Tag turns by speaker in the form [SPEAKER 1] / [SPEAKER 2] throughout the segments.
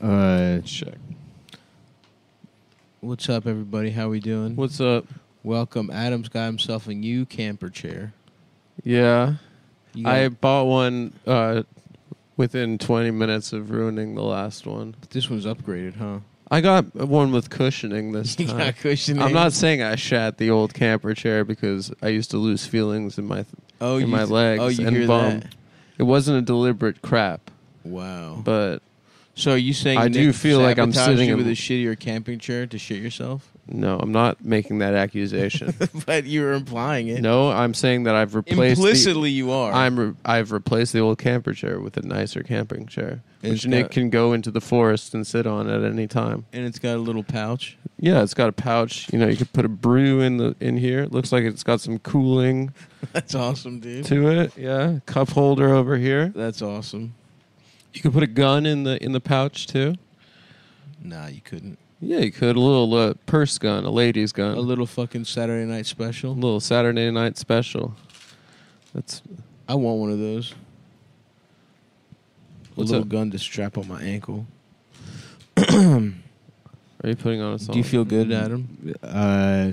[SPEAKER 1] Uh,
[SPEAKER 2] Check.
[SPEAKER 1] what's up, everybody? How we doing?
[SPEAKER 2] What's up?
[SPEAKER 1] Welcome. Adam's got himself a new camper chair.
[SPEAKER 2] Yeah,
[SPEAKER 1] You
[SPEAKER 2] I
[SPEAKER 1] got-
[SPEAKER 2] bought one uh, within 20 minutes of ruining the last one.
[SPEAKER 1] this one's upgraded, huh?
[SPEAKER 2] I got one with cushioning this
[SPEAKER 1] You
[SPEAKER 2] time.
[SPEAKER 1] got cushioning.
[SPEAKER 2] I'm not saying I shat the old camper chair because I used to lose feelings in my. Th-
[SPEAKER 1] Oh,
[SPEAKER 2] in
[SPEAKER 1] you
[SPEAKER 2] my
[SPEAKER 1] th-
[SPEAKER 2] legs
[SPEAKER 1] Oh, you
[SPEAKER 2] and
[SPEAKER 1] hear
[SPEAKER 2] bum.
[SPEAKER 1] that?
[SPEAKER 2] it wasn't a deliberate crap,
[SPEAKER 1] Wow.
[SPEAKER 2] but
[SPEAKER 1] so are you saying
[SPEAKER 2] I
[SPEAKER 1] Nick
[SPEAKER 2] do feel like I'm
[SPEAKER 1] sabotaged
[SPEAKER 2] sitting
[SPEAKER 1] you
[SPEAKER 2] in-
[SPEAKER 1] with a shittier camping chair to shit yourself?
[SPEAKER 2] no, I'm not making that accusation.
[SPEAKER 1] but you're implying it.
[SPEAKER 2] no, I'm saying that I've replaced the-
[SPEAKER 1] Implicitly, you are.
[SPEAKER 2] I'm re- I've replaced the old camper chair with a nicer camping chair,
[SPEAKER 1] And
[SPEAKER 2] which
[SPEAKER 1] it's
[SPEAKER 2] Nick
[SPEAKER 1] got-
[SPEAKER 2] can go into the forest and sit on at any time.
[SPEAKER 1] and it's got a little pouch.
[SPEAKER 2] Yeah, it's got a pouch. You know, you could put a brew in the in here. It looks like it's got some cooling
[SPEAKER 1] That's awesome, dude.
[SPEAKER 2] to it. Yeah, cup holder over here.
[SPEAKER 1] That's awesome.
[SPEAKER 2] You could put a gun in the in the pouch too.
[SPEAKER 1] Nah, you couldn't.
[SPEAKER 2] Yeah, you could a little uh, purse gun, a lady's gun,
[SPEAKER 1] A little fucking Saturday night special.
[SPEAKER 2] a little Saturday night special. That's
[SPEAKER 1] I want one of those.
[SPEAKER 2] What's
[SPEAKER 1] a little
[SPEAKER 2] up?
[SPEAKER 1] gun to strap on my ankle.
[SPEAKER 2] are you putting on a song?
[SPEAKER 1] Do you feel good, Adam?
[SPEAKER 3] Mm-hmm. Uh,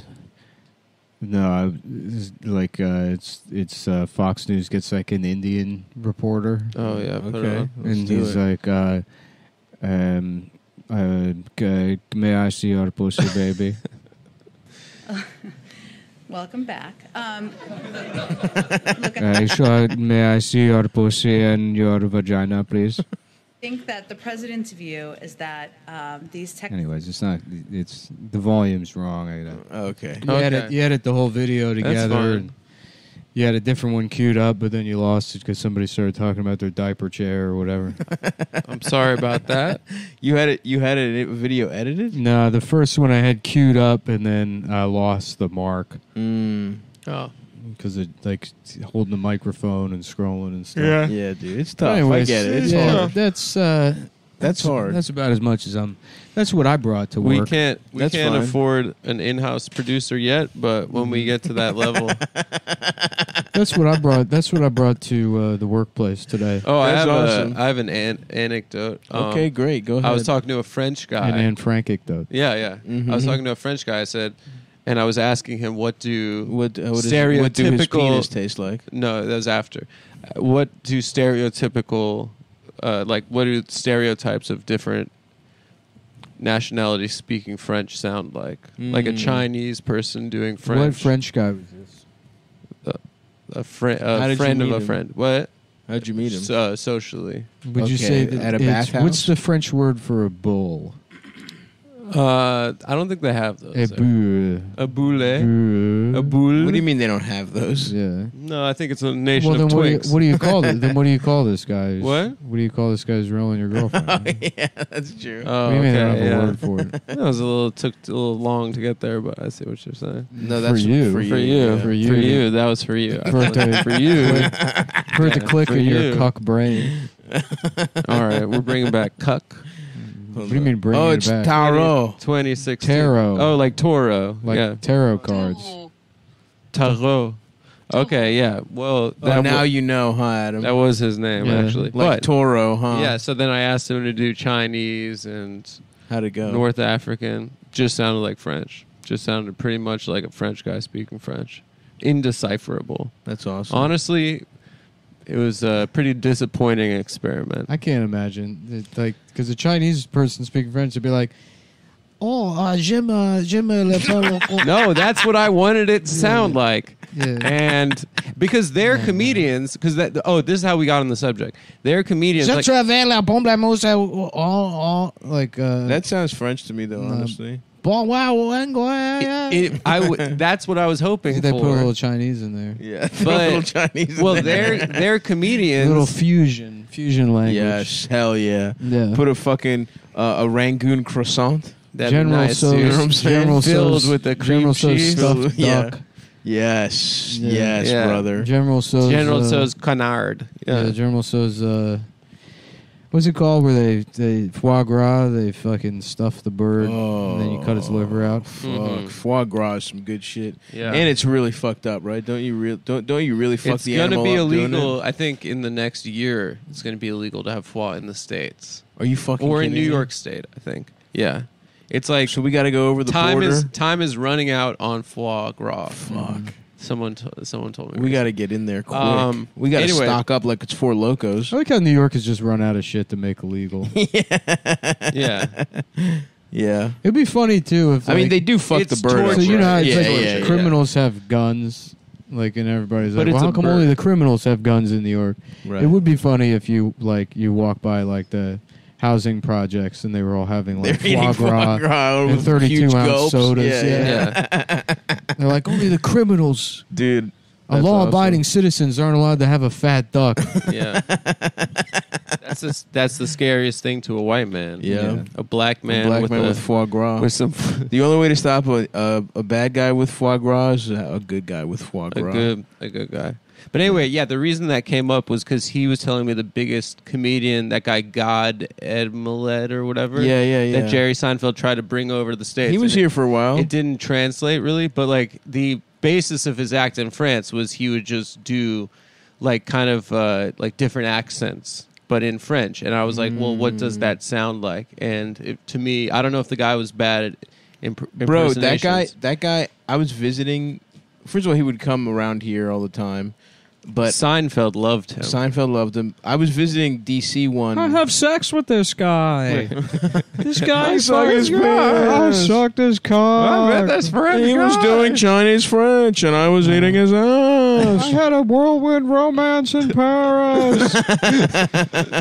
[SPEAKER 3] no, I, it's like uh, it's it's uh, Fox News gets like an Indian reporter,
[SPEAKER 2] Oh yeah, put it
[SPEAKER 1] Okay.
[SPEAKER 2] on.
[SPEAKER 1] let's
[SPEAKER 3] and
[SPEAKER 1] do
[SPEAKER 3] he's
[SPEAKER 1] it.
[SPEAKER 3] like, uh, um, uh, g- "May I see your pussy, baby?"
[SPEAKER 4] Welcome back. Um, look,
[SPEAKER 3] uh,
[SPEAKER 4] I
[SPEAKER 3] sure, may I see your pussy and your vagina, please?
[SPEAKER 4] think that the president's view is that um, these tech.
[SPEAKER 3] Anyways, it's not. It's the volume's wrong. I gotta-
[SPEAKER 1] Oh, Okay.
[SPEAKER 3] You, edit,
[SPEAKER 2] Okay.
[SPEAKER 3] you edit the whole video together.
[SPEAKER 2] fine.
[SPEAKER 3] and You had a different one queued up, but then you lost it because somebody started talking about their diaper chair or whatever.
[SPEAKER 2] I'm sorry about that.
[SPEAKER 1] You had it. You had it video edited.
[SPEAKER 3] no, the first one I had queued up, and then I lost the mark
[SPEAKER 1] Mm.
[SPEAKER 2] Oh,
[SPEAKER 3] because it like holding the microphone and scrolling and stuff.
[SPEAKER 2] Yeah.
[SPEAKER 1] Yeah, dude, it's
[SPEAKER 3] But
[SPEAKER 1] tough.
[SPEAKER 3] anyways,
[SPEAKER 1] I get it. It's
[SPEAKER 3] yeah,
[SPEAKER 1] hard.
[SPEAKER 3] That's uh,
[SPEAKER 1] That's hard.
[SPEAKER 3] That's about as much as I'm. That's what I brought to
[SPEAKER 2] we
[SPEAKER 3] work.
[SPEAKER 2] can't we
[SPEAKER 1] That's
[SPEAKER 2] can't
[SPEAKER 1] fine. Mm-hmm.
[SPEAKER 2] afford an in-house producer yet, but when we get to that level,
[SPEAKER 3] That's what I brought. That's what I brought to uh, the workplace today.
[SPEAKER 2] oh, I
[SPEAKER 1] That's
[SPEAKER 2] have
[SPEAKER 1] awesome.
[SPEAKER 2] a, I have an, an- anecdote. Um,
[SPEAKER 1] okay, great. Go ahead.
[SPEAKER 2] I was talking to a French guy.
[SPEAKER 3] and Anne Frank anecdote.
[SPEAKER 2] yeah, yeah. I was
[SPEAKER 1] Mhm.
[SPEAKER 2] talking to a French guy. I said, and I was asking him what do
[SPEAKER 1] What, uh, what, is, what do his
[SPEAKER 2] Stereotypical-
[SPEAKER 1] penis taste like?
[SPEAKER 2] no that was after Uh, what do stereotypical uh, like what do stereotypes of different nationalities speaking French sound like like a
[SPEAKER 1] Mm.
[SPEAKER 2] Chinese person doing
[SPEAKER 3] What
[SPEAKER 2] French
[SPEAKER 3] French guy was this?
[SPEAKER 2] a, fri-
[SPEAKER 1] How did
[SPEAKER 2] a
[SPEAKER 1] you
[SPEAKER 2] friend of
[SPEAKER 1] meet
[SPEAKER 2] a
[SPEAKER 1] him?
[SPEAKER 2] friend what
[SPEAKER 1] How'd you meet him?
[SPEAKER 2] So- uh, socially
[SPEAKER 3] Would
[SPEAKER 1] Okay,
[SPEAKER 3] you say that
[SPEAKER 1] at a
[SPEAKER 3] it's-
[SPEAKER 1] bathhouse?
[SPEAKER 3] What's the French word for a bull?
[SPEAKER 2] uh, I don't think they have
[SPEAKER 3] A
[SPEAKER 2] those there.
[SPEAKER 3] bull.
[SPEAKER 2] a boule
[SPEAKER 3] Bull.
[SPEAKER 2] a boule
[SPEAKER 1] what do you mean they don't have those?
[SPEAKER 3] Yeah.
[SPEAKER 2] no I think it's a nation
[SPEAKER 3] Well, then
[SPEAKER 2] of
[SPEAKER 3] what do, you,
[SPEAKER 2] twigs
[SPEAKER 3] what do you call it? Then what do you call this guy?
[SPEAKER 2] What?
[SPEAKER 3] What do you call this guy's rolling your girlfriend?
[SPEAKER 1] Oh, yeah, that's true.
[SPEAKER 2] oh,
[SPEAKER 3] what do you mean I don't have
[SPEAKER 2] okay,
[SPEAKER 3] a
[SPEAKER 2] yeah.
[SPEAKER 3] word for it?
[SPEAKER 2] that was a little took a little long to get there but I see what you're saying
[SPEAKER 1] no,
[SPEAKER 3] for
[SPEAKER 1] that's
[SPEAKER 3] you.
[SPEAKER 1] For
[SPEAKER 2] for you
[SPEAKER 1] yeah.
[SPEAKER 2] for you, that was for you
[SPEAKER 3] For it to-
[SPEAKER 2] for you
[SPEAKER 3] For it to click
[SPEAKER 2] for
[SPEAKER 3] in
[SPEAKER 2] you.
[SPEAKER 3] your cuck brain.
[SPEAKER 2] All right, we're bringing back Cuck
[SPEAKER 3] What do you mean bring
[SPEAKER 1] Oh,
[SPEAKER 3] it
[SPEAKER 1] it's
[SPEAKER 3] back?
[SPEAKER 1] Taro.
[SPEAKER 2] 2016.
[SPEAKER 3] Tarot.
[SPEAKER 2] Oh, like Toro.
[SPEAKER 3] like
[SPEAKER 2] yeah.
[SPEAKER 3] tarot cards.
[SPEAKER 2] Tarot. Okay, yeah. Well, that,
[SPEAKER 1] Oh, now
[SPEAKER 2] wa-
[SPEAKER 1] you know, huh, Adam?
[SPEAKER 2] that was his name,
[SPEAKER 3] Yeah.
[SPEAKER 2] actually.
[SPEAKER 1] like
[SPEAKER 2] but,
[SPEAKER 1] Toro, huh?
[SPEAKER 2] yeah, so then I asked him to do Chinese and
[SPEAKER 1] How'd it go?
[SPEAKER 2] North African. Just sounded like French. Just sounded pretty much like a French guy speaking French. Indecipherable.
[SPEAKER 1] That's awesome.
[SPEAKER 2] Honestly, it was a pretty disappointing experiment.
[SPEAKER 3] I can't imagine. It, like, because a Chinese person speaking French would be like, "Oh, uh, j'aime, uh, j'aime le fer-
[SPEAKER 2] no, that's what I wanted it to sound like.
[SPEAKER 3] Yeah.
[SPEAKER 2] and because they're comedians because that oh this is how we got on the subject they're comedians
[SPEAKER 3] Je
[SPEAKER 2] like,
[SPEAKER 3] travaille la pamplemousse au- au- au- like uh,
[SPEAKER 1] That sounds French to me, though. Honestly,
[SPEAKER 3] bon wow anglais.
[SPEAKER 2] it, I w- that's what i was hoping
[SPEAKER 3] they
[SPEAKER 2] for
[SPEAKER 3] put a little Chinese in there.
[SPEAKER 1] yeah.
[SPEAKER 2] But-
[SPEAKER 1] little Chinese.
[SPEAKER 2] well
[SPEAKER 1] in
[SPEAKER 2] they're
[SPEAKER 1] there.
[SPEAKER 2] they're
[SPEAKER 3] A
[SPEAKER 2] comedians
[SPEAKER 3] little fusion, fusion language.
[SPEAKER 1] yes, hell yeah.
[SPEAKER 3] Yeah.
[SPEAKER 1] Put a fucking uh, a Rangoon croissant.
[SPEAKER 2] That'd be
[SPEAKER 3] General
[SPEAKER 2] nice,
[SPEAKER 3] So's,
[SPEAKER 2] dude.
[SPEAKER 1] You know what I'm saying?
[SPEAKER 3] General
[SPEAKER 2] Filled
[SPEAKER 3] So's,
[SPEAKER 2] with the cream
[SPEAKER 3] General So's
[SPEAKER 2] cheese.
[SPEAKER 3] stuffed
[SPEAKER 1] Yeah.
[SPEAKER 3] duck.
[SPEAKER 1] Yes,
[SPEAKER 3] Yeah.
[SPEAKER 1] yes,
[SPEAKER 2] Yeah.
[SPEAKER 1] brother.
[SPEAKER 3] uh, General So's.
[SPEAKER 2] general
[SPEAKER 3] uh,
[SPEAKER 2] so's canard
[SPEAKER 3] Yeah.
[SPEAKER 2] yeah.
[SPEAKER 3] General So's. Uh, What's it called where they they foie gras? They fucking stuff the bird and then you cut
[SPEAKER 1] Oh.
[SPEAKER 3] its liver out.
[SPEAKER 1] Fuck,
[SPEAKER 2] Mhm.
[SPEAKER 1] foie gras is some good shit,
[SPEAKER 2] Yeah.
[SPEAKER 1] and it's really fucked up, right? Don't you real don't don't you really fuck
[SPEAKER 2] it's
[SPEAKER 1] the
[SPEAKER 2] gonna
[SPEAKER 1] animal
[SPEAKER 2] be
[SPEAKER 1] up doing
[SPEAKER 2] illegal. I think in the next year, it's gonna be illegal to have foie in the states
[SPEAKER 1] it? Are you fucking
[SPEAKER 2] or in
[SPEAKER 1] kidding
[SPEAKER 2] New
[SPEAKER 1] me?
[SPEAKER 2] York State. I think. Yeah, it's like
[SPEAKER 1] So we got to go over the
[SPEAKER 2] time
[SPEAKER 1] border.
[SPEAKER 2] is time is running out on foie gras.
[SPEAKER 1] fuck.
[SPEAKER 3] Mm-hmm.
[SPEAKER 2] Someone t- someone told me
[SPEAKER 1] We got
[SPEAKER 2] recently.
[SPEAKER 1] to get in there quick.
[SPEAKER 2] Um,
[SPEAKER 1] we got to
[SPEAKER 2] anyway.
[SPEAKER 1] stock up like it's four locos.
[SPEAKER 5] I like how New York has just run out of shit to make illegal.
[SPEAKER 2] yeah.
[SPEAKER 1] Yeah.
[SPEAKER 5] It'd be funny too if
[SPEAKER 1] I mean,
[SPEAKER 5] like-
[SPEAKER 1] they do fuck the
[SPEAKER 2] it's
[SPEAKER 1] bird.
[SPEAKER 2] torture.
[SPEAKER 1] up,
[SPEAKER 5] So you know how
[SPEAKER 1] right?
[SPEAKER 5] it's
[SPEAKER 1] yeah,
[SPEAKER 5] like
[SPEAKER 1] yeah, yeah.
[SPEAKER 5] criminals have guns, like, and everybody's like,
[SPEAKER 1] But it's
[SPEAKER 5] well,
[SPEAKER 1] a
[SPEAKER 5] how come
[SPEAKER 1] bird."
[SPEAKER 5] only the criminals have guns in New York?
[SPEAKER 1] Right.
[SPEAKER 5] It would be funny if you like you walk by like the housing projects and they were all having
[SPEAKER 1] They're
[SPEAKER 5] like
[SPEAKER 1] eating
[SPEAKER 5] foie gras. and
[SPEAKER 1] with
[SPEAKER 5] 32
[SPEAKER 1] huge
[SPEAKER 5] ounce
[SPEAKER 1] gulps.
[SPEAKER 5] sodas, yeah.
[SPEAKER 2] yeah.
[SPEAKER 5] They're like only the criminals,
[SPEAKER 1] dude.
[SPEAKER 5] uh,
[SPEAKER 2] That's
[SPEAKER 5] law-abiding citizens aren't allowed to have a fat duck.
[SPEAKER 2] Yeah. that's the, that's the scariest thing to a white man.
[SPEAKER 1] Yeah. Yeah.
[SPEAKER 2] A black man,
[SPEAKER 1] black
[SPEAKER 2] with,
[SPEAKER 1] man
[SPEAKER 2] a,
[SPEAKER 1] with foie gras.
[SPEAKER 2] with some
[SPEAKER 1] the only way to stop a, a a bad guy with foie gras is a good guy with foie
[SPEAKER 2] a
[SPEAKER 1] gras.
[SPEAKER 2] good a good guy. But anyway, yeah, the reason that came up was because he was telling me the biggest comedian, that guy God Ed Millett or whatever.
[SPEAKER 1] Yeah, yeah, yeah.
[SPEAKER 2] That Jerry Seinfeld tried to bring over to the states.
[SPEAKER 1] he was
[SPEAKER 2] and
[SPEAKER 1] here for a while.
[SPEAKER 2] It, it didn't translate really, but like the basis of his act in France was he would just do like kind of uh, like different accents, but in French. And I was like, well, what does
[SPEAKER 1] Mm.
[SPEAKER 2] that sound like? And it, to me, I don't know if the guy was bad at. Imp-
[SPEAKER 1] Bro, that guy,
[SPEAKER 2] impersonations.
[SPEAKER 1] that guy. I was visiting. First of all, he would come around here all the time, but
[SPEAKER 2] Seinfeld loved him.
[SPEAKER 1] Seinfeld loved him. I was visiting DC one.
[SPEAKER 3] sex with this guy. this guy
[SPEAKER 5] I sucked his cock.
[SPEAKER 1] French. Uh, He was doing Chinese French, and I was eating his ass.
[SPEAKER 5] I had a whirlwind romance in Paris.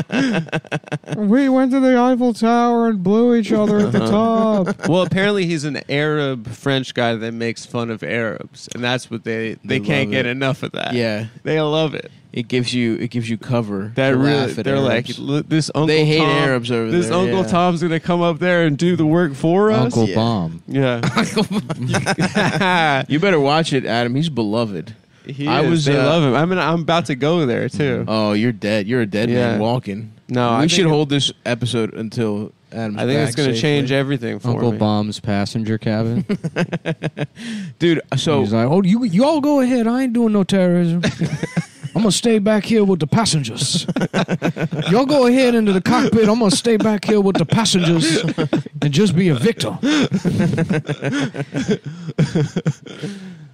[SPEAKER 5] we went to the Eiffel Tower and blew each other at the top.
[SPEAKER 2] well, apparently he's an Arab French guy that makes fun of Arabs, and that's what they they,
[SPEAKER 1] They
[SPEAKER 2] can't
[SPEAKER 1] love
[SPEAKER 2] get
[SPEAKER 1] it.
[SPEAKER 2] enough of that.
[SPEAKER 1] yeah,
[SPEAKER 2] they love it.
[SPEAKER 1] it gives you it gives you cover.
[SPEAKER 2] That
[SPEAKER 1] to
[SPEAKER 2] really,
[SPEAKER 1] laugh at
[SPEAKER 2] they're
[SPEAKER 1] Arabs.
[SPEAKER 2] like "Look, this Uncle.
[SPEAKER 1] They hate
[SPEAKER 2] Tom,
[SPEAKER 1] Arabs over
[SPEAKER 2] This
[SPEAKER 1] there,
[SPEAKER 2] Uncle
[SPEAKER 1] yeah.
[SPEAKER 2] Tom's gonna come up there and do the work for us.
[SPEAKER 3] Uncle
[SPEAKER 1] Yeah.
[SPEAKER 3] Bomb.
[SPEAKER 2] Yeah,
[SPEAKER 1] you better watch it, Adam. He's beloved.
[SPEAKER 2] He
[SPEAKER 1] I
[SPEAKER 2] is.
[SPEAKER 1] was,
[SPEAKER 2] They
[SPEAKER 1] uh,
[SPEAKER 2] love him. I mean, I'm about to go there too.
[SPEAKER 1] Oh, you're dead. You're a dead
[SPEAKER 2] Yeah.
[SPEAKER 1] man walking. we
[SPEAKER 2] No, I
[SPEAKER 1] should
[SPEAKER 2] think-
[SPEAKER 1] hold this episode until Adam.
[SPEAKER 2] I think it's gonna
[SPEAKER 1] safely.
[SPEAKER 2] change everything for
[SPEAKER 3] Uncle
[SPEAKER 2] me.
[SPEAKER 3] Bomb's passenger cabin.
[SPEAKER 1] dude. So
[SPEAKER 3] He's like, oh, you you all go ahead. I ain't doing no terrorism. I'm gonna stay back here with the passengers. Y'all go ahead into the cockpit. I'm gonna stay back here with the passengers and just be a victim.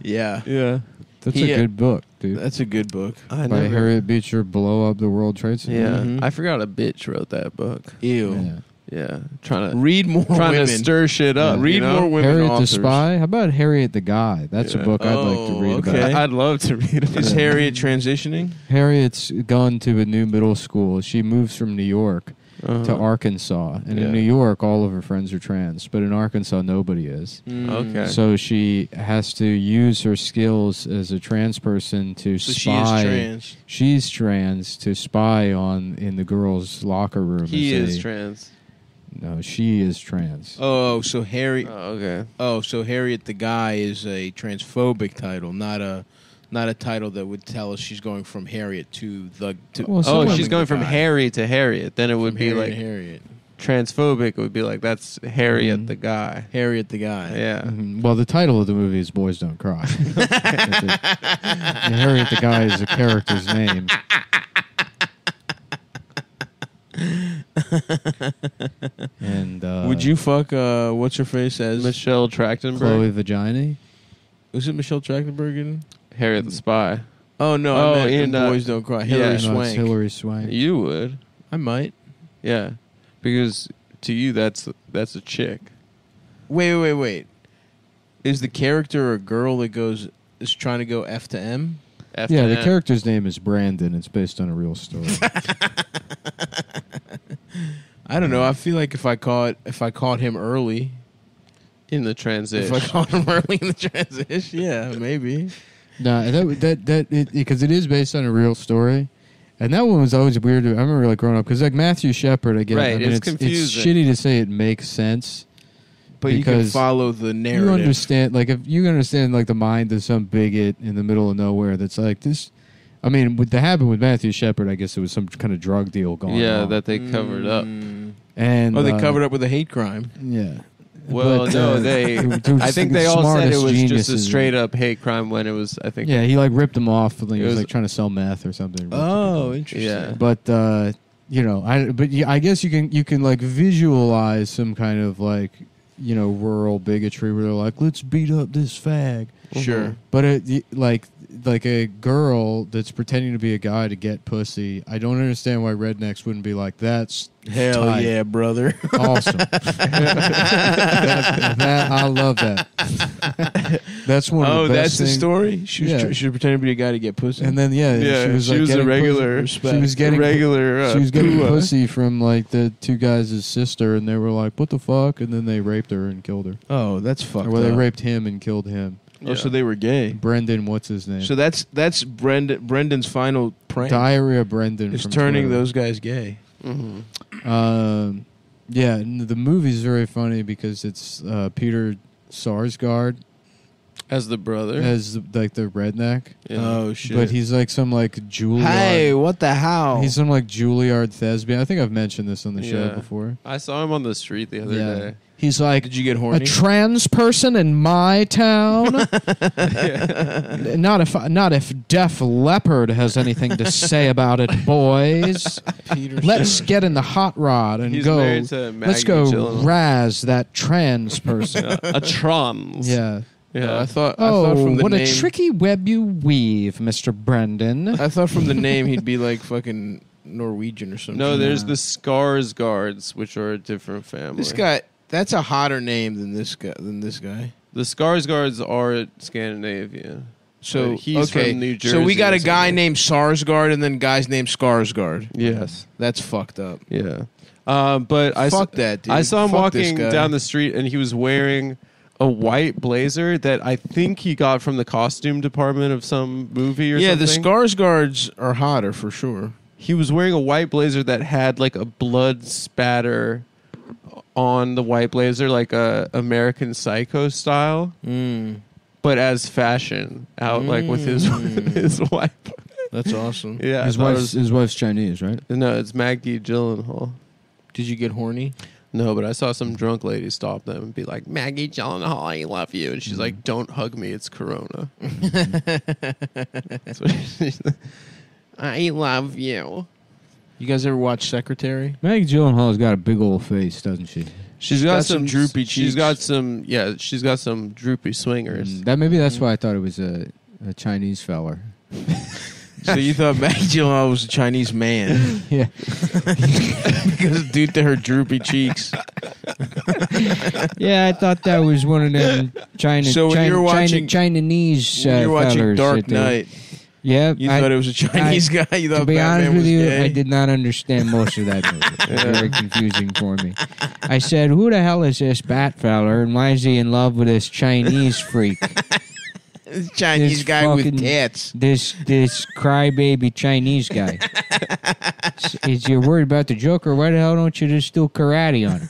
[SPEAKER 1] yeah,
[SPEAKER 2] Yeah,
[SPEAKER 3] That's
[SPEAKER 1] He, uh,
[SPEAKER 3] a good book, dude.
[SPEAKER 1] that's a good book.
[SPEAKER 2] I
[SPEAKER 3] By
[SPEAKER 2] never-
[SPEAKER 3] Harriet Beecher, blow up the World Trade Center.
[SPEAKER 2] Yeah,
[SPEAKER 1] Mhm.
[SPEAKER 2] I forgot a bitch wrote that book.
[SPEAKER 1] Ew.
[SPEAKER 3] Yeah.
[SPEAKER 2] Yeah, trying to
[SPEAKER 1] Read more
[SPEAKER 2] trying
[SPEAKER 1] women. Mm-hmm.
[SPEAKER 2] to stir shit up.
[SPEAKER 3] Yeah.
[SPEAKER 1] Read
[SPEAKER 2] you know?
[SPEAKER 1] more women.
[SPEAKER 3] Harriet
[SPEAKER 1] authors.
[SPEAKER 3] the Spy. How about Harriet the Guy? That's
[SPEAKER 2] Yeah.
[SPEAKER 3] a book I'd like
[SPEAKER 1] Oh,
[SPEAKER 3] to read
[SPEAKER 1] okay.
[SPEAKER 3] about.
[SPEAKER 2] I- I'd love to read it.
[SPEAKER 1] Is
[SPEAKER 3] Yeah.
[SPEAKER 1] Harriet transitioning?
[SPEAKER 3] Harriet's gone to a new middle school. She moves from New York to
[SPEAKER 2] Uh-huh.
[SPEAKER 3] Arkansas, and
[SPEAKER 2] Yeah.
[SPEAKER 3] in New York, all of her friends are trans, but in Arkansas, nobody is.
[SPEAKER 2] Mm, Okay.
[SPEAKER 3] So she has to use her skills as a trans person to
[SPEAKER 1] So she is
[SPEAKER 3] spy.
[SPEAKER 1] trans.
[SPEAKER 3] She's trans to spy on in the girls' locker room.
[SPEAKER 2] He
[SPEAKER 3] as
[SPEAKER 2] is
[SPEAKER 3] they-
[SPEAKER 2] trans.
[SPEAKER 3] No, she is trans.
[SPEAKER 1] Oh, so Harry.
[SPEAKER 2] Oh, okay.
[SPEAKER 1] Oh, so Harriet the guy is a transphobic title, not a not a title that would tell us she's going from Harriet to the to
[SPEAKER 3] Well,
[SPEAKER 2] Oh,
[SPEAKER 3] Someone-
[SPEAKER 2] she's going from Harry to Harriet. Then it would
[SPEAKER 1] From
[SPEAKER 2] be
[SPEAKER 1] Harriet
[SPEAKER 2] like
[SPEAKER 1] to Harriet.
[SPEAKER 2] transphobic. It would be like that's Harriet
[SPEAKER 3] Mm-hmm.
[SPEAKER 2] the guy.
[SPEAKER 1] Harriet the guy.
[SPEAKER 2] Yeah.
[SPEAKER 3] Mhm. Well, the title of the movie is Boys Don't Cry. That's it. And Harriet the guy is the character's name. and uh,
[SPEAKER 1] Would you fuck uh what's her face as
[SPEAKER 2] Michelle Trachtenberg.
[SPEAKER 3] Chloe Vagina?
[SPEAKER 1] was it Michelle Trachtenberg?
[SPEAKER 2] Harriet the Spy.
[SPEAKER 1] Oh no,
[SPEAKER 2] Oh,
[SPEAKER 1] I meant in
[SPEAKER 2] in, uh,
[SPEAKER 1] Boys Don't Cry.
[SPEAKER 2] yeah,
[SPEAKER 1] Hillary
[SPEAKER 2] no,
[SPEAKER 3] No, it's
[SPEAKER 1] Swank.
[SPEAKER 3] Hillary Swank.
[SPEAKER 2] You would.
[SPEAKER 1] I might.
[SPEAKER 2] Yeah. Because to you that's that's a chick.
[SPEAKER 1] Wait, wait, wait, wait. Is the character a girl that goes is trying to go F to M?
[SPEAKER 2] After
[SPEAKER 3] yeah, the
[SPEAKER 2] that.
[SPEAKER 3] character's name is Brandon. It's based on a real story.
[SPEAKER 1] I don't know. I feel like if I caught if I caught him early,
[SPEAKER 2] in the transition.
[SPEAKER 1] if I caught him early in the transition, yeah, maybe.
[SPEAKER 3] no, that that that because it is based on a real story. And that one was always weird. to- I remember like growing up because like Matthew Shepard, I get
[SPEAKER 2] Right,
[SPEAKER 3] it. I
[SPEAKER 2] it's confusing.
[SPEAKER 3] shitty to say it makes sense.
[SPEAKER 1] But you can
[SPEAKER 3] Because
[SPEAKER 1] follow the narrative.
[SPEAKER 3] You understand, like if you understand, like the mind of some bigot in the middle of nowhere that's like this. I mean, with the happened with Matthew Shepard, I guess it was some kind of drug deal going
[SPEAKER 2] yeah,
[SPEAKER 3] on.
[SPEAKER 2] that they covered up.
[SPEAKER 1] Mm.
[SPEAKER 3] and
[SPEAKER 1] Oh, they
[SPEAKER 3] uh,
[SPEAKER 1] covered up with a hate crime.
[SPEAKER 3] Yeah.
[SPEAKER 2] Well,
[SPEAKER 3] But,
[SPEAKER 2] no,
[SPEAKER 3] uh,
[SPEAKER 2] they.
[SPEAKER 3] they were- they were
[SPEAKER 2] I
[SPEAKER 3] just
[SPEAKER 2] think
[SPEAKER 3] the
[SPEAKER 2] they all said it
[SPEAKER 3] smartest
[SPEAKER 2] was just a
[SPEAKER 3] geniuses.
[SPEAKER 2] straight up hate crime when it was. I think.
[SPEAKER 3] Yeah, he like ripped them off. and he
[SPEAKER 2] It
[SPEAKER 3] was,
[SPEAKER 2] was-
[SPEAKER 3] like trying to sell meth or something.
[SPEAKER 1] Oh, interesting.
[SPEAKER 2] Yeah.
[SPEAKER 3] but uh, you know, I but yeah, I guess you can you can like visualize some kind of like you know rural bigotry where they're like, let's beat up this fag.
[SPEAKER 1] Sure.
[SPEAKER 3] But uh, it, y- like like a girl that's pretending to be a guy to get pussy. I don't understand why rednecks wouldn't be like that's
[SPEAKER 1] Hell
[SPEAKER 3] tight.
[SPEAKER 1] yeah, brother.
[SPEAKER 3] awesome. that, that- I love that. that's one. Of
[SPEAKER 1] oh,
[SPEAKER 3] the best
[SPEAKER 1] that's the
[SPEAKER 3] things.
[SPEAKER 1] story. She was,
[SPEAKER 3] Yeah.
[SPEAKER 1] tr- she was pretending to be a guy to get pussy.
[SPEAKER 3] And then yeah,
[SPEAKER 2] Yeah,
[SPEAKER 3] she was, like,
[SPEAKER 2] a
[SPEAKER 3] getting pussy.
[SPEAKER 2] regular.
[SPEAKER 3] She was getting
[SPEAKER 2] regular. Uh,
[SPEAKER 3] she was getting
[SPEAKER 2] Pua.
[SPEAKER 3] pussy from like the two guys' sister, and they were like, "What the fuck?" And then they raped her and killed her.
[SPEAKER 1] oh, that's fucked
[SPEAKER 3] Or well, they
[SPEAKER 1] up.
[SPEAKER 3] raped him and killed him.
[SPEAKER 1] Oh, so they were gay.
[SPEAKER 3] Brendan, what's his name?
[SPEAKER 1] So that's that's Brendan Brendan's final prank
[SPEAKER 3] Diarrhea Brendan
[SPEAKER 1] is
[SPEAKER 3] from
[SPEAKER 1] turning
[SPEAKER 3] Twitter.
[SPEAKER 1] those guys gay.
[SPEAKER 2] Mhm.
[SPEAKER 3] Um, yeah, and the movie's very funny because it's uh, Peter Sarsgaard
[SPEAKER 2] as the brother.
[SPEAKER 3] as like the redneck,
[SPEAKER 2] yeah.
[SPEAKER 1] Oh shit.
[SPEAKER 3] but he's like some like Juilliard.
[SPEAKER 1] what the hell?
[SPEAKER 3] He's some like Juilliard thespian. I think I've mentioned this on the
[SPEAKER 2] Yeah.
[SPEAKER 3] show before.
[SPEAKER 2] I saw him on the street the other
[SPEAKER 3] Yeah.
[SPEAKER 2] day.
[SPEAKER 3] He's like
[SPEAKER 1] Did you get
[SPEAKER 3] a
[SPEAKER 1] horny?
[SPEAKER 3] trans person in my town. Not if not if Def Leopard has anything to say about it, boys. Let's get in the hot rod and
[SPEAKER 2] He's
[SPEAKER 3] go.
[SPEAKER 2] married to
[SPEAKER 3] let's
[SPEAKER 2] Maggie
[SPEAKER 3] go
[SPEAKER 2] Gyllenhaal.
[SPEAKER 3] razz that trans person.
[SPEAKER 2] Yeah, a trans.
[SPEAKER 3] yeah.
[SPEAKER 1] Oh, I
[SPEAKER 2] Yeah.
[SPEAKER 1] thought. I thought
[SPEAKER 3] Oh,
[SPEAKER 1] from the
[SPEAKER 3] what
[SPEAKER 1] name,
[SPEAKER 3] a tricky web you weave, Mister Brendan.
[SPEAKER 1] I thought from the name he'd be like fucking Norwegian or something.
[SPEAKER 2] No, there's
[SPEAKER 3] Yeah.
[SPEAKER 2] the Scars Guards, which are a different family.
[SPEAKER 1] this guy. That's a hotter name than this guy. Than this guy.
[SPEAKER 2] The Scars Guards are Scandinavia.
[SPEAKER 1] So
[SPEAKER 2] Uh, he's
[SPEAKER 1] okay.
[SPEAKER 2] from New
[SPEAKER 1] So we
[SPEAKER 2] Jersey
[SPEAKER 1] got
[SPEAKER 2] or
[SPEAKER 1] a guy
[SPEAKER 2] something.
[SPEAKER 1] named Sarsgaard and then guys named Skarsgård.
[SPEAKER 2] Yes.
[SPEAKER 1] That's fucked up.
[SPEAKER 2] Yeah. Um, but I
[SPEAKER 1] Fuck
[SPEAKER 2] s-
[SPEAKER 1] that, dude.
[SPEAKER 2] I saw him
[SPEAKER 1] Fuck this
[SPEAKER 2] walking
[SPEAKER 1] guy.
[SPEAKER 2] down the street, and he was wearing a white blazer that I think he got from the costume department of some movie or
[SPEAKER 1] yeah,
[SPEAKER 2] something.
[SPEAKER 1] the Skarsgårds are hotter for sure.
[SPEAKER 2] He was wearing a white blazer that had like a blood spatter on the white blazer, like a American Psycho style,
[SPEAKER 1] Mm,
[SPEAKER 2] but as fashion out like with his his wife.
[SPEAKER 1] that's awesome.
[SPEAKER 2] Yeah, I
[SPEAKER 3] his
[SPEAKER 2] thought it
[SPEAKER 3] wife's his wife's Chinese, right?
[SPEAKER 2] was- no, it's Maggie Gyllenhaal.
[SPEAKER 1] Did you get horny?
[SPEAKER 2] No, but I saw some drunk lady stop them and be like, Maggie Gyllenhaal, I love you. And she's like, don't hug me, it's Corona. That's what she said. I love you.
[SPEAKER 1] You guys ever watch Secretary?
[SPEAKER 3] Maggie Gyllenhaal's got a big old face, doesn't she?
[SPEAKER 2] She's got,
[SPEAKER 1] got
[SPEAKER 2] some,
[SPEAKER 1] some
[SPEAKER 2] droopy
[SPEAKER 1] cheeks.
[SPEAKER 2] She's got some, yeah, she's got some droopy swingers.
[SPEAKER 3] that maybe that's
[SPEAKER 1] Mm-hmm.
[SPEAKER 3] why I thought it was a, a Chinese feller.
[SPEAKER 1] So you thought Maggie Gyllenhaal was a Chinese man
[SPEAKER 3] Yeah.
[SPEAKER 1] because due to her droopy cheeks.
[SPEAKER 3] Yeah, I thought that was one of them China.
[SPEAKER 1] So when
[SPEAKER 3] China,
[SPEAKER 1] you were watching-
[SPEAKER 3] China, Chinese. Uh,
[SPEAKER 1] You're watching
[SPEAKER 3] fellers
[SPEAKER 1] Dark
[SPEAKER 3] that they-
[SPEAKER 1] Knight.
[SPEAKER 3] Yeah,
[SPEAKER 1] You
[SPEAKER 3] I,
[SPEAKER 1] thought it was a Chinese guy. You thought
[SPEAKER 3] to be
[SPEAKER 1] Batman
[SPEAKER 3] honest with
[SPEAKER 1] was
[SPEAKER 3] you,
[SPEAKER 1] gay.
[SPEAKER 3] I did not understand most of that movie. It was very confusing for me. I said, "Who the hell is this bat feller, and why is he in love with this Chinese freak?
[SPEAKER 1] This Chinese
[SPEAKER 3] This
[SPEAKER 1] guy with
[SPEAKER 3] fucking-
[SPEAKER 1] tats.
[SPEAKER 3] This this crybaby Chinese guy? S- Is you're worried about the Joker? Why the hell don't you just do karate on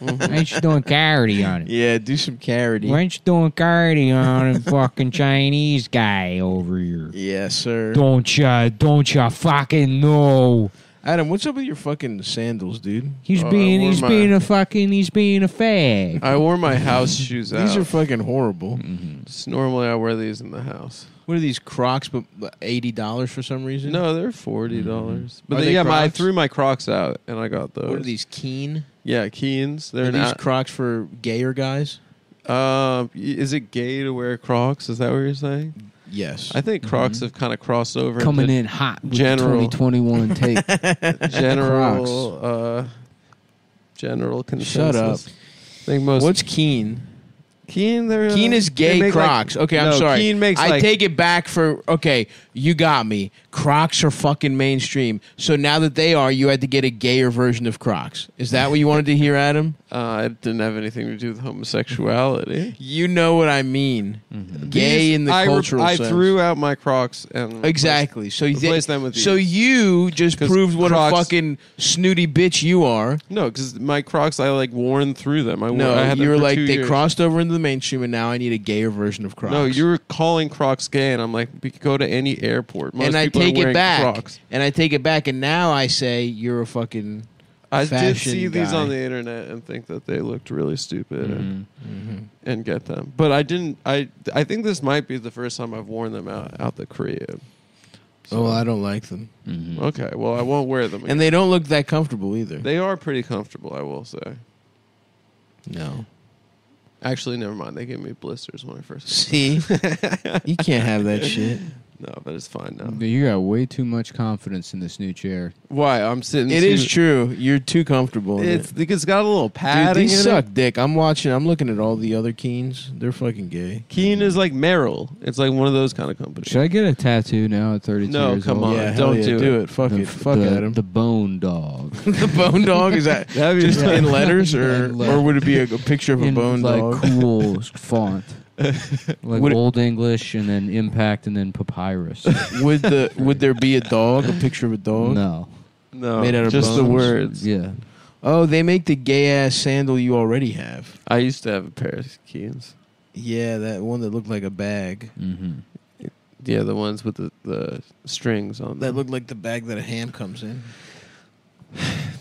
[SPEAKER 3] him? Why ain't you doing karate on
[SPEAKER 1] Mm-hmm.
[SPEAKER 3] him?"
[SPEAKER 1] Yeah, do some carroty.
[SPEAKER 3] Why ain't you doing karate on a fucking Chinese guy over here?
[SPEAKER 1] Yeah, sir.
[SPEAKER 3] Don't ya, don't ya fucking know?
[SPEAKER 1] Adam, what's up with your fucking sandals, dude?
[SPEAKER 3] He's
[SPEAKER 2] Uh,
[SPEAKER 3] being,
[SPEAKER 2] where
[SPEAKER 3] he's
[SPEAKER 2] am I?
[SPEAKER 3] being a fucking, he's being a fag.
[SPEAKER 2] I wore my house shoes out.
[SPEAKER 1] These are fucking horrible.
[SPEAKER 2] Just normally I wear these in the house.
[SPEAKER 1] What are these Crocs? But but eighty dollars for some reason.
[SPEAKER 2] No, they're forty dollars.
[SPEAKER 1] Mm-hmm.
[SPEAKER 2] But
[SPEAKER 1] Are
[SPEAKER 2] they-
[SPEAKER 1] they
[SPEAKER 2] yeah, my, I
[SPEAKER 1] Crocs?
[SPEAKER 2] threw my Crocs out and I got those.
[SPEAKER 1] What are these Keen?
[SPEAKER 2] Yeah, Keens. They're
[SPEAKER 1] Are
[SPEAKER 2] an
[SPEAKER 1] these
[SPEAKER 2] out-
[SPEAKER 1] Crocs for gayer guys?
[SPEAKER 2] Um, y- is it gay to wear Crocs? Is that what you're saying?
[SPEAKER 1] Yes.
[SPEAKER 2] I think Crocs
[SPEAKER 1] mm-hmm.
[SPEAKER 2] have kind of crossed over
[SPEAKER 3] Coming
[SPEAKER 2] into
[SPEAKER 3] in hot with
[SPEAKER 2] general.
[SPEAKER 3] the 2021 tape.
[SPEAKER 2] general uh, general
[SPEAKER 1] Shut
[SPEAKER 2] consensus.
[SPEAKER 1] up.
[SPEAKER 2] I think most
[SPEAKER 1] What's Keen?
[SPEAKER 2] Keen? They're uh,
[SPEAKER 1] Keen is
[SPEAKER 2] they
[SPEAKER 1] gay
[SPEAKER 2] make,
[SPEAKER 1] Crocs.
[SPEAKER 2] Like,
[SPEAKER 1] okay, I'm
[SPEAKER 2] no,
[SPEAKER 1] sorry.
[SPEAKER 2] Keen makes
[SPEAKER 1] I
[SPEAKER 2] like,
[SPEAKER 1] take it back for okay. You got me. Crocs are fucking mainstream. So now that they are, you had to get a gayer version of Crocs. Is that what you wanted to hear, Adam?
[SPEAKER 2] Uh, it didn't have anything to do with homosexuality.
[SPEAKER 1] You know what I mean. Gay in the
[SPEAKER 2] Mm-hmm. I, re-
[SPEAKER 1] cultural
[SPEAKER 2] I
[SPEAKER 1] sense.
[SPEAKER 2] threw out my Crocs and
[SPEAKER 1] Exactly. So you
[SPEAKER 2] replace them with
[SPEAKER 1] so
[SPEAKER 2] these.
[SPEAKER 1] you just
[SPEAKER 2] 'Cause
[SPEAKER 1] proved what
[SPEAKER 2] Crocs-
[SPEAKER 1] a fucking snooty bitch you are.
[SPEAKER 2] No, because my Crocs, I like worn through them. I wore,
[SPEAKER 1] No,
[SPEAKER 2] I had them
[SPEAKER 1] you were
[SPEAKER 2] for
[SPEAKER 1] like
[SPEAKER 2] two
[SPEAKER 1] they
[SPEAKER 2] years.
[SPEAKER 1] crossed over into the mainstream, and now I need a gayer version of Crocs.
[SPEAKER 2] No, you were calling Crocs gay, and I'm like, we could go to any airport. Most
[SPEAKER 1] and I
[SPEAKER 2] people are
[SPEAKER 1] take it
[SPEAKER 2] wearing
[SPEAKER 1] back,
[SPEAKER 2] Crocs.
[SPEAKER 1] and I take it back, and now I say you're a fucking.
[SPEAKER 2] I did
[SPEAKER 1] fashion
[SPEAKER 2] see these
[SPEAKER 1] guy.
[SPEAKER 2] on the internet and think that they looked really stupid and,
[SPEAKER 1] Mm-hmm.
[SPEAKER 2] and get them. But I didn't. I I think this might be the first time I've worn them out out the crib.
[SPEAKER 1] Oh, I don't like them,
[SPEAKER 2] Okay, well I won't wear them. Again.
[SPEAKER 1] Mm. and they don't look that comfortable either.
[SPEAKER 2] they are pretty comfortable, I will say.
[SPEAKER 1] no,
[SPEAKER 2] Actually, never mind. They gave me blisters when I first.
[SPEAKER 1] see, you can't have that shit.
[SPEAKER 2] No, but it's fine now.
[SPEAKER 6] You got way too much confidence in this new chair.
[SPEAKER 2] Why? I'm sitting.
[SPEAKER 1] It is true. You're too comfortable. in
[SPEAKER 2] It's
[SPEAKER 1] it.
[SPEAKER 2] it's got a little
[SPEAKER 1] Dude,
[SPEAKER 2] padding.
[SPEAKER 1] these
[SPEAKER 2] in it.
[SPEAKER 1] suck dick. I'm watching. I'm looking at all the other Keens. They're fucking gay.
[SPEAKER 2] Keen is like Merrill. It's like one of those kind of companies.
[SPEAKER 6] Should I get a tattoo now at 32
[SPEAKER 2] No,
[SPEAKER 6] years
[SPEAKER 2] come
[SPEAKER 6] old?
[SPEAKER 2] on.
[SPEAKER 1] yeah, hell
[SPEAKER 2] don't
[SPEAKER 1] yeah,
[SPEAKER 2] do
[SPEAKER 1] do it. Fuck
[SPEAKER 6] The,
[SPEAKER 1] it. Fuck
[SPEAKER 6] the,
[SPEAKER 1] Adam.
[SPEAKER 6] the bone dog.
[SPEAKER 1] The bone dog is that
[SPEAKER 2] That'd be
[SPEAKER 1] just
[SPEAKER 2] right.
[SPEAKER 1] in letters, or
[SPEAKER 6] In
[SPEAKER 1] or would it be a, a picture of a
[SPEAKER 6] in
[SPEAKER 1] bone
[SPEAKER 6] like
[SPEAKER 1] dog?
[SPEAKER 6] cool font. Like
[SPEAKER 1] Would it-
[SPEAKER 6] old English and then impact and then papyrus.
[SPEAKER 1] Would the would there be a dog? A picture of a dog?
[SPEAKER 6] no.
[SPEAKER 2] No,
[SPEAKER 1] Made out of
[SPEAKER 2] just the
[SPEAKER 1] bones?
[SPEAKER 2] words.
[SPEAKER 6] Yeah.
[SPEAKER 1] Oh, they make the gay ass sandal you already have.
[SPEAKER 2] I used to have a pair of Keens.
[SPEAKER 1] Yeah, that one that looked like a bag.
[SPEAKER 6] Mm-hmm.
[SPEAKER 2] Yeah, the ones with the, the strings on
[SPEAKER 1] That
[SPEAKER 2] them.
[SPEAKER 1] looked like the bag that a ham comes in.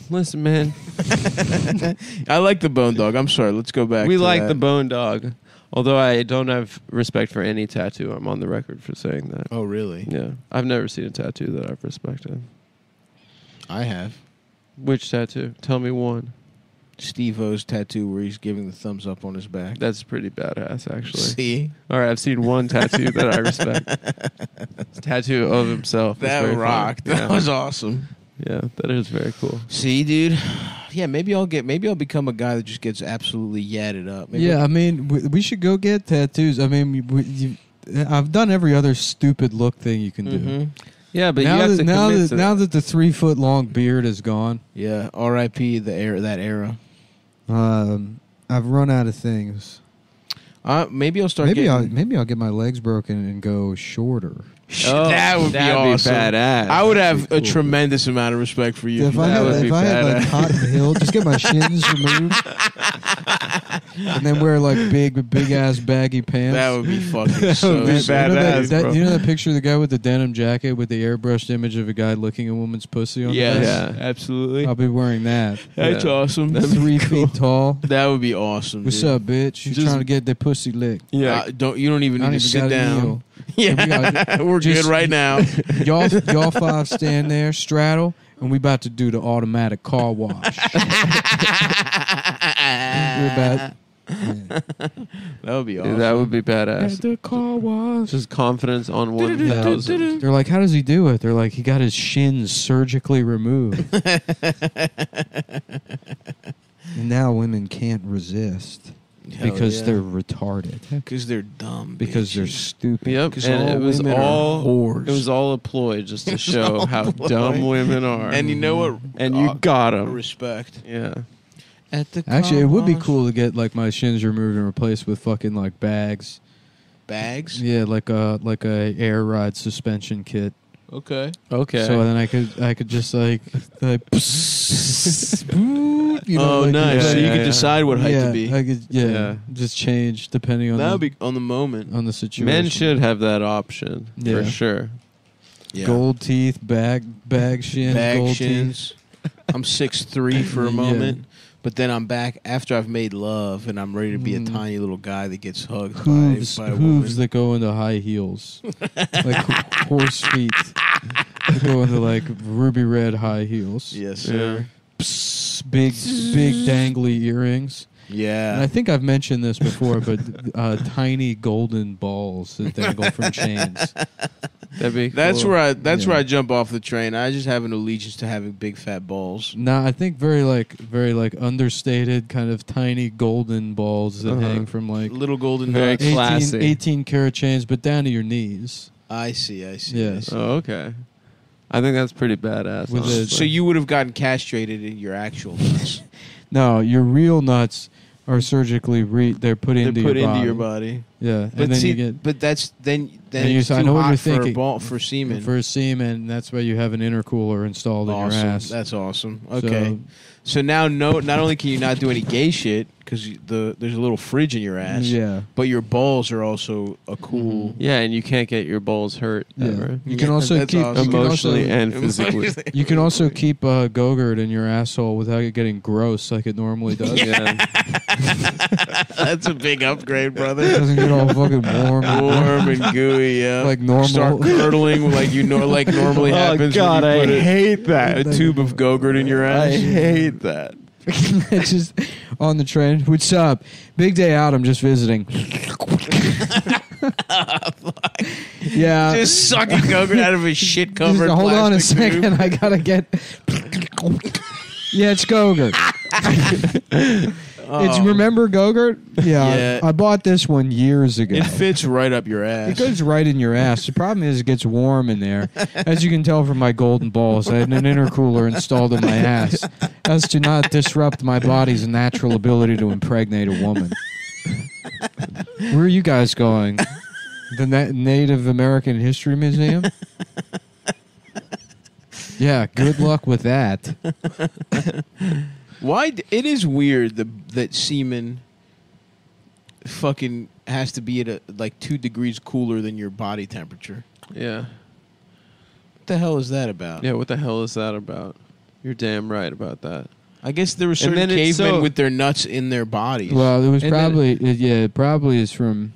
[SPEAKER 2] Listen, man,
[SPEAKER 1] I like the bone dog. I'm sorry. Let's go back.
[SPEAKER 2] we
[SPEAKER 1] to
[SPEAKER 2] like
[SPEAKER 1] that.
[SPEAKER 2] the bone dog. Although I don't have respect for any tattoo, I'm on the record for saying that.
[SPEAKER 1] Oh, really?
[SPEAKER 2] Yeah, I've never seen a tattoo that I've respected.
[SPEAKER 1] I have
[SPEAKER 2] Which tattoo? Tell me one.
[SPEAKER 1] Steve O's tattoo where he's giving the thumbs up on his back.
[SPEAKER 2] That's pretty badass, actually.
[SPEAKER 1] See
[SPEAKER 2] All right, I've seen one tattoo that I respect. tattoo of himself. It's very
[SPEAKER 1] that
[SPEAKER 2] fun.
[SPEAKER 1] rocked. That
[SPEAKER 2] Yeah.
[SPEAKER 1] was awesome.
[SPEAKER 2] yeah, that is very cool.
[SPEAKER 1] See, dude. Yeah, maybe I'll get. Maybe I'll become a guy that just gets absolutely yadded up. Maybe
[SPEAKER 6] Yeah, I mean, we, we should go get tattoos. I mean, we, you, I've done every other stupid look thing you can do.
[SPEAKER 1] Mhm.
[SPEAKER 2] Yeah, but
[SPEAKER 6] now
[SPEAKER 2] you have
[SPEAKER 6] that
[SPEAKER 2] to
[SPEAKER 6] now
[SPEAKER 2] commit
[SPEAKER 6] that,
[SPEAKER 2] to
[SPEAKER 6] now
[SPEAKER 2] that.
[SPEAKER 6] that the three foot long beard is gone,
[SPEAKER 1] Yeah. R.I.P. The era. That era.
[SPEAKER 6] um, I've run out of things.
[SPEAKER 1] Uh, maybe I'll start.
[SPEAKER 6] maybe
[SPEAKER 1] getting,
[SPEAKER 6] I will maybe I'll get my legs broken and go shorter.
[SPEAKER 2] Oh,
[SPEAKER 1] that would be
[SPEAKER 2] that'd
[SPEAKER 1] awesome.
[SPEAKER 2] badass.
[SPEAKER 1] I would have
[SPEAKER 6] That'd
[SPEAKER 1] a
[SPEAKER 6] be cool.
[SPEAKER 1] tremendous amount of respect for you.
[SPEAKER 6] if I
[SPEAKER 1] that
[SPEAKER 6] had
[SPEAKER 1] would be
[SPEAKER 6] if I had like
[SPEAKER 1] badass.
[SPEAKER 6] Cotton Hill, just get my shins removed, and then wear like big big ass baggy pants.
[SPEAKER 1] that would be fucking
[SPEAKER 6] That
[SPEAKER 1] so
[SPEAKER 6] would be
[SPEAKER 1] badass.
[SPEAKER 6] so- you know that- that-
[SPEAKER 1] bro.
[SPEAKER 6] you know that picture of the guy with the denim jacket with the airbrushed image of a guy licking a woman's pussy on
[SPEAKER 1] yes,
[SPEAKER 6] the back?
[SPEAKER 2] Yeah.
[SPEAKER 1] absolutely.
[SPEAKER 6] I'll be wearing that.
[SPEAKER 1] That's
[SPEAKER 2] Yeah.
[SPEAKER 1] awesome.
[SPEAKER 6] Three feet tall.
[SPEAKER 1] That would be awesome.
[SPEAKER 6] What's
[SPEAKER 1] dude.
[SPEAKER 6] up, bitch? You
[SPEAKER 2] Just-
[SPEAKER 6] trying to get that pussy licked?
[SPEAKER 2] yeah,
[SPEAKER 1] Uh, don't you don't even
[SPEAKER 6] I
[SPEAKER 1] need
[SPEAKER 6] don't
[SPEAKER 1] to
[SPEAKER 6] even got
[SPEAKER 1] sit
[SPEAKER 6] a
[SPEAKER 1] down.
[SPEAKER 6] meal.
[SPEAKER 1] Yeah, we're
[SPEAKER 6] Just-
[SPEAKER 1] good right now.
[SPEAKER 6] Y'all, y'all five stand there, straddle, and we about to do the automatic car wash. We're about
[SPEAKER 1] That would be
[SPEAKER 2] Dude,
[SPEAKER 1] awesome.
[SPEAKER 2] that would be badass.
[SPEAKER 6] the car wash.
[SPEAKER 2] Just confidence on one thousand.
[SPEAKER 6] They're like, how does he do it? They're like, he got his shins surgically removed. and now women can't resist because they're retarded,
[SPEAKER 1] because they're dumb.
[SPEAKER 6] because they're stupid.
[SPEAKER 2] Yep,
[SPEAKER 1] Because all
[SPEAKER 2] and it was
[SPEAKER 1] women are
[SPEAKER 2] all
[SPEAKER 1] whores.
[SPEAKER 2] it was all a ploy just to show how dumb women are,
[SPEAKER 1] and you know
[SPEAKER 6] Mm-hmm.
[SPEAKER 1] what?
[SPEAKER 2] And you
[SPEAKER 1] Uh,
[SPEAKER 2] got them.
[SPEAKER 1] respect
[SPEAKER 2] Yeah,
[SPEAKER 1] at the
[SPEAKER 6] Actually, it would be
[SPEAKER 1] Commons.
[SPEAKER 6] cool to get like my shins removed and replaced with fucking like bags.
[SPEAKER 1] bags.
[SPEAKER 6] Yeah, like a like a air ride suspension kit.
[SPEAKER 1] Okay,
[SPEAKER 2] okay.
[SPEAKER 6] So uh, then I could I could just like, like boop, you know,
[SPEAKER 1] oh,
[SPEAKER 6] like,
[SPEAKER 1] nice.
[SPEAKER 6] yeah,
[SPEAKER 1] so you
[SPEAKER 2] yeah,
[SPEAKER 1] could
[SPEAKER 2] yeah.
[SPEAKER 1] decide what height
[SPEAKER 6] yeah,
[SPEAKER 1] to be.
[SPEAKER 6] I could, yeah,
[SPEAKER 2] Yeah.
[SPEAKER 6] just change depending on
[SPEAKER 1] that
[SPEAKER 6] the,
[SPEAKER 1] would be on the moment.
[SPEAKER 6] on the situation.
[SPEAKER 2] men should have that option for
[SPEAKER 6] Yeah.
[SPEAKER 2] sure.
[SPEAKER 1] Yeah.
[SPEAKER 6] gold teeth, bag bag shins,
[SPEAKER 1] bag
[SPEAKER 6] gold
[SPEAKER 1] shins. I'm six three for a
[SPEAKER 6] Yeah.
[SPEAKER 1] moment, but then I'm back after I've made love and I'm ready to be a
[SPEAKER 6] Mhm.
[SPEAKER 1] tiny little guy that gets hugged
[SPEAKER 6] teeth, hooves
[SPEAKER 1] by, by a
[SPEAKER 6] hooves
[SPEAKER 1] woman.
[SPEAKER 6] that go into high heels, like h- horse feet that go into like ruby red high heels.
[SPEAKER 1] yes,
[SPEAKER 2] Yeah.
[SPEAKER 1] sir.
[SPEAKER 6] Psst, big big dangly earrings. And I
[SPEAKER 1] Yeah.
[SPEAKER 6] think I've mentioned this before, but uh, tiny golden balls that dangle from chains.
[SPEAKER 2] That'd be.
[SPEAKER 1] That's
[SPEAKER 2] cool.
[SPEAKER 1] where I that's
[SPEAKER 6] Yeah.
[SPEAKER 1] where I jump off the train. I just have an allegiance to having big fat balls.
[SPEAKER 6] Nah, I think very like very like understated kind of tiny golden balls that
[SPEAKER 2] Uh-huh.
[SPEAKER 6] hang from like
[SPEAKER 1] Little golden
[SPEAKER 2] Very
[SPEAKER 1] nuts.
[SPEAKER 2] cool. Classy.
[SPEAKER 6] 18, 18 karat chains, but down to your knees.
[SPEAKER 1] I see, I see.
[SPEAKER 6] Yeah.
[SPEAKER 1] I see.
[SPEAKER 2] Oh, okay. I think that's pretty badass.
[SPEAKER 6] With a-
[SPEAKER 2] honestly.
[SPEAKER 1] So you would have gotten castrated in your actual nuts.
[SPEAKER 6] No, your real nuts are surgically re- they're put
[SPEAKER 1] They're
[SPEAKER 6] into
[SPEAKER 1] put
[SPEAKER 6] your body.
[SPEAKER 1] into your body.
[SPEAKER 6] Yeah,
[SPEAKER 1] But
[SPEAKER 6] and then
[SPEAKER 1] see,
[SPEAKER 6] you get
[SPEAKER 1] but that's then then
[SPEAKER 6] And you
[SPEAKER 1] it's
[SPEAKER 6] say,
[SPEAKER 1] too
[SPEAKER 6] I know what
[SPEAKER 1] hot
[SPEAKER 6] you're
[SPEAKER 1] for a
[SPEAKER 6] thinking.
[SPEAKER 1] ball for semen.
[SPEAKER 6] for semen. That's why you have an intercooler installed in
[SPEAKER 1] awesome.
[SPEAKER 6] your ass.
[SPEAKER 1] That's awesome.
[SPEAKER 6] So-
[SPEAKER 1] Okay. So, now no not only can you not do any gay shit cuz the there's a little fridge in your ass.
[SPEAKER 6] yeah, Mm-hmm.
[SPEAKER 1] But your balls are also a cool
[SPEAKER 2] Yeah, and you can't get your balls hurt
[SPEAKER 6] Yeah.
[SPEAKER 2] ever.
[SPEAKER 6] You can
[SPEAKER 1] Yeah,
[SPEAKER 6] also
[SPEAKER 1] that's
[SPEAKER 6] keep you
[SPEAKER 1] awesome.
[SPEAKER 6] can also-
[SPEAKER 2] Emotionally and physically.
[SPEAKER 6] You can also keep uh, Gogurt in your asshole without it getting gross like it normally does.
[SPEAKER 2] yeah.
[SPEAKER 1] That's a big upgrade,
[SPEAKER 6] It
[SPEAKER 1] brother.
[SPEAKER 6] doesn't get all fucking warm. and-
[SPEAKER 1] Warm and gooey, yeah.
[SPEAKER 6] Like normal. Oh,
[SPEAKER 1] Start curdling like you know, like normally happens. when you put a-
[SPEAKER 2] Oh, hate
[SPEAKER 1] a, tube of Gogurt in your ass.
[SPEAKER 2] hate that.
[SPEAKER 6] it's just on the train. What's up? Big day out. I'm just visiting. yeah.
[SPEAKER 1] Just sucking Gogurt out of a shit
[SPEAKER 6] Just
[SPEAKER 1] covered.
[SPEAKER 6] hold on a
[SPEAKER 1] plastic
[SPEAKER 6] second.
[SPEAKER 1] tube.
[SPEAKER 6] I gotta get. yeah, it's Gogurt. It's
[SPEAKER 1] Oh,
[SPEAKER 6] remember Gogurt? Yeah,
[SPEAKER 1] Yeah.
[SPEAKER 6] I bought this one years ago.
[SPEAKER 1] it fits right up your ass.
[SPEAKER 6] It goes right in your ass. The problem is it gets warm in there. As you can tell from my golden balls, I had an intercooler installed in my ass as to not disrupt my body's natural ability to impregnate a woman. Where are you guys going? The Na- Native American History Museum? Yeah, good luck with that.
[SPEAKER 1] Why? d- It is weird the, that semen fucking has to be at a, like two degrees cooler than your body temperature.
[SPEAKER 2] Yeah.
[SPEAKER 1] What the hell is that about?
[SPEAKER 2] Yeah, what the hell is that about? You're damn right about that.
[SPEAKER 1] I guess there were certain
[SPEAKER 2] then it's
[SPEAKER 1] cavemen
[SPEAKER 2] so-
[SPEAKER 1] with their nuts in their bodies.
[SPEAKER 6] Well, it was
[SPEAKER 2] And then-
[SPEAKER 6] probably it- yeah, it probably is from.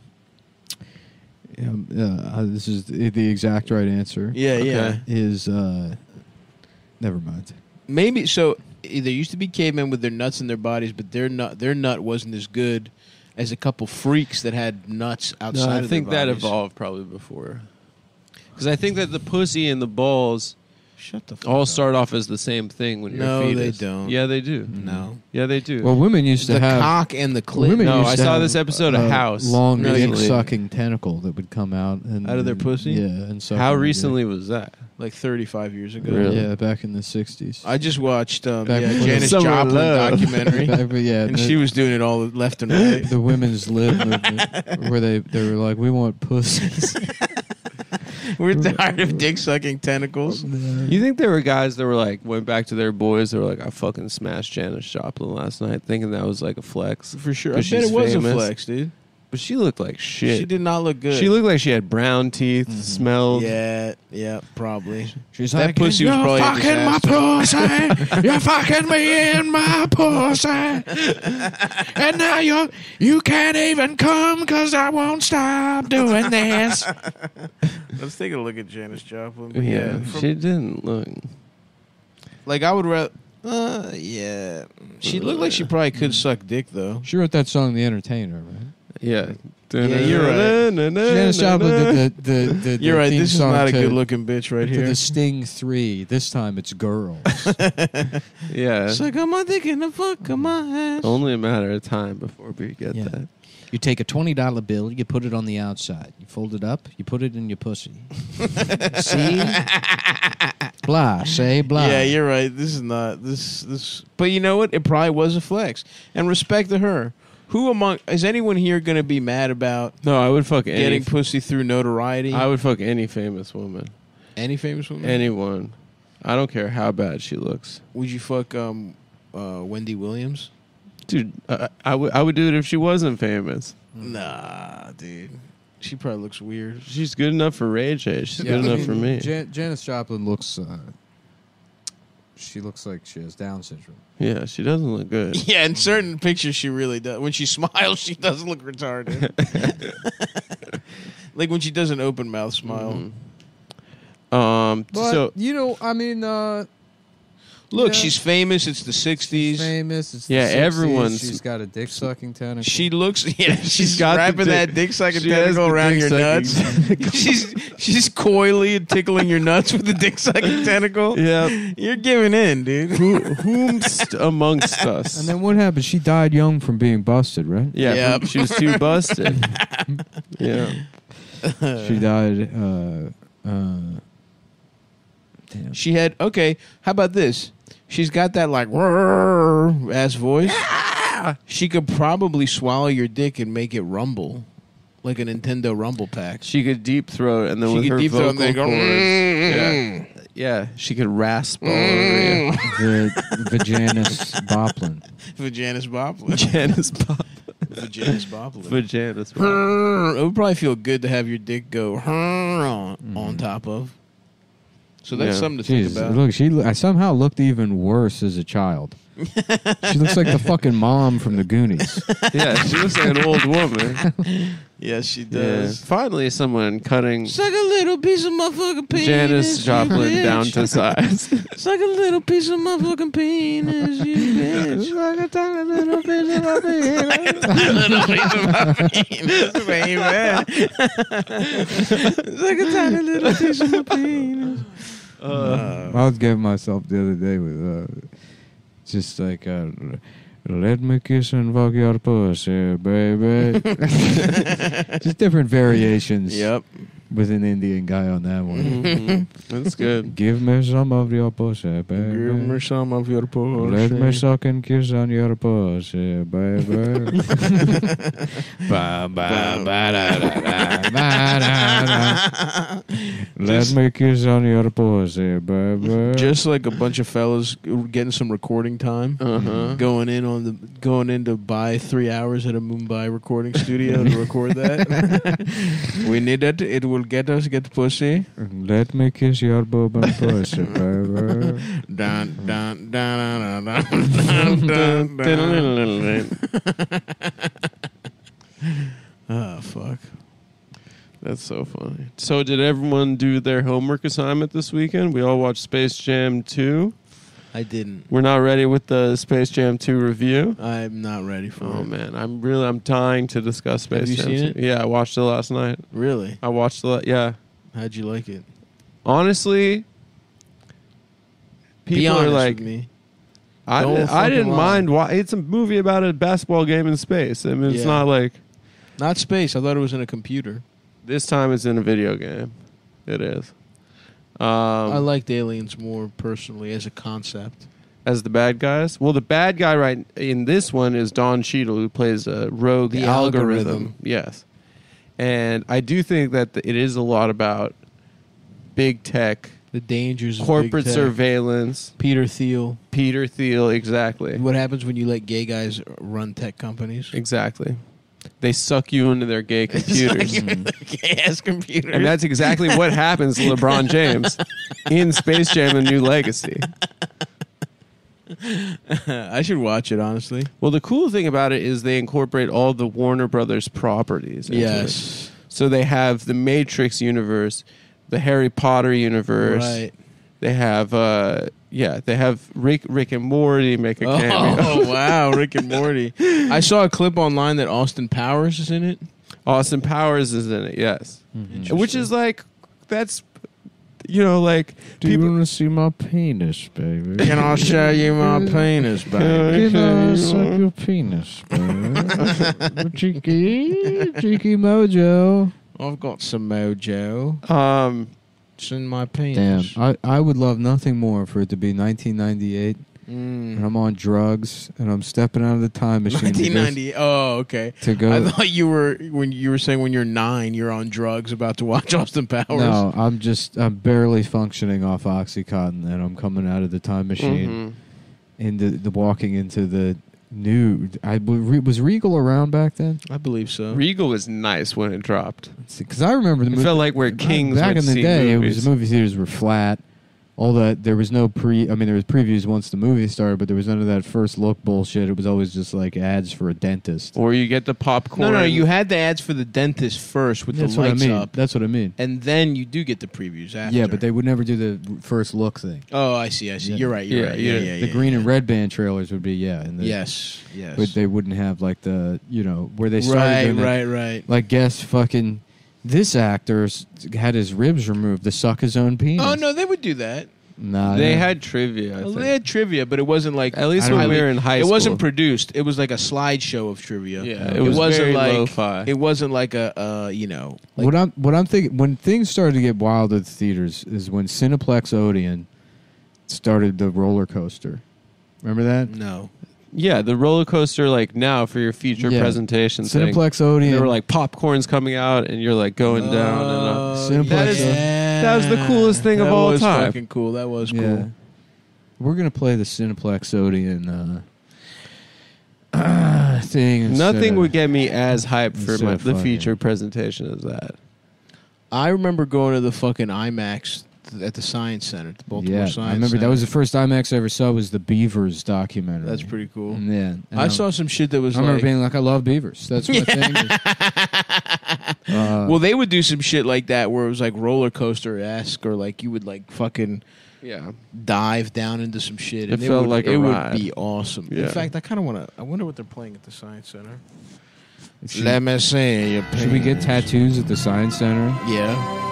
[SPEAKER 6] Um, uh, this is the the exact right answer.
[SPEAKER 1] yeah,
[SPEAKER 2] okay.
[SPEAKER 1] yeah.
[SPEAKER 6] is uh never mind.
[SPEAKER 1] Maybe so. eh, There used to be cavemen with their nuts in their bodies, but their nut their nut wasn't as good as a couple freaks that had nuts outside.
[SPEAKER 2] No, I
[SPEAKER 1] of
[SPEAKER 2] think
[SPEAKER 1] their
[SPEAKER 2] that
[SPEAKER 1] bodies.
[SPEAKER 2] evolved probably before. Because I think that the pussy and the balls
[SPEAKER 1] Shut the fuck
[SPEAKER 2] all
[SPEAKER 1] up.
[SPEAKER 2] start off as the same thing when you're
[SPEAKER 1] No,
[SPEAKER 2] a
[SPEAKER 1] they
[SPEAKER 2] fetus.
[SPEAKER 1] don't. Mm-hmm.
[SPEAKER 2] Yeah, they do.
[SPEAKER 1] No,
[SPEAKER 2] Yeah, they do.
[SPEAKER 6] Well, women used to
[SPEAKER 1] the
[SPEAKER 6] have
[SPEAKER 1] cock and the clit.
[SPEAKER 6] women
[SPEAKER 2] No,
[SPEAKER 6] used
[SPEAKER 2] I
[SPEAKER 6] to
[SPEAKER 2] saw
[SPEAKER 6] have
[SPEAKER 2] this episode of
[SPEAKER 6] a
[SPEAKER 2] House
[SPEAKER 6] long
[SPEAKER 1] No,
[SPEAKER 6] dick
[SPEAKER 1] you-
[SPEAKER 6] sucking tentacle that would come out and
[SPEAKER 1] Out of their
[SPEAKER 6] and-
[SPEAKER 1] pussy?
[SPEAKER 6] Yeah, and so
[SPEAKER 2] How recently was that?
[SPEAKER 1] like thirty five years ago.
[SPEAKER 2] Really?
[SPEAKER 6] Yeah, back in the sixties.
[SPEAKER 1] I just watched um, yeah,
[SPEAKER 6] Back when-
[SPEAKER 1] Janis
[SPEAKER 2] Summer
[SPEAKER 1] Joplin
[SPEAKER 2] Love.
[SPEAKER 1] documentary,
[SPEAKER 6] yeah,
[SPEAKER 1] and
[SPEAKER 6] the,
[SPEAKER 1] she was doing it all left and right.
[SPEAKER 6] the women's lib movement where they they were like, we want pussies.
[SPEAKER 1] We're tired of dick sucking tentacles.
[SPEAKER 2] You think there were guys that were like went back to their boys that were like, I fucking smashed Janis Joplin last night, thinking that was like a flex.
[SPEAKER 1] For sure, I
[SPEAKER 2] Because
[SPEAKER 1] bet
[SPEAKER 2] she's
[SPEAKER 1] it was a
[SPEAKER 2] famous.
[SPEAKER 1] flex, dude.
[SPEAKER 2] But she looked like shit.
[SPEAKER 1] She did not look good. Mm-hmm.
[SPEAKER 2] She looked like she had brown teeth, smelled.
[SPEAKER 1] Yeah, yeah, probably.
[SPEAKER 6] She's
[SPEAKER 1] That pussy was probably a disaster.
[SPEAKER 6] pussy. You're fucking me in my pussy. And now you're, you can't even come because I won't stop doing this.
[SPEAKER 1] Let's take a look at Janis Joplin.
[SPEAKER 2] Yeah, she didn't look.
[SPEAKER 1] Like I would rather. Uh, yeah. She looked like she probably could suck dick though.
[SPEAKER 6] She wrote that song, The Entertainer, right?
[SPEAKER 2] Yeah,
[SPEAKER 1] Yeah, you're right.
[SPEAKER 6] Janis
[SPEAKER 2] Janis
[SPEAKER 6] Joplin did the, the, the, the
[SPEAKER 1] You're right.
[SPEAKER 6] theme
[SPEAKER 1] This is
[SPEAKER 6] song
[SPEAKER 1] not a
[SPEAKER 6] to-
[SPEAKER 1] good looking bitch right
[SPEAKER 6] To
[SPEAKER 1] here.
[SPEAKER 6] the Sting 3. This time it's girls.
[SPEAKER 2] Yeah,
[SPEAKER 1] Suck on my dick and the fuck on my ass.
[SPEAKER 2] only a matter of time before we get
[SPEAKER 6] Yeah.
[SPEAKER 2] that.
[SPEAKER 3] You take a twenty dollar bill, you put it on the outside, you fold it up, you put it in your pussy. See, blah, say blah.
[SPEAKER 1] Yeah, you're right. This is not this this. But you know what? It probably was a flex. And respect to her. Who among is anyone here going to be mad about
[SPEAKER 2] No, I would fuck any.
[SPEAKER 1] getting pussy through notoriety?
[SPEAKER 2] I would fuck any famous woman,
[SPEAKER 1] Any famous woman?
[SPEAKER 2] anyone. I don't care how bad she looks,
[SPEAKER 1] Would you fuck um uh Wendy Williams?
[SPEAKER 2] dude. I, I would I would do it if she wasn't famous.
[SPEAKER 1] Nah, dude. She probably looks weird.
[SPEAKER 2] She's good enough for Ray J. She's
[SPEAKER 6] Yeah,
[SPEAKER 2] good
[SPEAKER 6] I
[SPEAKER 2] enough
[SPEAKER 6] mean,
[SPEAKER 2] for me.
[SPEAKER 6] Jan- Janis Joplin looks. Uh, she looks like she has Down syndrome.
[SPEAKER 2] yeah, she doesn't look good.
[SPEAKER 1] Yeah, in certain pictures she really does. When she smiles, she does look retarded. like when she does an open mouth smile.
[SPEAKER 2] Mm-hmm. Um,
[SPEAKER 6] But
[SPEAKER 2] so
[SPEAKER 6] you know, I mean, uh,
[SPEAKER 1] Look,
[SPEAKER 6] Yeah.
[SPEAKER 1] she's famous. It's the
[SPEAKER 6] she's
[SPEAKER 1] '60s.
[SPEAKER 6] famous. It's
[SPEAKER 2] Yeah,
[SPEAKER 6] the 60s,
[SPEAKER 2] everyone's-
[SPEAKER 6] She's got a dick sucking tentacle.
[SPEAKER 1] She looks. Yeah, she's,
[SPEAKER 2] got the
[SPEAKER 1] wrapping
[SPEAKER 2] dick-
[SPEAKER 1] that dick sucking
[SPEAKER 2] she has
[SPEAKER 1] tentacle
[SPEAKER 2] the
[SPEAKER 1] around your
[SPEAKER 2] dick sucking
[SPEAKER 1] nuts. she's she's coyly tickling your nuts with the dick sucking tentacle.
[SPEAKER 2] yeah,
[SPEAKER 1] You're giving in, dude.
[SPEAKER 2] who, whomst amongst us?
[SPEAKER 6] and then what happened? She died young from being busted, right?
[SPEAKER 2] yeah,
[SPEAKER 1] Yep.
[SPEAKER 2] she was too busted. yeah,
[SPEAKER 6] She died. Uh, uh, damn.
[SPEAKER 1] She had okay. How about this? She's got that like "Rrrr" ass voice. She could probably swallow your dick and make it rumble. like a Nintendo Rumble pack.
[SPEAKER 2] She could deep throat, and then
[SPEAKER 1] She
[SPEAKER 2] with
[SPEAKER 1] could
[SPEAKER 2] her
[SPEAKER 1] deep throat
[SPEAKER 2] vocal
[SPEAKER 1] and they go,
[SPEAKER 2] cords,
[SPEAKER 1] "Mm, Mm.
[SPEAKER 2] yeah, yeah, she could rasp all over you.
[SPEAKER 6] the Vaginas Boplin.
[SPEAKER 1] Vaginas Boplin.
[SPEAKER 2] Janice
[SPEAKER 1] Vaginas
[SPEAKER 2] Pop,
[SPEAKER 1] Boplin.
[SPEAKER 2] Janice Pop.
[SPEAKER 1] It would probably feel good to have your dick go on, on top of. So that's
[SPEAKER 2] Yeah.
[SPEAKER 1] something to
[SPEAKER 6] Jeez,
[SPEAKER 1] think about.
[SPEAKER 6] look, she I somehow looked even worse as a child. she looks like the fucking mom from the Goonies.
[SPEAKER 2] yeah, she looks like an old woman.
[SPEAKER 1] Yes, she
[SPEAKER 2] Yeah.
[SPEAKER 1] does.
[SPEAKER 2] Finally, someone cutting
[SPEAKER 1] Suck a little piece of motherfucking penis.
[SPEAKER 2] Janice
[SPEAKER 1] you
[SPEAKER 2] Joplin
[SPEAKER 1] bitch.
[SPEAKER 2] down to size.
[SPEAKER 1] Suck a little piece of motherfucking penis, you bitch. little piece of my penis, baby. Suck a tiny little piece of my penis.
[SPEAKER 6] I was giving myself the other day with uh, just like uh, let me kiss and fuck your pussy, baby. just different variations.
[SPEAKER 1] Yep.
[SPEAKER 6] With an Indian guy on that one.
[SPEAKER 2] Mhm. That's good.
[SPEAKER 6] Give me some of your pussy, baby.
[SPEAKER 1] some of your
[SPEAKER 6] Let me suck and kiss on your pussy, baby. Ba, ba, ba, da, da, da, ba, da, da. Let me kiss on your pussy, baby.
[SPEAKER 1] Just like a bunch of fellas getting some recording time,
[SPEAKER 2] Uh huh.
[SPEAKER 1] going in on the going in to buy three hours at a Mumbai recording studio to record that. we need it. It will get us get pussy.
[SPEAKER 6] Let me kiss your boob and pussy, baby.
[SPEAKER 1] Dun dun dun dun dun dun dun. dun. Oh fuck!
[SPEAKER 2] That's so funny. So, did everyone do their homework assignment this weekend? We all watched Space Jam 2.
[SPEAKER 1] I didn't.
[SPEAKER 2] We're not ready with the Space Jam 2 review.
[SPEAKER 1] I'm not ready for
[SPEAKER 2] Oh
[SPEAKER 1] it.
[SPEAKER 2] man, I'm really I'm dying to discuss
[SPEAKER 1] Have
[SPEAKER 2] Space
[SPEAKER 1] you
[SPEAKER 2] Jam.
[SPEAKER 1] seen
[SPEAKER 2] 2. Yeah, I watched it last night.
[SPEAKER 1] Really?
[SPEAKER 2] I watched the yeah.
[SPEAKER 1] How'd you like it?
[SPEAKER 2] Honestly, people
[SPEAKER 1] Be honest
[SPEAKER 2] are like
[SPEAKER 1] with me.
[SPEAKER 2] I,
[SPEAKER 1] Don't
[SPEAKER 2] didn't- I
[SPEAKER 1] fucking
[SPEAKER 2] didn't
[SPEAKER 1] lie.
[SPEAKER 2] mind why it's a movie about a basketball game in space. I mean, it's
[SPEAKER 1] Yeah.
[SPEAKER 2] not like
[SPEAKER 1] Not space. I thought it was in a computer.
[SPEAKER 2] this time it's in a video game. It is. Um,
[SPEAKER 1] I liked aliens more personally as a concept.
[SPEAKER 2] as the bad guys. Well, the bad guy right in this one is Don Cheadle, who plays a rogue
[SPEAKER 1] The
[SPEAKER 2] algorithm.
[SPEAKER 1] algorithm.
[SPEAKER 2] Yes, and I do think that the, it is a lot about big tech,
[SPEAKER 1] The dangers of
[SPEAKER 2] corporate
[SPEAKER 1] big tech.
[SPEAKER 2] surveillance.
[SPEAKER 1] Peter Thiel.
[SPEAKER 2] Peter Thiel, exactly,
[SPEAKER 1] What happens when you let gay guys run tech companies?
[SPEAKER 2] exactly. They suck you into their gay computers.
[SPEAKER 1] Mm. gay ass computers.
[SPEAKER 2] And that's exactly what happens to LeBron James in Space Jam: A New Legacy.
[SPEAKER 1] I should watch it honestly.
[SPEAKER 2] Well, the cool thing about it is they incorporate all the Warner Brothers properties. into it.
[SPEAKER 1] Yes.
[SPEAKER 2] So they have the Matrix universe, the Harry Potter universe.
[SPEAKER 1] Right.
[SPEAKER 2] They have, uh, yeah, they have Rick, Rick and Morty make a cameo.
[SPEAKER 1] Oh wow, Rick and Morty. I saw a clip online that Austin Powers is in it.
[SPEAKER 2] Austin Powers is in it. Yes,
[SPEAKER 6] Hmm,
[SPEAKER 2] which is like that's, you know, like
[SPEAKER 6] Do you want to see my penis, baby?
[SPEAKER 1] Can I show you my penis, baby?
[SPEAKER 6] Can I suck your penis, baby? cheeky, cheeky mojo.
[SPEAKER 1] I've got some mojo.
[SPEAKER 2] um,
[SPEAKER 1] It's in my
[SPEAKER 6] Damn,
[SPEAKER 1] penis.
[SPEAKER 6] I, I would love nothing more for it to be 1998 and
[SPEAKER 1] Mm.
[SPEAKER 6] I'm on drugs and I'm stepping out of the time machine to go-
[SPEAKER 1] 1990. Oh, okay.
[SPEAKER 6] to go.
[SPEAKER 1] I thought you were when you were saying when you're nine, you're on drugs, about to watch Austin Powers.
[SPEAKER 6] no, I'm just I'm barely functioning off OxyContin and I'm coming out of the time
[SPEAKER 1] Mm-hmm.
[SPEAKER 6] machine
[SPEAKER 2] mhm.
[SPEAKER 6] into the walking into the new. I w- re- was Regal around back then
[SPEAKER 1] I believe so.
[SPEAKER 2] mm-hmm. Regal was nice when it dropped.
[SPEAKER 6] because I remember the
[SPEAKER 2] It
[SPEAKER 6] movie
[SPEAKER 2] felt like where kings
[SPEAKER 6] back
[SPEAKER 2] went
[SPEAKER 6] in
[SPEAKER 2] to
[SPEAKER 6] the
[SPEAKER 2] see
[SPEAKER 6] day. It
[SPEAKER 2] movies.
[SPEAKER 6] was movie theaters were flat. All that there was no pre. I mean, there was previews once the movie started, but there was none of that first look bullshit. It was always just like ads for a dentist.
[SPEAKER 2] or you get the popcorn.
[SPEAKER 1] No, no, you had the ads for the dentist first with
[SPEAKER 6] That's
[SPEAKER 1] the
[SPEAKER 6] what I
[SPEAKER 1] lights
[SPEAKER 6] mean.
[SPEAKER 1] up,
[SPEAKER 6] That's what I mean.
[SPEAKER 1] and then you do get the previews after.
[SPEAKER 6] Yeah, but they would never do the first look thing.
[SPEAKER 1] Oh, I see. I see.
[SPEAKER 6] Yeah.
[SPEAKER 1] You're right. You're
[SPEAKER 2] Yeah,
[SPEAKER 1] right.
[SPEAKER 2] yeah.
[SPEAKER 1] Yeah, yeah.
[SPEAKER 6] the
[SPEAKER 1] yeah,
[SPEAKER 6] green
[SPEAKER 1] yeah.
[SPEAKER 6] and red band trailers would be yeah, and the,
[SPEAKER 1] Yes. Yes.
[SPEAKER 6] but they wouldn't have like the you know where they started
[SPEAKER 1] right.
[SPEAKER 6] doing that-
[SPEAKER 1] Right. Right.
[SPEAKER 6] like guess fucking this actor s- had his ribs removed to suck his own penis.
[SPEAKER 1] Oh no, they would do that.
[SPEAKER 6] nah,
[SPEAKER 2] they
[SPEAKER 6] no.
[SPEAKER 2] had trivia. I
[SPEAKER 1] Well,
[SPEAKER 2] think.
[SPEAKER 1] they had trivia, but it wasn't like
[SPEAKER 2] At least
[SPEAKER 1] I don't
[SPEAKER 2] when
[SPEAKER 1] know.
[SPEAKER 2] we were in high
[SPEAKER 1] It wasn't
[SPEAKER 2] school.
[SPEAKER 1] produced. It was like a slideshow of trivia.
[SPEAKER 2] Yeah, it was very
[SPEAKER 1] like
[SPEAKER 2] lo-fi.
[SPEAKER 1] it wasn't like a uh, you know like,
[SPEAKER 6] what I'm what I'm thinking when things started to get wild at the theaters is when Cineplex Odeon started the roller coaster. Remember that?
[SPEAKER 1] no
[SPEAKER 2] Yeah, the roller coaster like now for your future
[SPEAKER 6] Yeah.
[SPEAKER 2] presentation thing.
[SPEAKER 6] Cineplex
[SPEAKER 2] And there
[SPEAKER 6] Odeon.
[SPEAKER 2] were like popcorns coming out, and you're like going down. And
[SPEAKER 1] Uh,
[SPEAKER 2] up.
[SPEAKER 6] Cineplex.
[SPEAKER 2] That is- that was the coolest thing
[SPEAKER 1] That
[SPEAKER 2] of all
[SPEAKER 1] was
[SPEAKER 2] time.
[SPEAKER 1] Fucking cool. That was cool.
[SPEAKER 6] yeah. We're gonna play the Cineplex Odeon uh, thing. instead
[SPEAKER 2] Nothing
[SPEAKER 6] of-
[SPEAKER 2] would get me as hyped for
[SPEAKER 6] instead
[SPEAKER 2] my,
[SPEAKER 6] of
[SPEAKER 2] the
[SPEAKER 6] fucking-
[SPEAKER 2] future presentation as that.
[SPEAKER 1] I remember going to the fucking IMAX th- at the Science Center, the Baltimore
[SPEAKER 6] Yeah,
[SPEAKER 1] Science.
[SPEAKER 6] I remember that
[SPEAKER 1] Center.
[SPEAKER 6] was the first IMAX I ever saw was the Beavers documentary.
[SPEAKER 1] That's pretty cool.
[SPEAKER 6] Mm-hmm. Yeah, and
[SPEAKER 1] I saw some shit that was.
[SPEAKER 6] I remember
[SPEAKER 1] like,
[SPEAKER 6] being like, I love beavers. That's my thing. Uh,
[SPEAKER 1] well, they would do some shit like that where it was like roller coaster esque, or like you would like fucking
[SPEAKER 2] Yeah.
[SPEAKER 1] dive down into some shit.
[SPEAKER 2] It
[SPEAKER 1] and
[SPEAKER 2] felt
[SPEAKER 1] would,
[SPEAKER 2] like a
[SPEAKER 1] it
[SPEAKER 2] ride.
[SPEAKER 1] would be awesome.
[SPEAKER 2] Yeah.
[SPEAKER 1] In fact, I kind of want to. I wonder what they're playing at the Science Center. Let me see. Your
[SPEAKER 6] should we get
[SPEAKER 1] penis.
[SPEAKER 6] tattoos at the Science Center?
[SPEAKER 1] Yeah.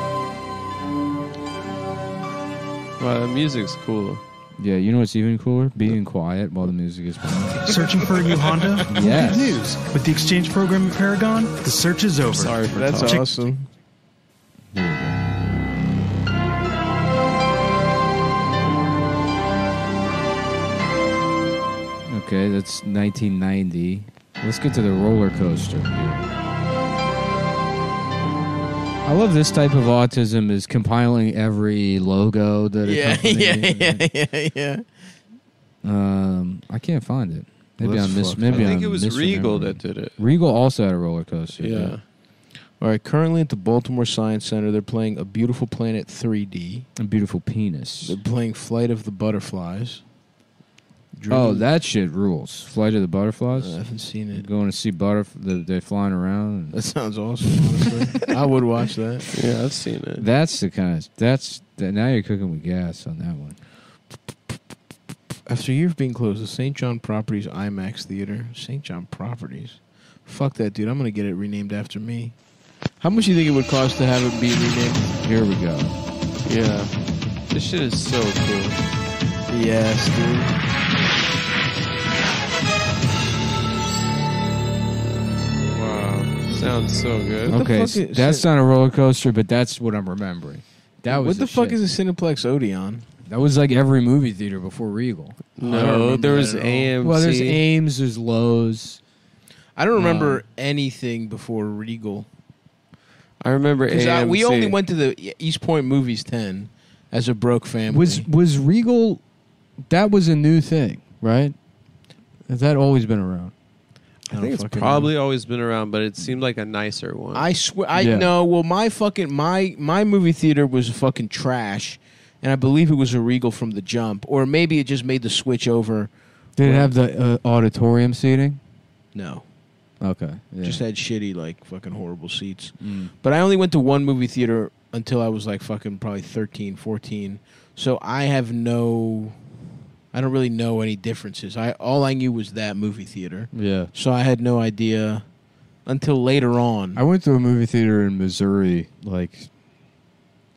[SPEAKER 2] Wow, the music's cool.
[SPEAKER 6] Yeah, you know what's even cooler? Being quiet while the music is playing.
[SPEAKER 7] Searching for a new Honda?
[SPEAKER 6] Yes.
[SPEAKER 7] Good news. With the exchange program at Paragon, the search is over.
[SPEAKER 1] that's
[SPEAKER 7] Check-
[SPEAKER 1] awesome.
[SPEAKER 6] Okay, that's 1990. Let's get to the roller coaster. I love this type of autism is compiling every logo that. a
[SPEAKER 1] Yeah,
[SPEAKER 6] company-
[SPEAKER 1] yeah, yeah, yeah, yeah.
[SPEAKER 6] Um, I can't find it. Maybe
[SPEAKER 1] Let's
[SPEAKER 6] I'm mis-
[SPEAKER 1] fuck.
[SPEAKER 6] Maybe
[SPEAKER 2] I think
[SPEAKER 6] I'm
[SPEAKER 2] it was Regal
[SPEAKER 6] misremembering.
[SPEAKER 2] that did it.
[SPEAKER 6] Regal also had a roller coaster.
[SPEAKER 1] Yeah. All right. Currently at the Baltimore Science Center, they're playing A Beautiful Planet 3D.
[SPEAKER 6] A beautiful penis.
[SPEAKER 1] They're playing Flight of the Butterflies.
[SPEAKER 6] Oh,
[SPEAKER 1] Dream- Uh,
[SPEAKER 6] that shit rules. Flight of the butterflies.
[SPEAKER 1] I haven't seen it.
[SPEAKER 6] Going to see butterf- the, they flying around.
[SPEAKER 1] That sounds awesome. Honestly, I would watch that.
[SPEAKER 2] Yeah, I've seen it.
[SPEAKER 6] That's the kind of that's that, now you're cooking with gas on that one.
[SPEAKER 1] After a year of being closed, the St. John Properties IMAX Theater. St. John Properties. Fuck that, dude. I'm gonna get it renamed after me. How much do you think it would cost to have it be renamed?
[SPEAKER 6] Here we go.
[SPEAKER 2] Yeah. This shit is so cool.
[SPEAKER 1] Yes, dude.
[SPEAKER 2] Wow. Sounds so good.
[SPEAKER 1] What the
[SPEAKER 6] okay,
[SPEAKER 1] fuck
[SPEAKER 6] s-
[SPEAKER 1] is-
[SPEAKER 6] that's not a roller coaster, but that's what I'm remembering. That was
[SPEAKER 1] what the fuck
[SPEAKER 6] shit.
[SPEAKER 1] is a Cineplex Odeon?
[SPEAKER 6] That was like every movie theater before Regal.
[SPEAKER 1] I don't
[SPEAKER 2] No,
[SPEAKER 1] remember
[SPEAKER 2] there was
[SPEAKER 1] that at all.
[SPEAKER 2] AMC.
[SPEAKER 6] Well, there's Ames, there's Lowe's.
[SPEAKER 1] I don't
[SPEAKER 2] Uh,
[SPEAKER 1] remember anything before Regal.
[SPEAKER 2] I remember
[SPEAKER 1] Because
[SPEAKER 2] AMC.
[SPEAKER 1] we only went to the E- East Point Movies 10 as a broke family.
[SPEAKER 6] Was was Regal? That was a new thing, right? Has that always been around?
[SPEAKER 1] I
[SPEAKER 2] I
[SPEAKER 1] don't
[SPEAKER 2] think it's
[SPEAKER 1] fucking
[SPEAKER 2] probably always been around, but it seemed like a nicer one.
[SPEAKER 1] I swear, I
[SPEAKER 6] Yeah.
[SPEAKER 1] know. Well, my fucking my my movie theater was fucking trash, and I believe it was a Regal from the jump, or maybe it just made the switch over.
[SPEAKER 6] Did it have the uh, auditorium seating?
[SPEAKER 1] No,
[SPEAKER 6] Okay, yeah.
[SPEAKER 1] just had shitty like fucking horrible seats.
[SPEAKER 6] Mm.
[SPEAKER 1] But I only went to one movie theater until I was like fucking probably 13, 14. So I have no, I don't really know any differences. I all I knew was that movie theater,
[SPEAKER 6] yeah.
[SPEAKER 1] so I had no idea until later on.
[SPEAKER 6] I went to a movie theater in Missouri like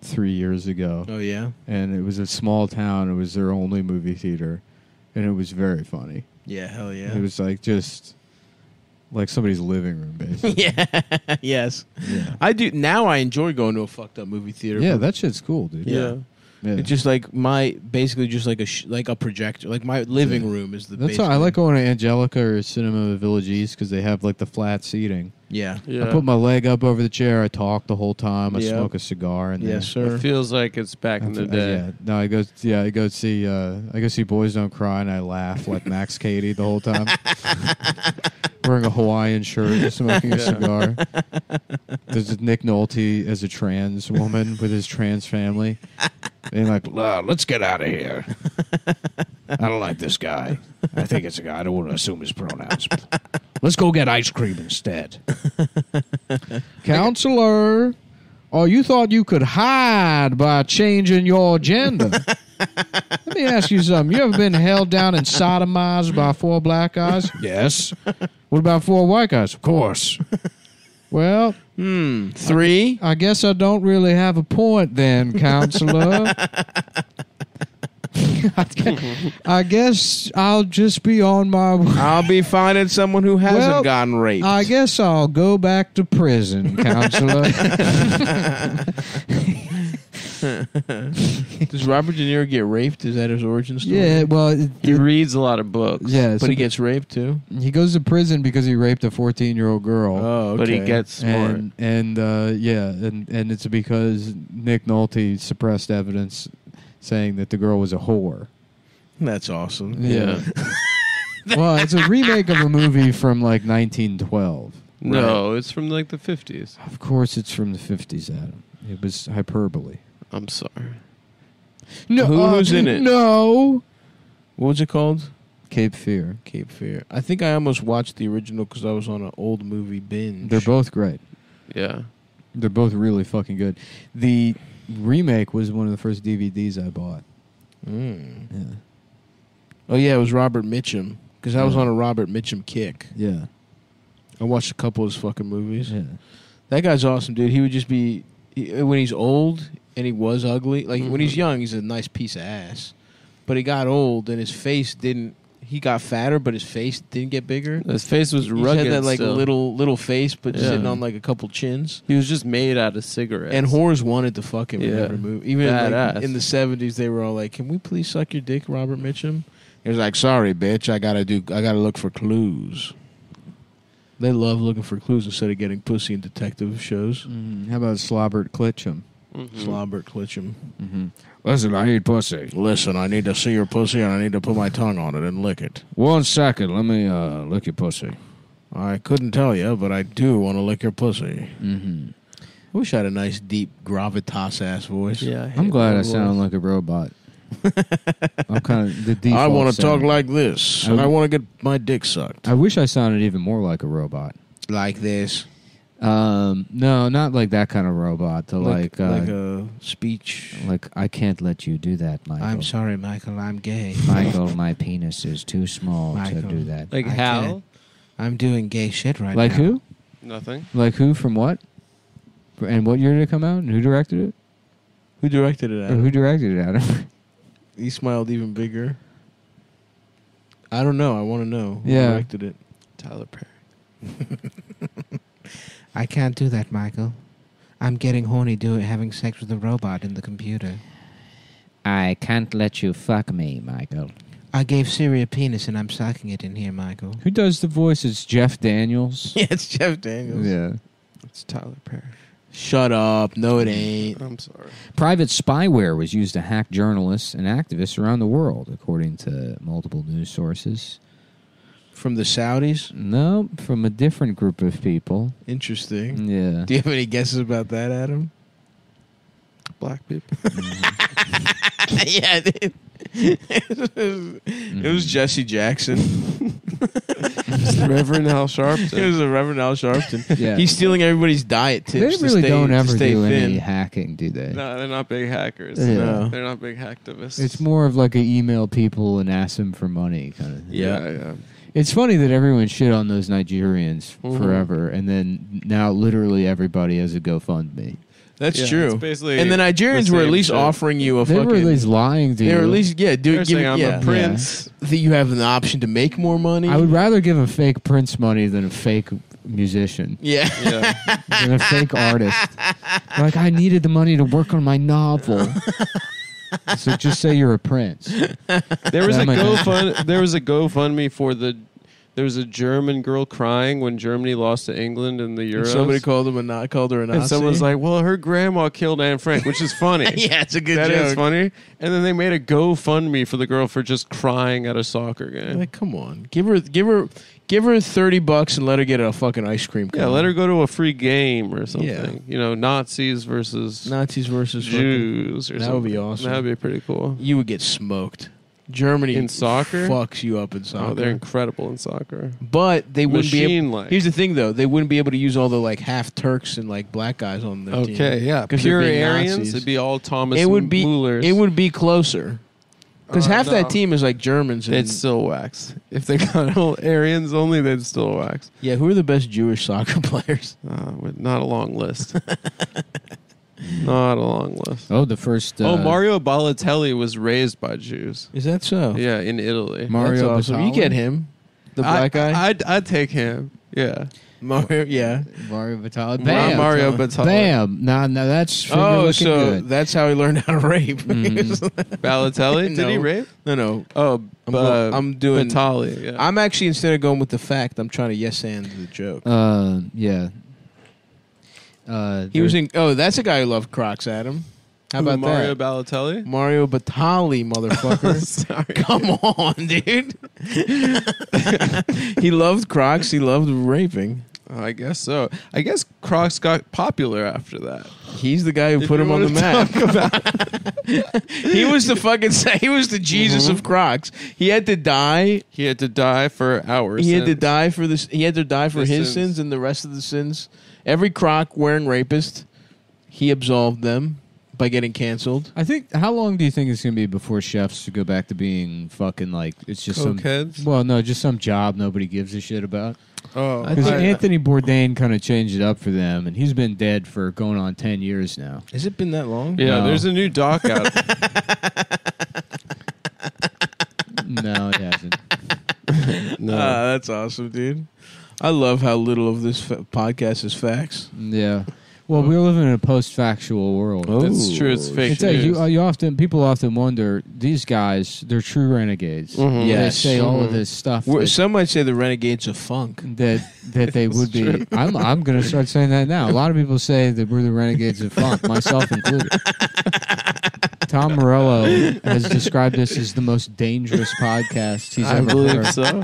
[SPEAKER 6] three years ago,
[SPEAKER 1] oh yeah,
[SPEAKER 6] and it was a small town. It was their only movie theater, and it was very funny.
[SPEAKER 1] yeah, hell
[SPEAKER 6] It
[SPEAKER 1] yeah,
[SPEAKER 6] was like just like somebody's living room, basically.
[SPEAKER 1] yeah, yes.
[SPEAKER 6] yeah.
[SPEAKER 1] I do now. I enjoy going to a fucked up movie theater.
[SPEAKER 6] Yeah,
[SPEAKER 1] but-
[SPEAKER 6] that shit's cool, dude.
[SPEAKER 1] yeah.
[SPEAKER 6] Yeah.
[SPEAKER 1] It's just like my basically just like a sh- like a projector. Like my living
[SPEAKER 6] Yeah.
[SPEAKER 1] room is the.
[SPEAKER 6] That's why I
[SPEAKER 1] basically-
[SPEAKER 6] like going to Angelica or Cinema Village East because they have like the flat seating.
[SPEAKER 1] Yeah.
[SPEAKER 2] yeah.
[SPEAKER 6] I put my leg up over the chair. I talk the whole time. I
[SPEAKER 1] Yeah.
[SPEAKER 6] smoke a cigar. And
[SPEAKER 1] Yes,
[SPEAKER 6] then,
[SPEAKER 1] sir.
[SPEAKER 2] it feels like it's back in the
[SPEAKER 6] That's-
[SPEAKER 2] day.
[SPEAKER 6] uh, yeah. No, I go. Yeah, I go see. Uh, I go see Boys Don't Cry, and I laugh like Max Cady the whole time, wearing a Hawaiian shirt, and smoking a cigar. There's Nick Nolte as a trans woman with his trans family, and like,
[SPEAKER 8] Uh, let's get out of here. I don't like this guy. I think it's a guy. I don't want to assume his pronouns. but Let's go get ice cream instead.
[SPEAKER 6] counselor, oh, you thought you could hide by changing your gender. Let me ask you something. You ever been held down and sodomized by four black guys?
[SPEAKER 8] Yes, of
[SPEAKER 6] What about four white guys?
[SPEAKER 8] course.
[SPEAKER 6] Well,
[SPEAKER 1] Three.
[SPEAKER 6] I guess I don't really have a point then, counselor. I gue- I guess I'll just be on my way.
[SPEAKER 1] I'll be finding someone who hasn't
[SPEAKER 6] Well,
[SPEAKER 1] gotten raped.
[SPEAKER 6] I guess I'll go back to prison, counselor.
[SPEAKER 1] Does Robert De Niro get raped? Is that his origin story?
[SPEAKER 6] Yeah, well, it-
[SPEAKER 2] He reads a lot of books.
[SPEAKER 6] yeah.
[SPEAKER 1] But
[SPEAKER 6] so
[SPEAKER 1] he gets raped too.
[SPEAKER 6] he goes to prison because he raped a 14 year old girl.
[SPEAKER 1] Oh,
[SPEAKER 2] But he gets smart.
[SPEAKER 6] and and uh, yeah, and and it's because Nick Nolte suppressed evidence saying that the girl was a whore.
[SPEAKER 1] That's awesome.
[SPEAKER 6] Yeah. well, it's a remake of a movie from like 1912.
[SPEAKER 2] no, it's from like the 50s.
[SPEAKER 6] Of course, it's from the 50s, Adam. It was hyperbole. uh,
[SPEAKER 2] I'm sorry.
[SPEAKER 1] No, Who, who's in it?
[SPEAKER 6] No.
[SPEAKER 1] What was it called?
[SPEAKER 6] Cape Fear.
[SPEAKER 1] Cape Fear. I think I almost watched the original because I was on an old movie binge.
[SPEAKER 6] They're both great.
[SPEAKER 2] Yeah.
[SPEAKER 6] They're both really fucking good. The remake was one of the first DVDs I bought.
[SPEAKER 1] Mm.
[SPEAKER 6] Yeah.
[SPEAKER 1] Oh yeah, it was Robert Mitchum because I was
[SPEAKER 6] Yeah.
[SPEAKER 1] on a Robert Mitchum kick.
[SPEAKER 6] Yeah.
[SPEAKER 1] I watched a couple of his fucking movies.
[SPEAKER 6] Yeah.
[SPEAKER 1] That guy's awesome, dude. He would just be he, when he's old and he was ugly. Like when he's
[SPEAKER 2] Mhm.
[SPEAKER 1] young, he's a nice piece of ass. But he got old and his face didn't. He got fatter, but his face didn't get bigger.
[SPEAKER 2] His face was
[SPEAKER 1] He
[SPEAKER 2] rugged.
[SPEAKER 1] had that like
[SPEAKER 2] still.
[SPEAKER 1] little little face, but
[SPEAKER 2] Yeah.
[SPEAKER 1] sitting on like a couple chins.
[SPEAKER 2] He was just made out of cigarettes.
[SPEAKER 1] And whores wanted to fuck him in
[SPEAKER 2] Yeah.
[SPEAKER 1] every movie. Even like,
[SPEAKER 2] Badass.
[SPEAKER 1] in the seventies, they were all like, "Can we please suck your dick, Robert Mitchum?" He was like, "Sorry, bitch. I gotta do. I gotta look for clues." They love looking for clues instead of getting pussy in detective shows.
[SPEAKER 6] Mm, how about Slobbert Klitschum?
[SPEAKER 2] Mhm.
[SPEAKER 1] Slobbert Klitschum.
[SPEAKER 6] Mm-hmm.
[SPEAKER 8] Listen, I eat pussy.
[SPEAKER 1] Listen, I need to see your pussy and I need to put my tongue on it and lick it.
[SPEAKER 8] One second, let me uh, lick your pussy.
[SPEAKER 1] I couldn't tell you, but I do want to lick your pussy.
[SPEAKER 6] Mm-hmm.
[SPEAKER 1] I wish I had a nice, deep, gravitas ass voice.
[SPEAKER 2] Yeah, I
[SPEAKER 6] I'm
[SPEAKER 2] hate
[SPEAKER 6] glad I
[SPEAKER 2] that
[SPEAKER 6] sound
[SPEAKER 2] voice.
[SPEAKER 6] like a robot. I'm kind of the default.
[SPEAKER 1] I want to
[SPEAKER 6] sound.
[SPEAKER 1] talk like this, and
[SPEAKER 6] I-
[SPEAKER 1] I want to get my dick sucked.
[SPEAKER 6] I wish I sounded even more like a robot.
[SPEAKER 1] Like this.
[SPEAKER 6] Um, no, not like that kind of robot. To
[SPEAKER 1] Like,
[SPEAKER 6] like, uh,
[SPEAKER 1] like
[SPEAKER 6] like,
[SPEAKER 1] a speech.
[SPEAKER 6] I can't let you do that, Michael.
[SPEAKER 1] I'm sorry, Michael, I'm gay.
[SPEAKER 6] Michael, my penis is too small
[SPEAKER 1] Michael.
[SPEAKER 6] to do that.
[SPEAKER 2] Like
[SPEAKER 1] I
[SPEAKER 2] how?
[SPEAKER 1] can't. I'm doing gay shit right
[SPEAKER 6] like
[SPEAKER 1] now.
[SPEAKER 6] who?
[SPEAKER 2] Nothing.
[SPEAKER 6] Like who from what? And what year did it come out? And who directed it?
[SPEAKER 1] Who directed it
[SPEAKER 6] Or Uh, who directed it, Adam?
[SPEAKER 1] He smiled even bigger. I don't know. I want to know who
[SPEAKER 6] Yeah.
[SPEAKER 1] directed it.
[SPEAKER 2] Tyler Perry.
[SPEAKER 1] I can't do that, Michael. I'm getting horny doing having sex with a robot in the computer.
[SPEAKER 6] I can't let you fuck me, Michael.
[SPEAKER 1] I gave Siri a penis and I'm sucking it in here, Michael.
[SPEAKER 6] Who does the voice? It's Jeff Daniels.
[SPEAKER 1] yeah, it's Jeff Daniels.
[SPEAKER 6] yeah.
[SPEAKER 2] It's Tyler Perry.
[SPEAKER 1] Shut up. No, it ain't.
[SPEAKER 2] I'm sorry.
[SPEAKER 6] Private spyware was used to hack journalists and activists around the world, according to multiple news sources.
[SPEAKER 1] From the Saudis?
[SPEAKER 6] No, from a different group of people.
[SPEAKER 1] Interesting.
[SPEAKER 6] Yeah.
[SPEAKER 1] Do you have any guesses about that, Adam?
[SPEAKER 2] Black people.
[SPEAKER 1] yeah, dude. it was Jesse Jackson.
[SPEAKER 2] Reverend Al
[SPEAKER 1] it
[SPEAKER 2] Sharpton.
[SPEAKER 1] was a Reverend Al Sharpton.
[SPEAKER 6] Yeah.
[SPEAKER 1] He's stealing everybody's diet
[SPEAKER 6] Mm-hmm. they
[SPEAKER 1] tips.
[SPEAKER 6] really
[SPEAKER 1] to stay,
[SPEAKER 6] don't
[SPEAKER 1] to
[SPEAKER 6] ever
[SPEAKER 1] stay
[SPEAKER 6] do
[SPEAKER 1] thin.
[SPEAKER 6] any hacking, do they?
[SPEAKER 2] No, they're not big hackers.
[SPEAKER 6] Yeah.
[SPEAKER 1] No.
[SPEAKER 2] They're not big hacktivists.
[SPEAKER 6] It's more of like an email people and ask them for money kind of thing.
[SPEAKER 1] Yeah.
[SPEAKER 2] yeah. yeah.
[SPEAKER 6] It's funny that everyone shit on those
[SPEAKER 2] Mhm.
[SPEAKER 6] Nigerians
[SPEAKER 1] Mm-hmm.
[SPEAKER 6] forever, and then now literally everybody has a GoFundMe.
[SPEAKER 1] That's
[SPEAKER 2] Yeah,
[SPEAKER 1] true.
[SPEAKER 2] it's basically
[SPEAKER 1] and the Nigerians
[SPEAKER 2] the
[SPEAKER 1] were at
[SPEAKER 2] same
[SPEAKER 1] least
[SPEAKER 2] shit.
[SPEAKER 1] offering you a
[SPEAKER 6] They
[SPEAKER 1] fucking.
[SPEAKER 6] were at least lying to
[SPEAKER 1] they
[SPEAKER 6] you.
[SPEAKER 1] were at least yeah. Do
[SPEAKER 2] They're
[SPEAKER 1] it. Give
[SPEAKER 2] saying
[SPEAKER 1] it
[SPEAKER 2] I'm
[SPEAKER 1] yeah.
[SPEAKER 2] a prince.
[SPEAKER 1] That you have an option to make more money.
[SPEAKER 6] I would rather give a fake Prince money than a fake musician,
[SPEAKER 1] Yeah.
[SPEAKER 2] Yeah.
[SPEAKER 6] than a fake artist. Like I needed the money to work on my novel. so just say you're a prince.
[SPEAKER 2] There was
[SPEAKER 6] That
[SPEAKER 2] a
[SPEAKER 6] might help.
[SPEAKER 2] GoFund. There was a GoFundMe for the. There was a German girl crying when Germany lost to England in the Euros.
[SPEAKER 1] And somebody called him a na- called her a Nazi.
[SPEAKER 2] and someone's like, "Well, her grandma killed Anne Frank," which is funny.
[SPEAKER 1] "Yeah, it's a good
[SPEAKER 2] That is
[SPEAKER 1] joke."
[SPEAKER 2] funny. And then they made a GoFundMe for the girl for just crying at a soccer game.
[SPEAKER 1] Like, come on, give her, give her, give her thirty bucks and let her get a fucking ice cream.
[SPEAKER 2] yeah,
[SPEAKER 1] cone.
[SPEAKER 2] let her go to a free game or something.
[SPEAKER 1] Yeah.
[SPEAKER 2] You know, Nazis versus
[SPEAKER 1] Nazis versus fucking-
[SPEAKER 2] Jews or
[SPEAKER 1] That
[SPEAKER 2] something.
[SPEAKER 1] would be awesome.
[SPEAKER 2] That would be pretty cool.
[SPEAKER 1] you would get smoked. Germany
[SPEAKER 2] In soccer?
[SPEAKER 1] fucks you up in soccer.
[SPEAKER 2] Oh, they're incredible in soccer.
[SPEAKER 1] but they wouldn't be. Able-
[SPEAKER 2] Machine-like.
[SPEAKER 1] Here's the thing, though, they wouldn't be able to use all the like half Turks and like black guys on their team.
[SPEAKER 2] Okay, yeah.
[SPEAKER 1] 'Cause
[SPEAKER 2] Pure
[SPEAKER 1] they're being
[SPEAKER 2] Aryans.
[SPEAKER 1] Nazis.
[SPEAKER 2] It'd be all Thomas
[SPEAKER 1] It would be.
[SPEAKER 2] Muellers.
[SPEAKER 1] It would be closer because
[SPEAKER 2] Uh,
[SPEAKER 1] half that
[SPEAKER 2] no.
[SPEAKER 1] team is like Germans. And,
[SPEAKER 2] They'd still wax. If they got all Aryans only, they'd still wax.
[SPEAKER 1] yeah, who are the best Jewish soccer players?
[SPEAKER 2] Uh, with not a long list. not a long list.
[SPEAKER 6] Oh, the first. Uh,
[SPEAKER 2] oh, Mario Balotelli was raised by Jews.
[SPEAKER 1] Is
[SPEAKER 9] Oh.
[SPEAKER 1] that so?
[SPEAKER 2] Yeah, in Italy.
[SPEAKER 6] Mario
[SPEAKER 1] That's awesome. You
[SPEAKER 6] Batali?
[SPEAKER 1] get him, the black
[SPEAKER 2] I,
[SPEAKER 1] guy.
[SPEAKER 2] I'd, I'd take him. Yeah.
[SPEAKER 9] Mario, yeah.
[SPEAKER 10] Mario Batali.
[SPEAKER 2] Not
[SPEAKER 10] Bam.
[SPEAKER 2] Mario Batali.
[SPEAKER 10] Bam. Now, now that's finger
[SPEAKER 9] Oh,
[SPEAKER 10] looking
[SPEAKER 9] so
[SPEAKER 10] good.
[SPEAKER 9] that's how he learned how to rape.
[SPEAKER 2] Balotelli? Did he
[SPEAKER 9] No.
[SPEAKER 2] rape?
[SPEAKER 9] no, no.
[SPEAKER 2] Oh,
[SPEAKER 9] I'm,
[SPEAKER 2] uh,
[SPEAKER 9] go- I'm doing.
[SPEAKER 2] Batali. Yeah.
[SPEAKER 9] I'm actually instead of going with the fact, I'm trying to yes and the joke.
[SPEAKER 10] Uh, yeah. Uh,
[SPEAKER 9] He was in. Oh, that's a guy who loved Crocs, Adam. How about
[SPEAKER 2] Mario
[SPEAKER 9] that?
[SPEAKER 2] Balotelli?
[SPEAKER 9] Mario Batali, motherfucker.
[SPEAKER 2] Sorry.
[SPEAKER 9] Come on, dude. he loved Crocs. He loved raping.
[SPEAKER 2] Oh, I guess so. I guess Crocs got popular after that.
[SPEAKER 9] He's the guy who
[SPEAKER 2] If
[SPEAKER 9] put
[SPEAKER 2] you
[SPEAKER 9] him on the
[SPEAKER 2] wanna
[SPEAKER 9] map. he was the fucking. He was the Jesus of Crocs. He had to die.
[SPEAKER 2] He had to die for hours.
[SPEAKER 9] He had to die for this. He had to die for
[SPEAKER 2] The
[SPEAKER 9] his
[SPEAKER 2] sins.
[SPEAKER 9] sins and the rest of the sins. Every Croc wearing rapist, he absolved them by getting canceled.
[SPEAKER 6] I think. How long do you think it's gonna be before chefs go back to being fucking like it's just
[SPEAKER 2] Cokeheads?
[SPEAKER 6] some? Well, no, just some job nobody gives a shit about.
[SPEAKER 2] Oh,
[SPEAKER 6] Because Anthony Bourdain kind of changed it up for them, and he's been dead for going on ten years now.
[SPEAKER 9] Has it been that long?
[SPEAKER 2] yeah.
[SPEAKER 6] No.
[SPEAKER 2] There's a new doc out.
[SPEAKER 6] No, it hasn't.
[SPEAKER 2] no.
[SPEAKER 9] Ah, that's awesome, dude. I love how little of this fa- podcast is facts.
[SPEAKER 6] Yeah. Well, we're living in a post-factual world.
[SPEAKER 2] That's true. It's fake
[SPEAKER 6] It's like
[SPEAKER 2] news.
[SPEAKER 6] you, you often people often wonder these guys they're true renegades.
[SPEAKER 9] Yes.
[SPEAKER 6] They say all of this stuff
[SPEAKER 9] We're-
[SPEAKER 6] that,
[SPEAKER 9] Some might say the renegades of funk.
[SPEAKER 6] that that they would be. I'm I'm gonna start saying that now. A lot of people say that we're the renegades of funk, myself included. Tom Morello has described this as the most dangerous podcast he's
[SPEAKER 2] I
[SPEAKER 6] ever
[SPEAKER 2] believe
[SPEAKER 6] heard.
[SPEAKER 2] so.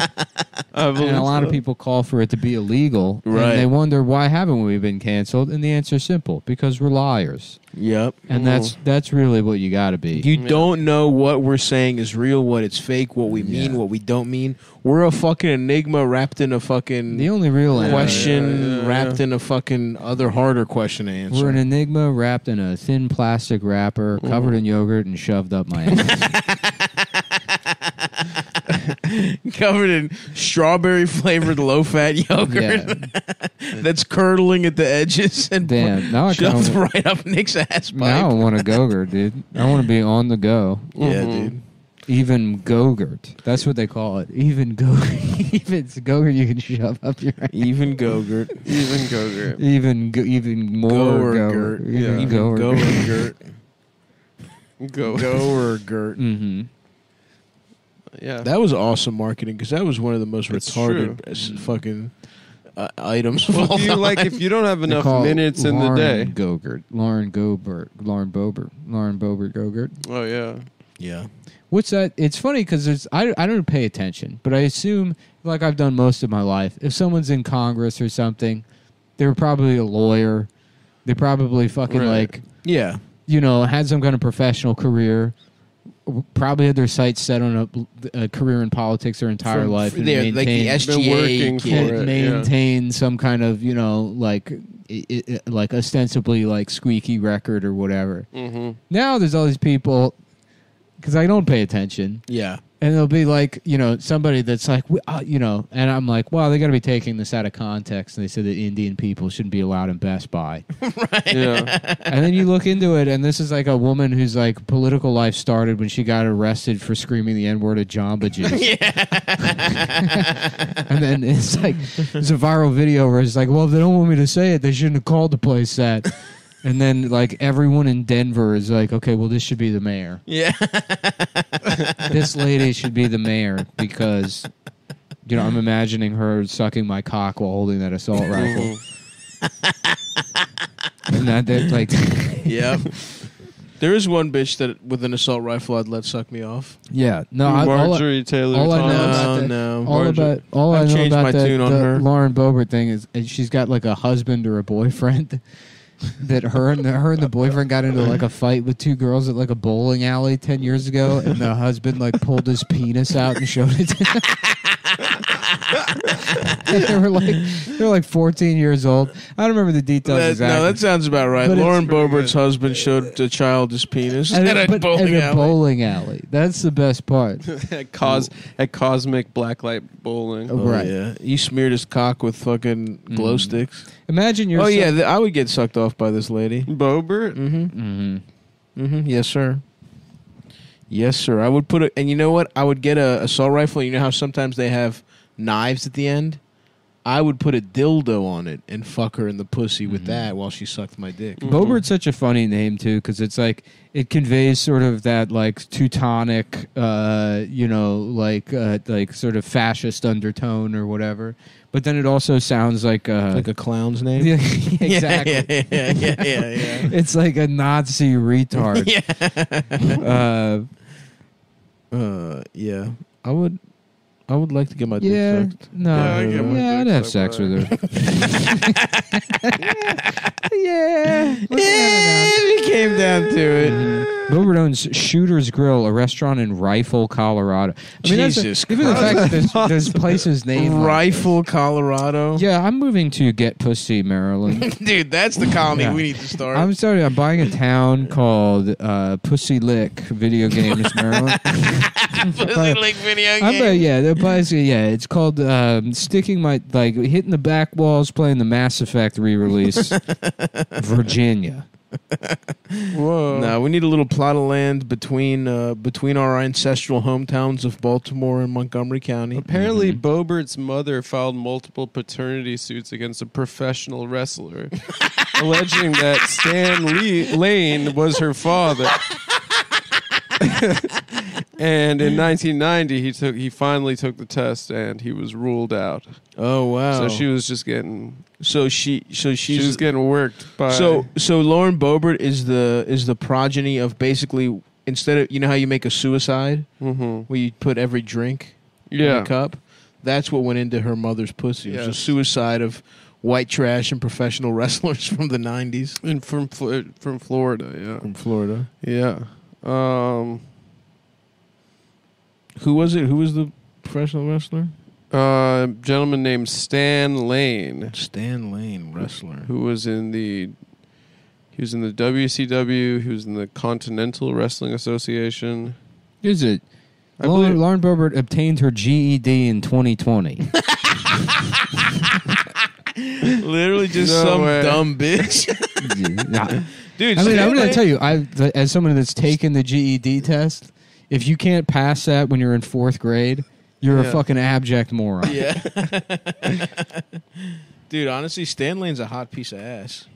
[SPEAKER 2] I believe
[SPEAKER 6] And a lot
[SPEAKER 2] so.
[SPEAKER 6] of people call for it to be illegal.
[SPEAKER 9] Right.
[SPEAKER 6] And they wonder why haven't we been canceled? And the answer is simple: because we're liars.
[SPEAKER 9] Yep.
[SPEAKER 6] And that's that's really what you got to be.
[SPEAKER 9] You don't know what we're saying is real, what it's fake, what we mean,
[SPEAKER 6] Yeah.
[SPEAKER 9] what we don't mean. We're a fucking enigma wrapped in a fucking
[SPEAKER 6] the only real answer-
[SPEAKER 9] question,
[SPEAKER 2] yeah, yeah,
[SPEAKER 9] wrapped in a fucking other harder question to answer.
[SPEAKER 6] We're an enigma wrapped in a thin plastic wrapper, covered in yogurt, and shoved up my ass.
[SPEAKER 9] covered in strawberry flavored low fat yogurt
[SPEAKER 6] yeah,
[SPEAKER 9] that's curdling at the edges and
[SPEAKER 6] damn. Now I kind
[SPEAKER 9] shoved
[SPEAKER 6] of
[SPEAKER 9] right up Nick's ass pipe.
[SPEAKER 6] now I want a gogurt, dude. I want to be on the go.
[SPEAKER 9] Yeah,
[SPEAKER 2] Mm-hmm.
[SPEAKER 9] dude.
[SPEAKER 6] Even gogurt. That's what they call it. Even gogurt. even it's gogurt you can shove up your. ass.
[SPEAKER 9] Even Gogurt.
[SPEAKER 2] even Gogurt.
[SPEAKER 6] Even go, even more
[SPEAKER 9] Go-er-gurt.
[SPEAKER 6] gogurt.
[SPEAKER 2] Yeah.
[SPEAKER 6] Even gogurt.
[SPEAKER 9] Gogurt.
[SPEAKER 2] Go.
[SPEAKER 9] Gogurt.
[SPEAKER 6] Mm-hmm.
[SPEAKER 2] Yeah.
[SPEAKER 9] That was awesome marketing because that was one of the most
[SPEAKER 2] It's
[SPEAKER 9] retarded s- fucking uh, items. of all
[SPEAKER 2] well, do you
[SPEAKER 9] time.
[SPEAKER 2] like if you don't have
[SPEAKER 6] They
[SPEAKER 2] enough
[SPEAKER 6] call it
[SPEAKER 2] minutes in the
[SPEAKER 6] Lauren
[SPEAKER 2] day?
[SPEAKER 6] Gogurt. Lauren Gobert. Lauren Bobert. Lauren Bobert Gogurt.
[SPEAKER 2] Oh yeah.
[SPEAKER 9] yeah.
[SPEAKER 6] What's that? uh, It's funny because there's I, I don't pay attention, but I assume like I've done most of my life. If someone's in Congress or something, they're probably a lawyer. They probably fucking
[SPEAKER 2] Right.
[SPEAKER 6] like
[SPEAKER 9] Yeah.
[SPEAKER 6] you know had some kind of professional career. w- Probably had their sights set on a, a career in politics their entire
[SPEAKER 9] From-
[SPEAKER 6] life. and
[SPEAKER 9] they're like the
[SPEAKER 6] maintained-
[SPEAKER 9] SGA
[SPEAKER 2] working
[SPEAKER 9] kid.
[SPEAKER 2] for it. yeah.
[SPEAKER 6] maintain some kind of you know like i i like ostensibly like squeaky record or whatever.
[SPEAKER 2] Mm-hmm.
[SPEAKER 6] Now there's all these people because I don't pay attention,
[SPEAKER 9] Yeah.
[SPEAKER 6] and it'll be like you know somebody that's like "We- uh, you know, and I'm like, wow, they got to be taking this out of context. And they said that Indian people shouldn't be allowed in Best Buy,
[SPEAKER 2] Yeah.
[SPEAKER 6] and then you look into it, and this is like a woman whose like political life started when she got arrested for screaming the N word at Jamba Juice. and then it's like there's a viral video where it's like, well, if they don't want me to say it, they shouldn't have called the place that. And then like everyone in Denver is like, okay, well, this should be the mayor.
[SPEAKER 9] Yeah.
[SPEAKER 6] This lady should be the mayor because. You know, I'm imagining her sucking my cock while holding that assault rifle. and that, that like,
[SPEAKER 9] yep. There is one bitch that with an assault rifle I'd let suck me off.
[SPEAKER 6] yeah, no, I, all, I-
[SPEAKER 2] Marjorie Taylor
[SPEAKER 6] all I know
[SPEAKER 2] Thomas.
[SPEAKER 6] about
[SPEAKER 9] No,
[SPEAKER 6] that.
[SPEAKER 9] no.
[SPEAKER 6] all
[SPEAKER 2] Marjorie-
[SPEAKER 6] about all I
[SPEAKER 9] I've
[SPEAKER 6] know
[SPEAKER 9] changed
[SPEAKER 6] about
[SPEAKER 9] my
[SPEAKER 6] the,
[SPEAKER 9] tune on
[SPEAKER 6] the
[SPEAKER 9] her.
[SPEAKER 6] Lauren Boebert thing is and she's got like a husband or a boyfriend that her and the, her and the boyfriend got into like a fight with two girls at like a bowling alley ten years ago, and the husband like pulled his penis out and showed it. to them. And they were like they were like fourteen years old. I don't remember the details
[SPEAKER 9] That-
[SPEAKER 6] exactly.
[SPEAKER 9] No, that sounds about right.
[SPEAKER 6] But it's
[SPEAKER 9] Lauren Bobert's husband showed the child his penis
[SPEAKER 6] And
[SPEAKER 9] at
[SPEAKER 6] it-
[SPEAKER 9] a
[SPEAKER 6] but-
[SPEAKER 9] bowling
[SPEAKER 6] at a
[SPEAKER 9] alley.
[SPEAKER 6] bowling alley. That's the best part.
[SPEAKER 2] at, cos- at Cosmic Blacklight Bowling.
[SPEAKER 9] Oh,
[SPEAKER 6] right.
[SPEAKER 9] Yeah. He smeared his cock with fucking glow
[SPEAKER 6] Mm.
[SPEAKER 9] sticks.
[SPEAKER 6] Imagine you're
[SPEAKER 9] Oh
[SPEAKER 6] some-
[SPEAKER 9] yeah, th- I would get sucked off by this lady.
[SPEAKER 2] Bobert?
[SPEAKER 9] Mm-hmm.
[SPEAKER 6] Mhm.
[SPEAKER 9] Mm-hmm. Yes, sir. Yes, sir. I would put a, and you know what? I would get a assault rifle. You know how sometimes they have knives at the end. I would put a dildo on it and fuck her in the pussy with that while she sucked my dick.
[SPEAKER 6] Bobert's such a funny name too, because it's like it conveys sort of that like Teutonic, uh, you know, like uh, like sort of fascist undertone or whatever. But then it also sounds like uh,
[SPEAKER 9] Like a clown's name.
[SPEAKER 6] Yeah, exactly.
[SPEAKER 2] Yeah, yeah, yeah, yeah, yeah.
[SPEAKER 6] It's like a Nazi retard. Uh,
[SPEAKER 9] Uh, yeah. I would. I would like to get my
[SPEAKER 6] yeah,
[SPEAKER 9] dick sucked.
[SPEAKER 6] no,
[SPEAKER 9] Yeah,
[SPEAKER 6] yeah, I
[SPEAKER 9] I get my
[SPEAKER 6] would have sex with her. yeah, yeah. Let's have it on.
[SPEAKER 2] If it came down to it.
[SPEAKER 6] Wilbur owns Shooter's Grill, a restaurant in Rifle, Colorado. I mean, that's a-
[SPEAKER 9] Jesus
[SPEAKER 6] even the fact that this, this place is named like-
[SPEAKER 9] Rifle, Colorado.
[SPEAKER 6] Yeah, I'm moving to Get Pussy, Maryland.
[SPEAKER 9] Dude, that's the colony
[SPEAKER 6] Yeah.
[SPEAKER 9] we need to start.
[SPEAKER 6] I'm sorry, I'm buying a town called uh, Pussy Lick Video Games, Maryland. But-
[SPEAKER 2] video
[SPEAKER 6] I'm uh, yeah, the place, yeah, it's called um, sticking my like hitting the back walls, playing the Mass Effect re-release, Virginia.
[SPEAKER 9] Whoa. No, we need a little plot of land between uh, between our ancestral hometowns of Baltimore and Montgomery County.
[SPEAKER 2] Apparently,
[SPEAKER 9] Mm-hmm.
[SPEAKER 2] Bobert's mother filed multiple paternity suits against a professional wrestler, alleging that Stan Lee- Lane was her father. and
[SPEAKER 9] Mm.
[SPEAKER 2] in 1990, he took he finally took the test and he was ruled out.
[SPEAKER 9] Oh wow!
[SPEAKER 2] So she was just getting
[SPEAKER 9] so she, so she's,
[SPEAKER 2] she was getting worked by
[SPEAKER 9] so so Lauren Boebert is the is the progeny of basically instead of you know how you make a suicide
[SPEAKER 2] Mhm.
[SPEAKER 9] where you put every drink in
[SPEAKER 2] yeah
[SPEAKER 9] a cup. That's what went into her mother's pussy. It was
[SPEAKER 2] Yes.
[SPEAKER 9] a suicide of white trash and professional wrestlers from the '90s
[SPEAKER 2] and from Fl- from Florida yeah
[SPEAKER 9] from Florida.
[SPEAKER 2] Yeah. Um,
[SPEAKER 9] Who was it? Who was the professional wrestler?
[SPEAKER 2] uh, gentleman named Stan Lane,
[SPEAKER 9] Stan Lane, wrestler.
[SPEAKER 2] who was in the he was in the WCW. He was in the Continental Wrestling Association.
[SPEAKER 6] Is it?
[SPEAKER 2] I
[SPEAKER 6] Lauren,
[SPEAKER 2] believe-
[SPEAKER 6] Lauren Boebert obtained her GED in 2020.
[SPEAKER 9] Literally just
[SPEAKER 2] No
[SPEAKER 9] some
[SPEAKER 2] way.
[SPEAKER 9] dumb bitch.
[SPEAKER 6] Yeah.
[SPEAKER 9] Dude,
[SPEAKER 6] I mean, I'm going
[SPEAKER 9] Stanley-
[SPEAKER 6] to tell you, I, th- as someone that's taken the GED test, if you can't pass that when you're in fourth grade, you're
[SPEAKER 2] Yeah.
[SPEAKER 6] a fucking abject moron.
[SPEAKER 9] Yeah. Dude, honestly, Stan Lane's a hot piece of ass.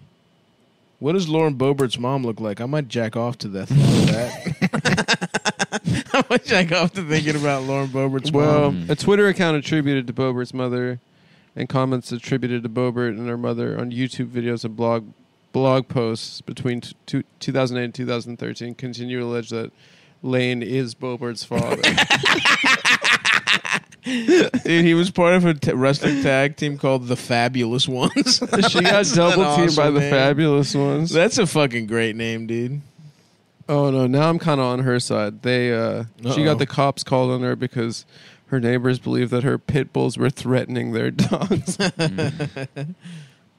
[SPEAKER 9] What does Lauren Bobert's mom look like? I might jack off to that. Thought of that. I might jack off to thinking about Lauren Bobert's
[SPEAKER 2] Well,
[SPEAKER 9] mom.
[SPEAKER 2] a Twitter account attributed to Bobert's mother, and comments attributed to Bobert and her mother on YouTube videos and blog blog posts between t- two- 2008 and 2013 continue to allege that Lane is Bobert's father.
[SPEAKER 9] Dude, he was part of a t- wrestling tag team called the Fabulous Ones.
[SPEAKER 2] she got double teamed by
[SPEAKER 9] awesome
[SPEAKER 2] the
[SPEAKER 9] name.
[SPEAKER 2] fabulous ones.
[SPEAKER 9] That's a fucking great name, dude.
[SPEAKER 2] Oh no, now I'm kind of on her side. They uh she
[SPEAKER 9] Uh-oh.
[SPEAKER 2] got the cops called on her because her neighbors believed that her pit bulls were threatening their dogs.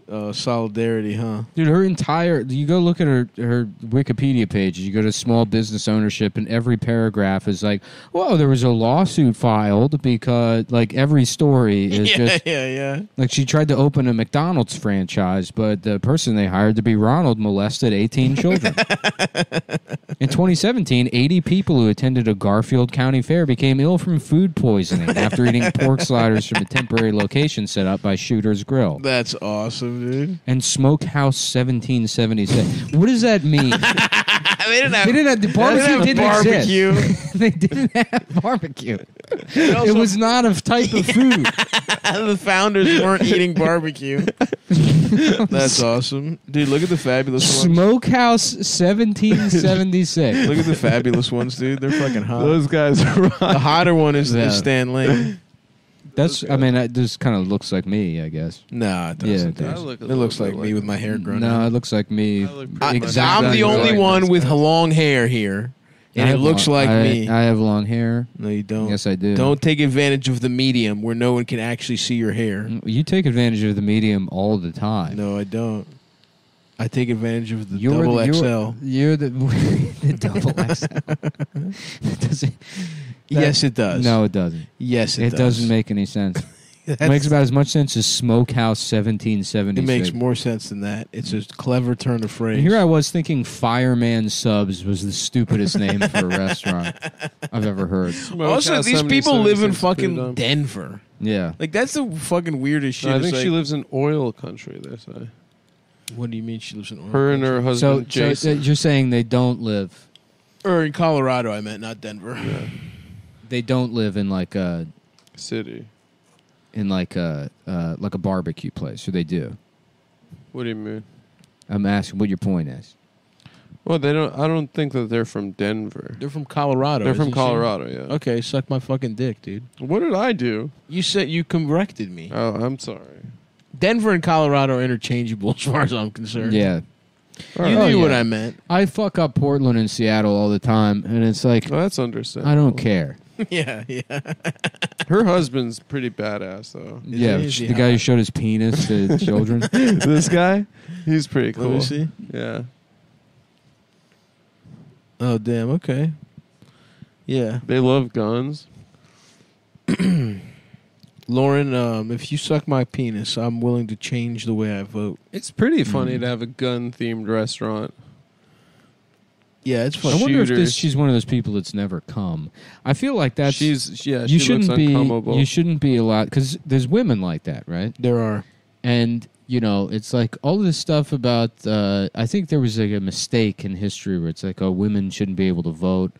[SPEAKER 9] Uh, solidarity, huh?
[SPEAKER 6] Dude, her entire you go look at her her Wikipedia page. You go to small business ownership, and every paragraph is like, "Whoa, there was a lawsuit filed because like every story is just
[SPEAKER 9] yeah, yeah.
[SPEAKER 6] like she tried to open a McDonald's franchise, but the person they hired to be Ronald molested 18 children. In 2017, 80 people who attended a Garfield County fair became ill from food poisoning after eating pork sliders from a temporary location set up by Shooter's Grill
[SPEAKER 9] That's awesome, dude.
[SPEAKER 6] and Smokehouse 1776. what does that mean?
[SPEAKER 9] They didn't have,
[SPEAKER 6] they didn't have the barbecue. Didn't
[SPEAKER 9] barbecue.
[SPEAKER 6] exist. they didn't have barbecue.
[SPEAKER 9] They
[SPEAKER 6] It
[SPEAKER 9] also-
[SPEAKER 6] was not a type of food.
[SPEAKER 9] the founders weren't eating barbecue. That's awesome, dude. Look at the fabulous ones.
[SPEAKER 6] Smokehouse 1776.
[SPEAKER 9] Look at the fabulous ones, dude. They're fucking hot.
[SPEAKER 2] Those guys
[SPEAKER 9] the hotter one is,
[SPEAKER 6] Yeah.
[SPEAKER 9] is Stan Lane.
[SPEAKER 6] That's. I mean, that just kind of looks like me, I guess.
[SPEAKER 9] Nah, it doesn't.
[SPEAKER 6] Yeah, it
[SPEAKER 9] it
[SPEAKER 6] does.
[SPEAKER 9] does.
[SPEAKER 2] I look a
[SPEAKER 9] it
[SPEAKER 2] little
[SPEAKER 9] looks
[SPEAKER 2] bit
[SPEAKER 9] like me
[SPEAKER 2] like-
[SPEAKER 9] with my hair grown
[SPEAKER 6] No, it
[SPEAKER 9] out.
[SPEAKER 6] looks like me.
[SPEAKER 2] I look pretty much
[SPEAKER 6] Exactly
[SPEAKER 9] I'm the only
[SPEAKER 6] like
[SPEAKER 9] one
[SPEAKER 2] those
[SPEAKER 9] with
[SPEAKER 2] guys.
[SPEAKER 9] long hair here,
[SPEAKER 6] I
[SPEAKER 9] and it
[SPEAKER 6] have
[SPEAKER 9] looks
[SPEAKER 6] long-
[SPEAKER 9] like
[SPEAKER 6] I-
[SPEAKER 9] me.
[SPEAKER 6] I have long hair.
[SPEAKER 9] no, you don't.
[SPEAKER 6] Yes, I do.
[SPEAKER 9] Don't take advantage of the medium where no one can actually see your hair.
[SPEAKER 6] You take advantage of the medium all the time.
[SPEAKER 9] No, I don't. I take advantage of the
[SPEAKER 6] You're
[SPEAKER 9] double
[SPEAKER 6] the,
[SPEAKER 9] XL.
[SPEAKER 6] You're, you're the, the double XL. That doesn't-
[SPEAKER 9] yes, it does.
[SPEAKER 6] No, it doesn't.
[SPEAKER 9] Yes, it,
[SPEAKER 6] It,
[SPEAKER 9] does.
[SPEAKER 6] does. not make any sense.
[SPEAKER 9] That's-
[SPEAKER 6] makes about as much sense as Smokehouse 1776.
[SPEAKER 9] It makes more sense than that. It's a clever turn of phrase.
[SPEAKER 6] And here I was thinking Fireman Subs was the stupidest name for a restaurant I've ever heard.
[SPEAKER 9] also,
[SPEAKER 2] Smokehouse,
[SPEAKER 9] these
[SPEAKER 2] somebody
[SPEAKER 9] people
[SPEAKER 2] sent
[SPEAKER 9] live
[SPEAKER 2] us some
[SPEAKER 9] in
[SPEAKER 2] food
[SPEAKER 9] fucking
[SPEAKER 2] on-
[SPEAKER 9] Denver.
[SPEAKER 6] Yeah.
[SPEAKER 9] Like that's the fucking weirdest shit.
[SPEAKER 2] No, I
[SPEAKER 9] It's
[SPEAKER 2] think she
[SPEAKER 9] like-
[SPEAKER 2] lives in oil country. They say
[SPEAKER 9] What do you mean she lives in? Orange?
[SPEAKER 2] her and her
[SPEAKER 6] So,
[SPEAKER 2] husband
[SPEAKER 6] so
[SPEAKER 2] Jason.
[SPEAKER 6] you're saying they don't live
[SPEAKER 9] or in Colorado? I meant not Denver.
[SPEAKER 6] they don't live in like a
[SPEAKER 2] City.
[SPEAKER 6] in like a uh, like a barbecue place, or they do.
[SPEAKER 2] What do you mean?
[SPEAKER 6] I'm asking what your point is.
[SPEAKER 2] Well, they don't. I don't think that they're from Denver.
[SPEAKER 9] They're from Colorado.
[SPEAKER 2] They're from
[SPEAKER 9] isn't she?
[SPEAKER 2] Colorado. Yeah.
[SPEAKER 9] Okay, suck my fucking dick, dude.
[SPEAKER 2] What did I do?
[SPEAKER 9] You said you corrected me.
[SPEAKER 2] Oh, I'm sorry.
[SPEAKER 9] Denver and Colorado are interchangeable, as far as I'm concerned.
[SPEAKER 6] Yeah,
[SPEAKER 9] you
[SPEAKER 2] All
[SPEAKER 9] knew
[SPEAKER 2] right.
[SPEAKER 6] Oh,
[SPEAKER 9] what
[SPEAKER 6] yeah.
[SPEAKER 9] I meant.
[SPEAKER 6] I fuck up Portland and Seattle all the time, and it's like
[SPEAKER 2] Well, that's understandable.
[SPEAKER 6] I don't care.
[SPEAKER 9] yeah, yeah.
[SPEAKER 2] Her husband's pretty badass though.
[SPEAKER 6] Yeah,
[SPEAKER 9] easy,
[SPEAKER 6] the
[SPEAKER 9] huh?
[SPEAKER 6] guy who showed his penis to children.
[SPEAKER 2] this guy, he's pretty
[SPEAKER 9] Let me
[SPEAKER 2] cool.
[SPEAKER 9] see.
[SPEAKER 2] Yeah.
[SPEAKER 9] Oh damn. Okay. Yeah,
[SPEAKER 2] They love guns.
[SPEAKER 9] Lauren. Um, if you suck my penis, I'm willing to change the way I vote.
[SPEAKER 2] It's pretty funny to have a gun themed restaurant.
[SPEAKER 9] Yeah, it's
[SPEAKER 6] I
[SPEAKER 9] fucking.
[SPEAKER 6] wonder if this,
[SPEAKER 2] Shooters.
[SPEAKER 6] she's one of those people that's never come. I feel like that's
[SPEAKER 2] she's yeah, she
[SPEAKER 6] you shouldn't
[SPEAKER 2] looks
[SPEAKER 6] be
[SPEAKER 2] uncommable.
[SPEAKER 6] you shouldn't be allowed because there's women like that, right?
[SPEAKER 9] There are.
[SPEAKER 6] and you know it's like all this stuff about uh, i think there was like a mistake in history where it's like oh women shouldn't be able to vote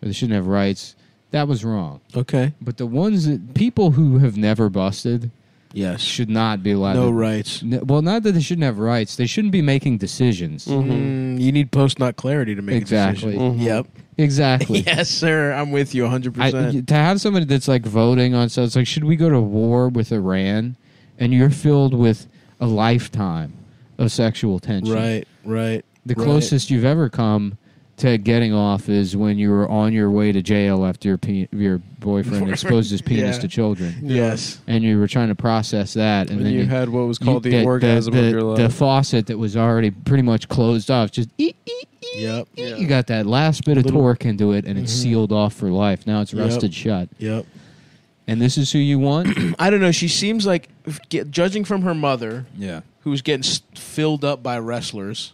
[SPEAKER 6] or they shouldn't have rights that was wrong
[SPEAKER 9] Okay.
[SPEAKER 6] but the ones that people who have never busted
[SPEAKER 9] Yes.
[SPEAKER 6] should not be allowed
[SPEAKER 9] no
[SPEAKER 6] to,
[SPEAKER 9] rights.
[SPEAKER 6] N- well not that they shouldn't have rights they shouldn't be making decisions
[SPEAKER 9] Mm, you need post not clarity to make
[SPEAKER 6] Mm-hmm. Exactly.
[SPEAKER 9] a decision.
[SPEAKER 2] Mhm.
[SPEAKER 9] Yep.
[SPEAKER 6] exactly
[SPEAKER 9] yes, sir. I'm with you 100.
[SPEAKER 6] I,
[SPEAKER 9] percent
[SPEAKER 6] to have somebody that's like voting on so it's like should we go to war with iran and you're filled with a lifetime of sexual tension
[SPEAKER 9] Right. Right.
[SPEAKER 6] The
[SPEAKER 9] Right.
[SPEAKER 6] closest you've ever come to getting off is when you were on your way to jail after your pe- your boyfriend exposed his penis
[SPEAKER 9] Yeah.
[SPEAKER 6] to children,
[SPEAKER 9] Yes.
[SPEAKER 6] and you were trying to process that, and
[SPEAKER 2] and
[SPEAKER 6] then
[SPEAKER 2] you,
[SPEAKER 6] you,
[SPEAKER 2] had what was called the, orgasm
[SPEAKER 6] the,
[SPEAKER 2] of your life.
[SPEAKER 6] The faucet that was already pretty much closed off, just ee, ee, ee,
[SPEAKER 9] Yep.
[SPEAKER 6] ee.
[SPEAKER 2] Yeah. Mm-hmm.
[SPEAKER 6] you got that last bit of
[SPEAKER 9] Little-
[SPEAKER 6] torque into it, and it's sealed off for life. Now it's
[SPEAKER 9] Yep.
[SPEAKER 6] rusted shut,
[SPEAKER 9] Yep.
[SPEAKER 6] and this is who you want.
[SPEAKER 9] I don't know. She seems like, if- get- judging from her mother,
[SPEAKER 6] yeah,
[SPEAKER 9] who's getting s- filled up by wrestlers,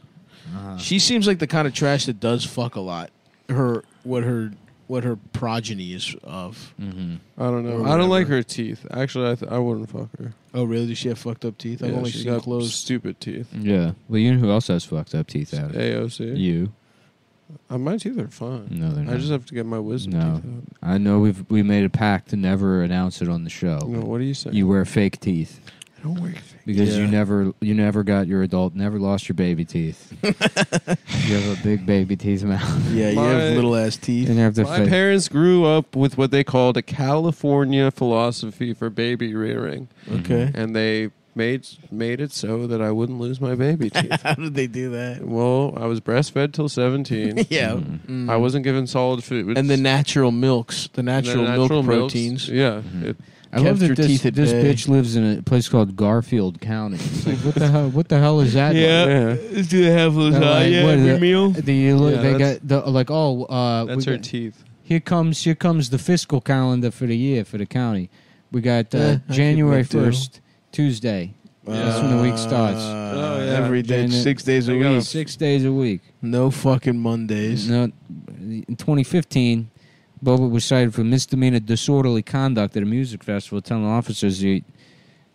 [SPEAKER 6] Uh-huh.
[SPEAKER 9] she seems like the kind of trash that does fuck a lot. Her what her what her progeny is of.
[SPEAKER 6] hmm
[SPEAKER 2] I don't know.
[SPEAKER 9] or
[SPEAKER 2] I don't like
[SPEAKER 9] whatever.
[SPEAKER 2] her teeth. Actually, I th- I wouldn't fuck her.
[SPEAKER 9] Oh really? Does she have fucked up teeth? I've
[SPEAKER 2] Yeah,
[SPEAKER 9] only
[SPEAKER 2] she's
[SPEAKER 9] seen
[SPEAKER 2] got
[SPEAKER 9] closed.
[SPEAKER 2] stupid teeth.
[SPEAKER 6] yeah. Well, you know who else has fucked up teeth out?
[SPEAKER 2] AOC.
[SPEAKER 6] You?
[SPEAKER 2] Uh, my teeth are fine.
[SPEAKER 6] Mm, No, they're not.
[SPEAKER 2] I just have to get my wisdom
[SPEAKER 6] No.
[SPEAKER 2] teeth out.
[SPEAKER 6] I know we've we made a pact to never announce it on the show.
[SPEAKER 2] No, what do you say?
[SPEAKER 6] You wear fake teeth
[SPEAKER 2] I don't work.
[SPEAKER 6] because you
[SPEAKER 9] Yeah.
[SPEAKER 6] never you never got your adult, never lost your baby teeth. you have a big baby teeth mouth,
[SPEAKER 9] Yeah, you
[SPEAKER 2] My-
[SPEAKER 9] have little ass teeth.
[SPEAKER 6] and you have to
[SPEAKER 2] My
[SPEAKER 6] fake.
[SPEAKER 2] parents grew up with what they called a California philosophy for baby rearing,
[SPEAKER 6] Mm-hmm.
[SPEAKER 9] Okay.
[SPEAKER 2] and they made made it so that I wouldn't lose my baby teeth.
[SPEAKER 9] How did they do that?
[SPEAKER 2] well, I was breastfed till seventeen.
[SPEAKER 9] Yeah.
[SPEAKER 6] Mm-hmm.
[SPEAKER 9] Mm.
[SPEAKER 2] I wasn't given solid food.
[SPEAKER 9] and the natural milks, the natural, milk
[SPEAKER 2] milks,
[SPEAKER 9] proteins.
[SPEAKER 2] Yeah,
[SPEAKER 6] Mhm.
[SPEAKER 2] it-
[SPEAKER 6] I love
[SPEAKER 9] kept your
[SPEAKER 6] that this,
[SPEAKER 9] teeth at
[SPEAKER 6] this
[SPEAKER 9] bay.
[SPEAKER 6] bitch lives in a place called Garfield County. It's like, what the hell? What the hell is that? like?
[SPEAKER 2] yeah.
[SPEAKER 9] Do they have
[SPEAKER 6] They're like, what is it?
[SPEAKER 9] meal?
[SPEAKER 6] The, you look-
[SPEAKER 2] Yeah,
[SPEAKER 6] they
[SPEAKER 2] that's-
[SPEAKER 6] got the, like oh uh,
[SPEAKER 2] That's
[SPEAKER 6] we
[SPEAKER 2] her
[SPEAKER 6] got-
[SPEAKER 2] teeth.
[SPEAKER 6] here comes here comes the fiscal calendar for the year for the county. We got uh,
[SPEAKER 9] Eh, I could
[SPEAKER 6] January
[SPEAKER 9] make do.
[SPEAKER 6] first, Tuesday. That's when the week starts.
[SPEAKER 2] Oh, yeah.
[SPEAKER 9] Uh, Every day,
[SPEAKER 6] Then it-
[SPEAKER 9] six days a
[SPEAKER 2] They got
[SPEAKER 9] week.
[SPEAKER 2] us.
[SPEAKER 6] six days a week.
[SPEAKER 9] No fucking Mondays.
[SPEAKER 6] No, in 2015, Boba was cited for misdemeanor disorderly conduct at a music festival, telling officers he-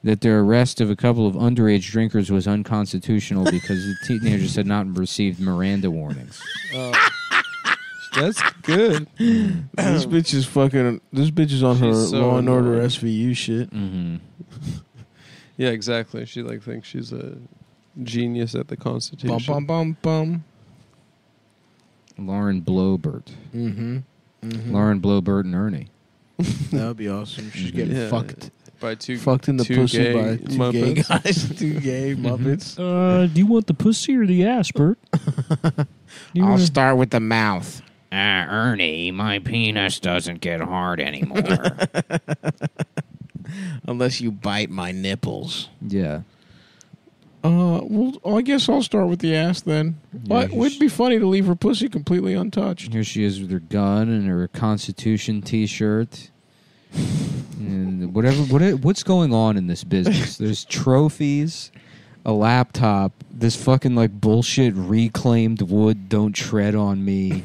[SPEAKER 6] that their arrest of a couple of underage drinkers was unconstitutional because the teenagers had not received Miranda warnings.
[SPEAKER 2] That's good.
[SPEAKER 9] this bitch is fucking. This bitch is on her
[SPEAKER 2] She's so
[SPEAKER 9] Law and Order
[SPEAKER 2] annoying.
[SPEAKER 9] SVU shit.
[SPEAKER 6] Mm-hmm.
[SPEAKER 2] Yeah, exactly. She like thinks she's a genius at the Constitution.
[SPEAKER 9] bum bum.
[SPEAKER 6] Lauren Blobert,
[SPEAKER 9] Mm-hmm. hmm
[SPEAKER 6] Lauren Blobert, and Ernie.
[SPEAKER 9] That would be awesome. She's getting
[SPEAKER 2] Yeah.
[SPEAKER 9] fucked,
[SPEAKER 2] By two
[SPEAKER 9] fucked in the
[SPEAKER 2] two
[SPEAKER 9] pussy
[SPEAKER 2] gay
[SPEAKER 9] by two gay Mm-hmm.
[SPEAKER 2] Muppets.
[SPEAKER 9] guys, two gay Muppets.
[SPEAKER 7] Uh, do you want the pussy or the ass, Bert? You wanna-
[SPEAKER 9] start with the mouth.
[SPEAKER 3] Uh, Ernie, my penis doesn't get hard anymore.
[SPEAKER 9] Unless you bite my nipples.
[SPEAKER 6] Yeah.
[SPEAKER 9] Uh, well, I guess I'll start with the ass then.
[SPEAKER 6] But it would
[SPEAKER 9] be funny to leave her pussy completely untouched.
[SPEAKER 6] Here she is with her gun and her Constitution T-shirt, and the wrong. Whatever, what, what's going on in this business? There's trophies, a laptop, this fucking like bullshit reclaimed wood. Don't tread on me.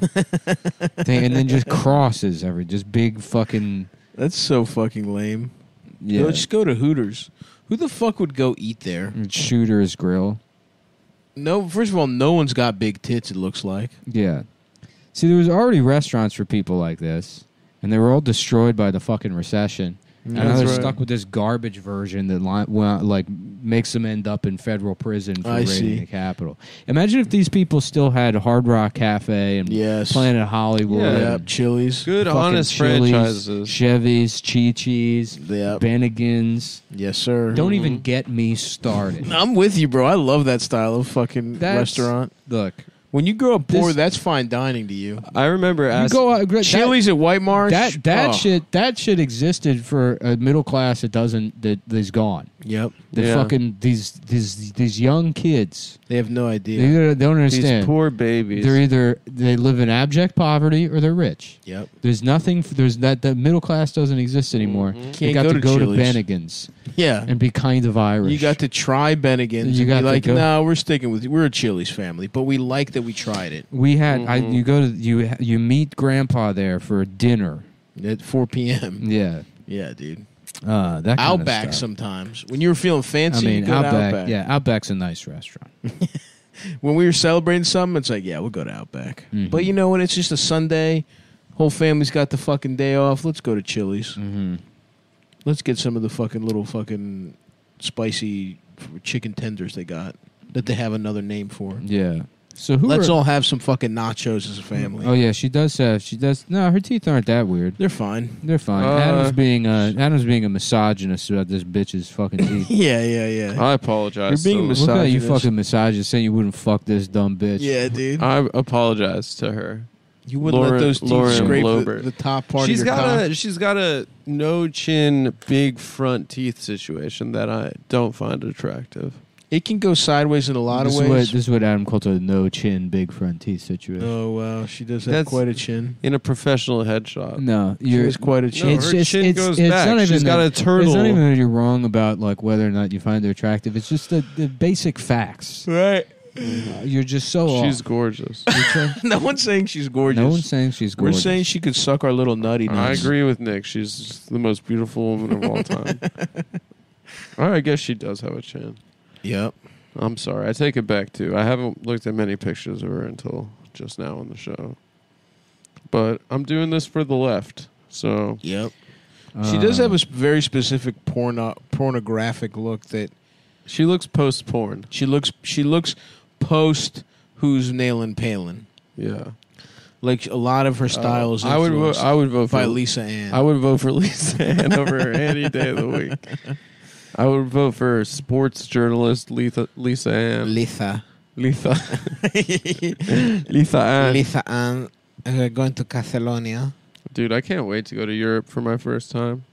[SPEAKER 6] thing, and then just crosses every, just big fucking
[SPEAKER 9] That's so fucking lame.
[SPEAKER 6] yeah.
[SPEAKER 9] Yo, just go to Hooters. Who the fuck would go eat there?
[SPEAKER 6] and shooter's grill.
[SPEAKER 9] No, first of all, no one's got big tits. It looks like.
[SPEAKER 6] Yeah. See, there was already restaurants for people like this, and they were all destroyed by the fucking recession. and now
[SPEAKER 9] Mm-hmm. That's
[SPEAKER 6] they're
[SPEAKER 9] right.
[SPEAKER 6] stuck with this garbage version that li- well, like makes them end up in federal prison for
[SPEAKER 9] I
[SPEAKER 6] raiding
[SPEAKER 9] see.
[SPEAKER 6] the Capitol. Imagine if these people still had Hard Rock Cafe and
[SPEAKER 9] Yes.
[SPEAKER 6] Planet Hollywood,
[SPEAKER 2] Yeah.
[SPEAKER 9] Yeah,
[SPEAKER 6] and
[SPEAKER 9] Chili's.
[SPEAKER 2] Good,
[SPEAKER 6] fucking
[SPEAKER 2] honest
[SPEAKER 6] Chili's,
[SPEAKER 2] franchises.
[SPEAKER 6] Chevy's, Chi-Chi's,
[SPEAKER 9] Yeah.
[SPEAKER 6] Bennigan's.
[SPEAKER 9] Yes, sir.
[SPEAKER 6] Don't even get me started.
[SPEAKER 9] I'm with you, bro. I love that style of fucking
[SPEAKER 6] That's-
[SPEAKER 9] restaurant.
[SPEAKER 6] Look,
[SPEAKER 9] When you grow up poor,
[SPEAKER 6] This-
[SPEAKER 9] that's fine dining to you.
[SPEAKER 2] I remember
[SPEAKER 6] you
[SPEAKER 2] asking.
[SPEAKER 6] go out. that-
[SPEAKER 9] Chili's at White Marsh.
[SPEAKER 6] that that
[SPEAKER 9] oh,
[SPEAKER 6] shit that shit existed for a middle class that doesn't that is gone.
[SPEAKER 9] Yep.
[SPEAKER 6] The
[SPEAKER 2] Yeah.
[SPEAKER 6] fucking these these these young kids.
[SPEAKER 9] They have no idea.
[SPEAKER 6] They either don't
[SPEAKER 2] these
[SPEAKER 6] understand.
[SPEAKER 2] poor babies.
[SPEAKER 6] they're either they live in abject poverty or they're rich.
[SPEAKER 9] Yep.
[SPEAKER 6] There's nothing. f- There's that the middle class doesn't exist anymore.
[SPEAKER 9] Mm-hmm. Can't
[SPEAKER 6] you got
[SPEAKER 9] go
[SPEAKER 6] to,
[SPEAKER 9] to
[SPEAKER 6] go to
[SPEAKER 9] Chili's.
[SPEAKER 6] Bennigan's
[SPEAKER 9] Yeah.
[SPEAKER 6] and be kind of Irish.
[SPEAKER 9] You got to try Bennigan's.
[SPEAKER 6] You
[SPEAKER 9] You
[SPEAKER 6] got
[SPEAKER 9] got
[SPEAKER 6] to
[SPEAKER 9] like,
[SPEAKER 6] go-
[SPEAKER 9] no, we're sticking with we're a Chili's family, but we like that we tried it
[SPEAKER 6] We had. I,
[SPEAKER 9] Mm-hmm.
[SPEAKER 6] you go to you. You meet Grandpa there for dinner.
[SPEAKER 9] at 4 p.m.
[SPEAKER 6] Yeah.
[SPEAKER 9] Yeah, dude.
[SPEAKER 6] Uh, that kind
[SPEAKER 9] Outback
[SPEAKER 6] Of stuff.
[SPEAKER 9] sometimes when you were feeling
[SPEAKER 6] I
[SPEAKER 9] fancy. you
[SPEAKER 6] mean,
[SPEAKER 9] go to
[SPEAKER 6] Outback,
[SPEAKER 9] Outback.
[SPEAKER 6] Yeah, Outback's a nice restaurant.
[SPEAKER 9] When we were celebrating something, it's like, yeah, we'll go to Outback.
[SPEAKER 6] Mm-hmm.
[SPEAKER 9] But you know what? It's just a Sunday. Whole family's got the fucking day off. Let's go to Chili's.
[SPEAKER 6] Mm-hmm.
[SPEAKER 9] Let's get some of the fucking little fucking spicy chicken tenders they got that they have another name for.
[SPEAKER 6] Yeah. So who?
[SPEAKER 9] Let's
[SPEAKER 6] are,
[SPEAKER 9] all have some fucking nachos as a family.
[SPEAKER 6] Oh yeah, she does have. She does. No, her teeth aren't that weird.
[SPEAKER 9] They're fine.
[SPEAKER 6] They're fine.
[SPEAKER 2] Uh,
[SPEAKER 6] Adam's being a Adam's being a misogynist about this bitch's fucking teeth.
[SPEAKER 9] Yeah, yeah, yeah.
[SPEAKER 2] I apologize.
[SPEAKER 9] You're being
[SPEAKER 2] to-
[SPEAKER 9] mis-
[SPEAKER 6] Look at you
[SPEAKER 9] Misogynist.
[SPEAKER 6] fucking misogynist saying you wouldn't fuck this dumb bitch.
[SPEAKER 9] yeah, dude.
[SPEAKER 2] I apologize to her.
[SPEAKER 9] You wouldn't
[SPEAKER 2] Lauren-
[SPEAKER 9] let those teeth
[SPEAKER 2] Lauren
[SPEAKER 9] scrape the,
[SPEAKER 2] Lobert.
[SPEAKER 9] the top part
[SPEAKER 2] She's
[SPEAKER 9] of your
[SPEAKER 2] got
[SPEAKER 9] got
[SPEAKER 2] a she's got a no chin, big front teeth situation that I don't find attractive.
[SPEAKER 9] It can go sideways in a lot
[SPEAKER 6] this
[SPEAKER 9] of
[SPEAKER 6] is what
[SPEAKER 9] ways.
[SPEAKER 6] this is what Adam calls a no chin, big front teeth situation.
[SPEAKER 9] oh wow, she does have
[SPEAKER 2] That's-
[SPEAKER 9] quite a chin.
[SPEAKER 2] In a professional
[SPEAKER 9] Uh,
[SPEAKER 2] headshot,
[SPEAKER 6] no,
[SPEAKER 9] She
[SPEAKER 6] you're.
[SPEAKER 9] has quite a
[SPEAKER 2] no,
[SPEAKER 9] chin.
[SPEAKER 2] her
[SPEAKER 6] it's just-
[SPEAKER 2] chin
[SPEAKER 6] it's-
[SPEAKER 2] goes
[SPEAKER 6] it's
[SPEAKER 2] back.
[SPEAKER 6] not even
[SPEAKER 2] She's got
[SPEAKER 6] that-
[SPEAKER 2] a turtle.
[SPEAKER 6] It's not even that you're wrong about like whether or not you find her attractive. It's just the, the basic facts.
[SPEAKER 2] right.
[SPEAKER 6] You're just so off.
[SPEAKER 2] She's gorgeous.
[SPEAKER 6] You're trying-
[SPEAKER 9] no one's saying she's gorgeous.
[SPEAKER 6] no one's saying she's
[SPEAKER 9] We're
[SPEAKER 6] gorgeous.
[SPEAKER 9] saying she could suck our little nutty
[SPEAKER 2] I
[SPEAKER 9] nuts.
[SPEAKER 2] agree with Nick. She's the most beautiful woman of all time. All right, I guess she does have a chin.
[SPEAKER 9] Yep.
[SPEAKER 2] I'm sorry. I take it back too. I haven't looked at many pictures of her until just now on the show. But I'm doing this for the left. So
[SPEAKER 9] Yep. she does
[SPEAKER 6] Uh,
[SPEAKER 9] have a s- very specific porno pornographic look that
[SPEAKER 2] she looks post porn.
[SPEAKER 9] she looks she looks post who's nailing Palin.
[SPEAKER 2] Yeah.
[SPEAKER 9] Like a lot of her style is
[SPEAKER 2] Uh, I would vote
[SPEAKER 9] influenced
[SPEAKER 2] I would vote for
[SPEAKER 9] by Lisa Ann.
[SPEAKER 2] I would vote for Lisa Ann over any day of the week. I would vote for sports journalist Lisa Lisa Ann.
[SPEAKER 9] Lisa.
[SPEAKER 2] Lisa Lisa Ann.
[SPEAKER 9] Lisa Ann. We're going to Catalonia.
[SPEAKER 2] Dude, I can't wait to go to Europe for my first time.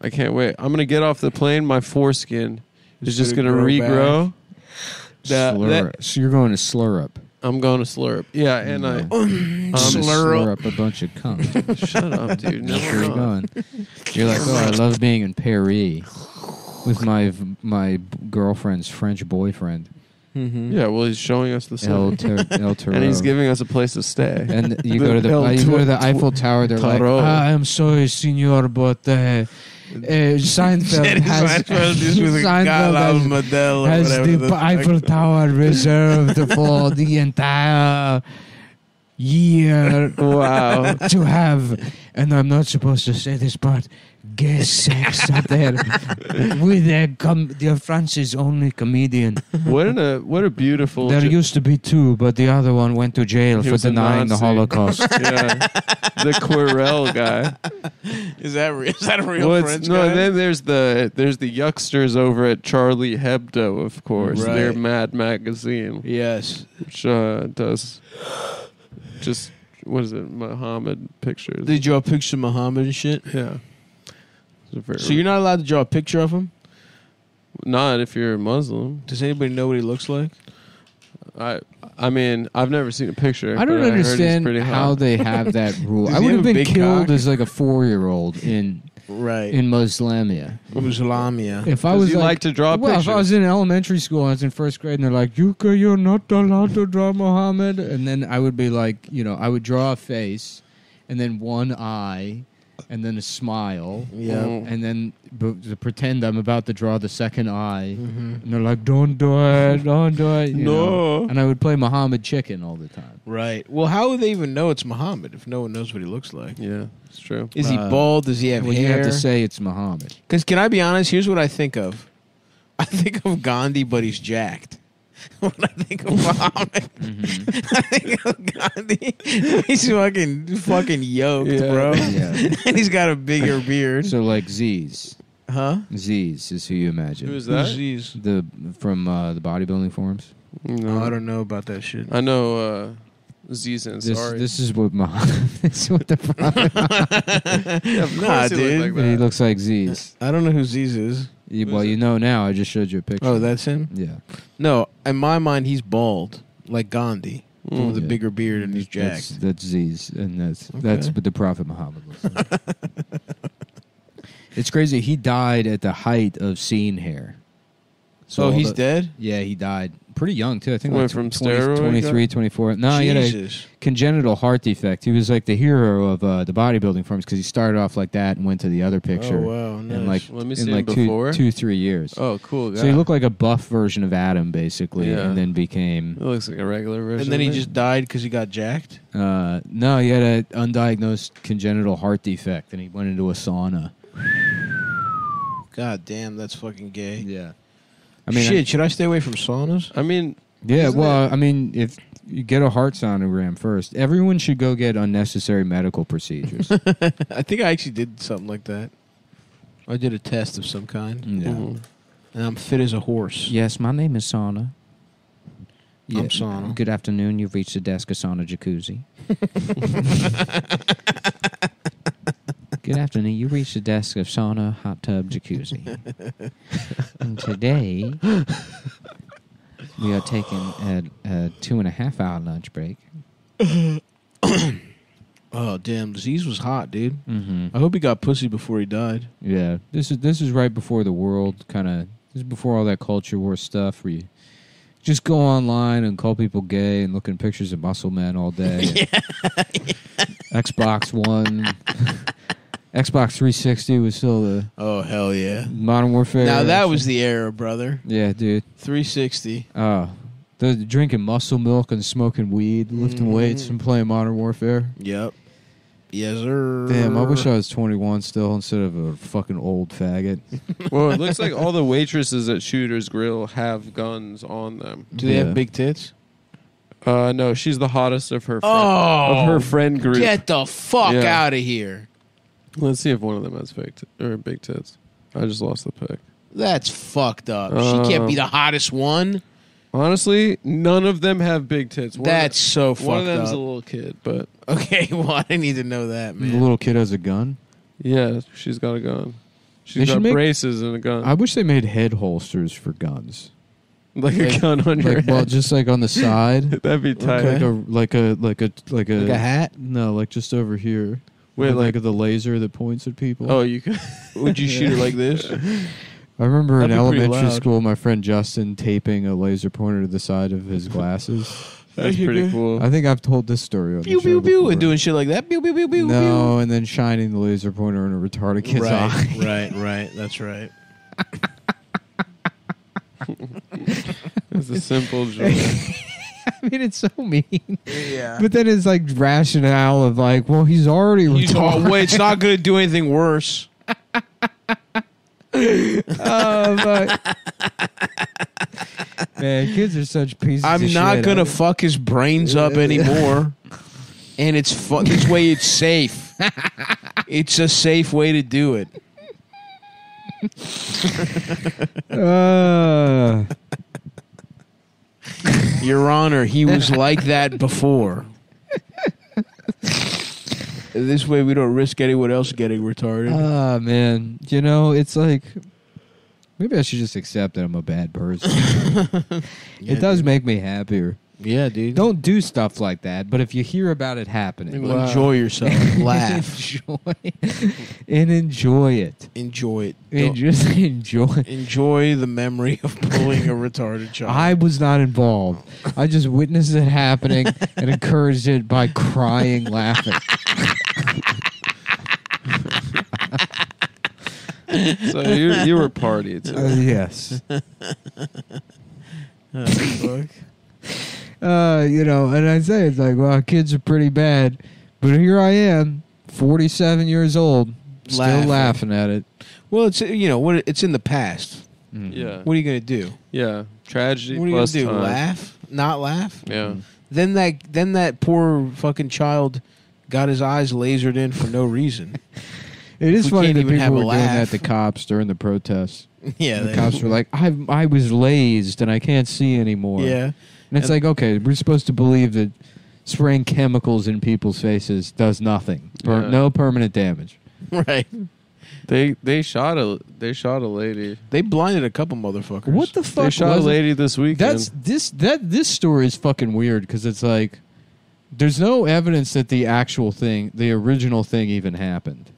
[SPEAKER 2] I can't wait. I'm gonna get off the plane. My foreskin is just gonna
[SPEAKER 9] gonna grow
[SPEAKER 2] regrow. That-
[SPEAKER 6] slur
[SPEAKER 2] that-
[SPEAKER 6] So you're going to slur up.
[SPEAKER 2] I'm going to slurp. Yeah, and I
[SPEAKER 6] Um, slur up a bunch of cum.
[SPEAKER 2] shut up, dude. No,
[SPEAKER 6] That's where
[SPEAKER 2] I'm
[SPEAKER 6] you're
[SPEAKER 2] not.
[SPEAKER 6] going. You're like, oh, I love being in Paris with my my girlfriend's French boyfriend,
[SPEAKER 9] Mm-hmm.
[SPEAKER 2] Yeah, well, he's showing us the sun,
[SPEAKER 6] El, Ter- El Toro.
[SPEAKER 2] and he's giving us a place to stay.
[SPEAKER 6] And you go to the
[SPEAKER 2] El
[SPEAKER 6] uh, you go to
[SPEAKER 2] Tor-
[SPEAKER 6] the Eiffel Tower. They're like,
[SPEAKER 2] Toro.
[SPEAKER 6] "Ah, I'm sorry, Senor, but uh, uh, Seinfeld has
[SPEAKER 9] Seinfeld "Oh, is with a
[SPEAKER 6] Seinfeld
[SPEAKER 9] Gala
[SPEAKER 6] has-
[SPEAKER 9] Model or
[SPEAKER 6] has
[SPEAKER 9] whatever
[SPEAKER 6] the
[SPEAKER 9] fuck.
[SPEAKER 6] Eiffel Tower reserved for the entire year
[SPEAKER 2] wow.
[SPEAKER 6] to have, and I'm not supposed to say this, but gay sex out there with a com- the France's only comedian.
[SPEAKER 2] What an, a what a beautiful.
[SPEAKER 6] There
[SPEAKER 2] ju-
[SPEAKER 6] used to be two, but the other one went to jail
[SPEAKER 2] He
[SPEAKER 6] for
[SPEAKER 2] was a
[SPEAKER 6] denying the
[SPEAKER 2] Nazi.
[SPEAKER 6] Holocaust.
[SPEAKER 2] yeah, the Quirrell guy.
[SPEAKER 9] Is that re- is that a real
[SPEAKER 2] Well, it's-
[SPEAKER 9] French
[SPEAKER 2] no,
[SPEAKER 9] guy?
[SPEAKER 2] and then there's the there's the yucksters over at Charlie Hebdo, of course.
[SPEAKER 9] Right.
[SPEAKER 2] Their Mad Magazine,
[SPEAKER 9] yes.
[SPEAKER 2] which uh, does just what is it, Muhammad pictures.
[SPEAKER 9] They draw a picture of Muhammad and shit.
[SPEAKER 2] yeah. It's a very-
[SPEAKER 9] So you're not allowed to draw a picture of him.
[SPEAKER 2] not if you're a Muslim.
[SPEAKER 9] Does anybody know what he looks like?
[SPEAKER 2] I I mean I've never seen a picture.
[SPEAKER 6] I don't
[SPEAKER 2] but heard he's
[SPEAKER 6] understand
[SPEAKER 2] pretty
[SPEAKER 6] how
[SPEAKER 2] hot.
[SPEAKER 6] they have that rule.
[SPEAKER 9] Does
[SPEAKER 6] I
[SPEAKER 9] he
[SPEAKER 6] would
[SPEAKER 9] have
[SPEAKER 6] have
[SPEAKER 9] a
[SPEAKER 6] been
[SPEAKER 9] big
[SPEAKER 6] killed
[SPEAKER 9] cock?
[SPEAKER 6] as like a four year old in
[SPEAKER 9] Right.
[SPEAKER 6] in Moslemia.
[SPEAKER 9] Muslamia.
[SPEAKER 6] If I
[SPEAKER 2] Does
[SPEAKER 6] was
[SPEAKER 2] he like,
[SPEAKER 6] like,
[SPEAKER 2] to draw
[SPEAKER 6] well,
[SPEAKER 2] pictures?
[SPEAKER 6] if I was in elementary school, I was in first grade, and they're like, "You ca- you're not allowed to draw Muhammad," and then I would be like, you know, I would draw a face, and then one eye, and then a smile,
[SPEAKER 9] Yeah.
[SPEAKER 6] and then b- to pretend I'm about to draw the second eye, and they're like, "Don't do it, don't do it," you know?
[SPEAKER 2] No.
[SPEAKER 6] and I would play Muhammad chicken all the time.
[SPEAKER 9] Right. Well, how would they even know it's Muhammad if no one knows what he looks like?
[SPEAKER 2] Yeah, it's true.
[SPEAKER 9] Is he bald? Does he have
[SPEAKER 6] Well, you
[SPEAKER 9] hair?
[SPEAKER 6] have to say it's Muhammad.
[SPEAKER 9] Because can I be honest? Here's what I think of. I think of Gandhi, but he's jacked. when I think of Muhammad,
[SPEAKER 2] Mm-hmm.
[SPEAKER 9] I think of Gandhi. He's fucking fucking yoked,
[SPEAKER 2] Yeah.
[SPEAKER 9] bro.
[SPEAKER 6] Yeah.
[SPEAKER 9] and he's got a bigger beard.
[SPEAKER 6] so like Z's,
[SPEAKER 9] Huh?
[SPEAKER 6] Z's is who you imagine.
[SPEAKER 2] Who is that?
[SPEAKER 9] Jeez.
[SPEAKER 6] the from uh, the bodybuilding forums.
[SPEAKER 2] No.
[SPEAKER 9] No, I don't know about that shit.
[SPEAKER 2] I know uh, Zizan.
[SPEAKER 6] This,
[SPEAKER 2] Sorry.
[SPEAKER 6] this is what Muhammad. this is what the problem.
[SPEAKER 2] yeah, of
[SPEAKER 9] Nah,
[SPEAKER 2] course he looked
[SPEAKER 9] dude.
[SPEAKER 2] Like that.
[SPEAKER 6] he looks like Z's.
[SPEAKER 9] I don't know who Ziz is.
[SPEAKER 6] You-
[SPEAKER 2] Who's
[SPEAKER 6] well, you
[SPEAKER 2] it?
[SPEAKER 6] know now. I just showed you a picture.
[SPEAKER 9] Oh, that's him.
[SPEAKER 6] yeah.
[SPEAKER 9] No, in my mind, he's bald like Gandhi, but
[SPEAKER 2] Mm.
[SPEAKER 9] with a
[SPEAKER 6] Yeah.
[SPEAKER 9] bigger beard, and he's
[SPEAKER 6] That's,
[SPEAKER 9] jacked.
[SPEAKER 6] that's Z's, and that's that's
[SPEAKER 9] Okay.
[SPEAKER 6] what the Prophet Muhammad looks like. it's crazy. He died at the height of seeing hair.
[SPEAKER 9] So oh,
[SPEAKER 6] all
[SPEAKER 9] he's
[SPEAKER 6] the-
[SPEAKER 9] dead.
[SPEAKER 6] Yeah, he died pretty young too. I think
[SPEAKER 2] Went
[SPEAKER 6] like
[SPEAKER 2] from
[SPEAKER 6] 20,
[SPEAKER 2] steroid
[SPEAKER 6] 23, 24. No, he had a
[SPEAKER 9] Jesus.
[SPEAKER 6] congenital heart defect. He was like the hero of uh, the bodybulding forms because he started off like that and went to the other picture.
[SPEAKER 9] Oh wow, nice.
[SPEAKER 6] in like
[SPEAKER 2] Let me
[SPEAKER 6] in
[SPEAKER 2] see him
[SPEAKER 6] like
[SPEAKER 2] before.
[SPEAKER 6] two, two three years.
[SPEAKER 2] Oh, cool. Guy.
[SPEAKER 6] so he looked like a buff version of Adam, basically,
[SPEAKER 2] Yeah.
[SPEAKER 6] and then became.
[SPEAKER 2] It looks like a regular version.
[SPEAKER 9] and then he
[SPEAKER 2] of it.
[SPEAKER 9] just died because he got jacked.
[SPEAKER 6] Uh, no, he had an undiagnosed congenital heart defect, and he went into a sauna.
[SPEAKER 9] God damn, that's fucking gay.
[SPEAKER 6] Yeah, I mean,
[SPEAKER 9] shit. should I stay away from saunas?
[SPEAKER 2] I mean,
[SPEAKER 6] I- yeah.
[SPEAKER 2] Isn't
[SPEAKER 6] Well, I mean, if you get a heart sonogram first, everyone should go get unnecessary medical procedures. yeah.
[SPEAKER 9] I think I actually did something like that. I did a test of some kind,
[SPEAKER 6] Mm-hmm.
[SPEAKER 2] mhm.
[SPEAKER 9] and I'm fit as a horse.
[SPEAKER 6] Yes, my name is Sauna.
[SPEAKER 9] I'm Sauna.
[SPEAKER 6] Good afternoon. You've reached the desk of Sauna Jacuzzi. Good afternoon. You reached the desk of Sauna Hot Tub Jacuzzi. and today, we are taking a, a two and a half hour lunch break.
[SPEAKER 9] Oh damn, disease was hot, dude.
[SPEAKER 6] Mm-hmm.
[SPEAKER 9] I hope he got pussy before he died.
[SPEAKER 6] Yeah, this is this is right before the world kind of this is before all that culture war stuff where you just go online and call people gay and look at pictures of muscle men all day. Xbox One, Xbox 360 was still the
[SPEAKER 9] Oh hell yeah.
[SPEAKER 6] Modern Warfare.
[SPEAKER 9] Now that was the era, brother.
[SPEAKER 6] yeah, dude.
[SPEAKER 9] 360.
[SPEAKER 6] Oh, the drinking muscle milk and smoking weed, lifting
[SPEAKER 9] Mhm.
[SPEAKER 6] weights and playing Modern Warfare.
[SPEAKER 9] Yep. Yes, sir.
[SPEAKER 6] Damn, I wish I was 21 still instead of a fucking old faggot.
[SPEAKER 2] well, it looks like all the waitresses at Shooter's Grill have guns on them.
[SPEAKER 9] Do they
[SPEAKER 6] Yeah.
[SPEAKER 9] have big tits?
[SPEAKER 2] Uh, no, she's the hottest of her fri-
[SPEAKER 9] Oh,
[SPEAKER 2] of her friend group.
[SPEAKER 9] get the fuck
[SPEAKER 2] Yeah.
[SPEAKER 9] out of here.
[SPEAKER 2] Let's see if one of them has fake t- or big tits. I just lost the pick.
[SPEAKER 9] That's fucked up.
[SPEAKER 2] Oh.
[SPEAKER 9] she can't be the hottest one.
[SPEAKER 2] Honestly, none of them have big tits. One
[SPEAKER 9] That's so
[SPEAKER 2] of them, one of
[SPEAKER 9] fucked
[SPEAKER 2] them's
[SPEAKER 9] up.
[SPEAKER 2] a little kid, but
[SPEAKER 9] Okay, well, I didn't need to know that,
[SPEAKER 6] The
[SPEAKER 9] man.
[SPEAKER 6] little kid has a gun.
[SPEAKER 2] yeah, she's got a gun. She's
[SPEAKER 6] They should
[SPEAKER 2] got
[SPEAKER 6] make-
[SPEAKER 2] braces and a gun,
[SPEAKER 6] I wish they made head holsters for guns.
[SPEAKER 2] like a gun on your
[SPEAKER 6] Like,
[SPEAKER 2] head.
[SPEAKER 6] well, just like on the side,
[SPEAKER 2] That'd be tight.
[SPEAKER 6] like a like a like a like a,
[SPEAKER 9] Like a hat?
[SPEAKER 6] No, like just over here.
[SPEAKER 2] Wait,
[SPEAKER 6] With,
[SPEAKER 2] like,
[SPEAKER 6] the laser that points at people.
[SPEAKER 2] oh, you could.
[SPEAKER 9] Would you shoot it like this?
[SPEAKER 6] I remember in
[SPEAKER 2] that'd be pretty
[SPEAKER 6] elementary
[SPEAKER 2] loud.
[SPEAKER 6] school, my friend Justin taping a laser pointer to the side of his glasses.
[SPEAKER 2] That's pretty cool.
[SPEAKER 6] I think I've told this story on
[SPEAKER 9] Pew
[SPEAKER 6] the show
[SPEAKER 9] pew pew
[SPEAKER 6] before.
[SPEAKER 9] and doing shit like that. Pew pew pew pew.
[SPEAKER 6] no, and then shining the laser pointer in a retarded
[SPEAKER 9] pew.
[SPEAKER 6] kid's eye.
[SPEAKER 9] right, right, right. That's right.
[SPEAKER 2] It's a simple joke.
[SPEAKER 6] I mean, it's so mean.
[SPEAKER 9] Yeah.
[SPEAKER 6] But then it's like rationale of like, well, he's already
[SPEAKER 9] You
[SPEAKER 6] retarded.
[SPEAKER 9] oh, wait, it's not going to do anything worse.
[SPEAKER 6] Oh, fuck. Man, kids are such pieces of
[SPEAKER 9] I'm
[SPEAKER 6] shit.
[SPEAKER 9] not going
[SPEAKER 6] I-
[SPEAKER 9] to fuck his brains up anymore. and it's fu- this way it's safe. it's a safe way to do it.
[SPEAKER 6] Uh,
[SPEAKER 9] Your Honor, he was like that before. this way, we don't risk anyone else getting retarded.
[SPEAKER 6] ah, man. You know, it's like maybe I should just accept that I'm a bad person. it does make me happier.
[SPEAKER 9] Yeah, dude.
[SPEAKER 6] Don't do stuff like that. But if you hear about it happening,
[SPEAKER 9] Well, enjoy yourself. Laugh.
[SPEAKER 6] enjoy and enjoy it.
[SPEAKER 9] enjoy it.
[SPEAKER 6] And
[SPEAKER 9] Don't-
[SPEAKER 6] just enjoy.
[SPEAKER 9] enjoy the memory of bullying a retarded child.
[SPEAKER 6] I was not involved. I just witnessed it happening and encouraged it by crying, laughing.
[SPEAKER 2] So you, you were party too.
[SPEAKER 6] Uh, yes.
[SPEAKER 9] Oh, fuck.
[SPEAKER 6] Uh, you know, and I say it's like, wow, kids are pretty bad, but here I am, forty-seven years old, still
[SPEAKER 9] Laughing.
[SPEAKER 6] laughing, at it.
[SPEAKER 9] Well, it's you know what it's in the past.
[SPEAKER 2] Yeah.
[SPEAKER 9] What are you gonna do?
[SPEAKER 2] Yeah. Tragedy
[SPEAKER 9] What are you gonna
[SPEAKER 2] plus
[SPEAKER 9] do?
[SPEAKER 2] time.
[SPEAKER 9] Laugh? Not laugh?
[SPEAKER 2] Yeah.
[SPEAKER 9] Then that then that poor fucking child got his eyes lasered in for no reason.
[SPEAKER 6] It is
[SPEAKER 9] We
[SPEAKER 6] funny
[SPEAKER 9] can't
[SPEAKER 6] that
[SPEAKER 9] even
[SPEAKER 6] people
[SPEAKER 9] have a
[SPEAKER 6] were doing
[SPEAKER 9] laugh.
[SPEAKER 6] that to cops during the protests.
[SPEAKER 9] yeah,
[SPEAKER 6] the cops were like, I I was lazed and I can't see anymore.
[SPEAKER 9] yeah.
[SPEAKER 6] and it's like, okay, we're supposed to believe that spraying chemicals in people's faces does nothing, per-
[SPEAKER 2] Yeah.
[SPEAKER 6] no permanent damage.
[SPEAKER 9] Right.
[SPEAKER 2] They they shot a they shot a lady.
[SPEAKER 9] They blinded a couple motherfuckers.
[SPEAKER 6] What the
[SPEAKER 2] they
[SPEAKER 6] fuck?
[SPEAKER 2] shot a
[SPEAKER 6] was it?
[SPEAKER 2] lady this weekend.
[SPEAKER 6] That's this that this story is fucking weird because it's like there's no evidence that the actual thing, the original thing, even happened.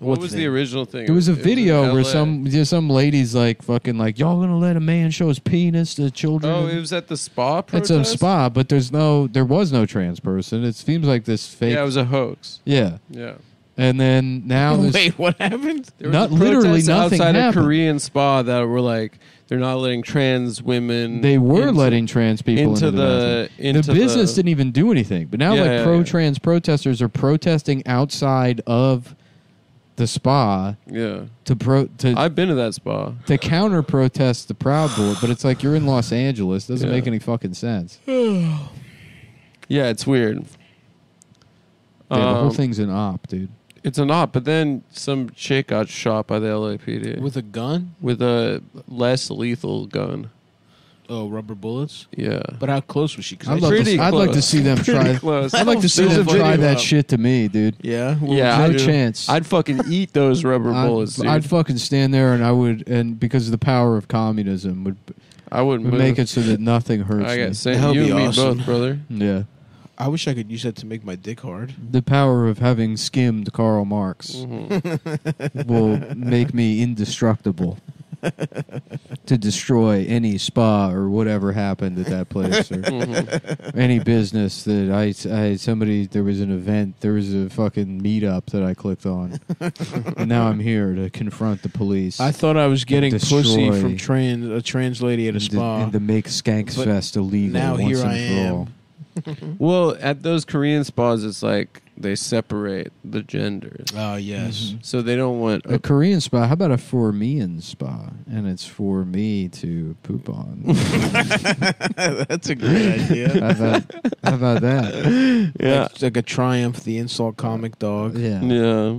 [SPEAKER 2] what was the original thing?
[SPEAKER 6] There was a
[SPEAKER 2] It in
[SPEAKER 6] video where
[SPEAKER 2] LA.
[SPEAKER 6] some yeah, some ladies like fucking like y'all gonna let a man show his penis to children
[SPEAKER 2] Oh,
[SPEAKER 6] in-
[SPEAKER 2] it was at the spa.
[SPEAKER 6] at
[SPEAKER 2] Protest?
[SPEAKER 6] some spa, but there's no there was no trans person. It seems like this fake
[SPEAKER 2] Yeah, it was a hoax.
[SPEAKER 6] yeah.
[SPEAKER 2] Yeah.
[SPEAKER 6] And then now there's
[SPEAKER 9] Wait, what happened?
[SPEAKER 2] There
[SPEAKER 6] Not-
[SPEAKER 2] a protest
[SPEAKER 6] literally nothing
[SPEAKER 2] outside a
[SPEAKER 6] happened.
[SPEAKER 2] Korean spa that were like they're not letting trans women.
[SPEAKER 6] they were
[SPEAKER 2] into-
[SPEAKER 6] letting trans people
[SPEAKER 2] into
[SPEAKER 6] into,
[SPEAKER 2] the-
[SPEAKER 6] the, bathroom.
[SPEAKER 2] into
[SPEAKER 6] the business
[SPEAKER 2] the-
[SPEAKER 6] didn't even do anything. But now
[SPEAKER 2] Yeah,
[SPEAKER 6] like
[SPEAKER 2] yeah, yeah.
[SPEAKER 6] pro-trans protesters are protesting outside of the spa
[SPEAKER 2] Yeah,
[SPEAKER 6] to pro to
[SPEAKER 2] I've been to that spa.
[SPEAKER 6] to counter protest the Proud Board. But it's like you're in Los Angeles. Doesn't
[SPEAKER 2] Yeah.
[SPEAKER 6] make any fucking sense.
[SPEAKER 2] Yeah, it's weird.
[SPEAKER 6] Dude, the whole
[SPEAKER 2] Um,
[SPEAKER 6] thing's an op, dude.
[SPEAKER 2] It's a not, but then some chick got shot by the LAPD with,
[SPEAKER 9] With a gun?
[SPEAKER 2] a less lethal gun.
[SPEAKER 9] Oh, rubber bullets.
[SPEAKER 2] Yeah,
[SPEAKER 9] But how close was she? 'Cause
[SPEAKER 6] I'd
[SPEAKER 9] I-
[SPEAKER 6] love,
[SPEAKER 2] Pretty
[SPEAKER 6] to, I'd like to
[SPEAKER 2] close.
[SPEAKER 6] see them
[SPEAKER 2] pretty
[SPEAKER 6] try.
[SPEAKER 2] close.
[SPEAKER 6] I'd like to see
[SPEAKER 2] There's
[SPEAKER 6] them
[SPEAKER 2] a
[SPEAKER 6] try
[SPEAKER 2] video
[SPEAKER 6] that
[SPEAKER 2] out.
[SPEAKER 6] shit to me, dude.
[SPEAKER 9] yeah. Well,
[SPEAKER 2] Yeah,
[SPEAKER 6] no
[SPEAKER 2] I'd,
[SPEAKER 6] chance.
[SPEAKER 2] I'd fucking eat those rubber
[SPEAKER 6] I'd-
[SPEAKER 2] bullets, dude.
[SPEAKER 6] I'd, fucking stand there and I would, and because of the power of communism would,
[SPEAKER 2] I would
[SPEAKER 6] would make it so that nothing hurts
[SPEAKER 2] I
[SPEAKER 6] me.
[SPEAKER 2] got
[SPEAKER 9] That
[SPEAKER 2] same.
[SPEAKER 9] would
[SPEAKER 2] You
[SPEAKER 9] be
[SPEAKER 2] and me
[SPEAKER 9] awesome.
[SPEAKER 2] both, brother.
[SPEAKER 6] Yeah,
[SPEAKER 9] I wish I could use that to make my dick hard.
[SPEAKER 6] the power of having skimmed Karl Marx will make me indestructible to destroy any spa or whatever happened at that place or any business that I, I somebody there was an event there was a fucking meetup that I clicked on and now I'm here to confront the police.
[SPEAKER 9] I thought I was getting pussy
[SPEAKER 6] Destroy.
[SPEAKER 9] from trans a trans lady at a
[SPEAKER 6] and to-
[SPEAKER 9] spa.
[SPEAKER 6] and to make Skanks
[SPEAKER 9] But
[SPEAKER 6] Fest illegal
[SPEAKER 9] now
[SPEAKER 6] once
[SPEAKER 9] here
[SPEAKER 6] and
[SPEAKER 9] I
[SPEAKER 6] for
[SPEAKER 9] am.
[SPEAKER 6] all.
[SPEAKER 2] Well, at those Korean spas, it's like they separate the genders,
[SPEAKER 9] oh yes.
[SPEAKER 2] so they don't want.
[SPEAKER 6] A Korean spa. How about a for me in spa? And it's for me to poop on.
[SPEAKER 9] Mm-hmm. That's a great idea.
[SPEAKER 6] how, about, how about that?
[SPEAKER 2] yeah,
[SPEAKER 9] It's like a triumph, the insult comic dog.
[SPEAKER 6] Yeah.
[SPEAKER 2] yeah.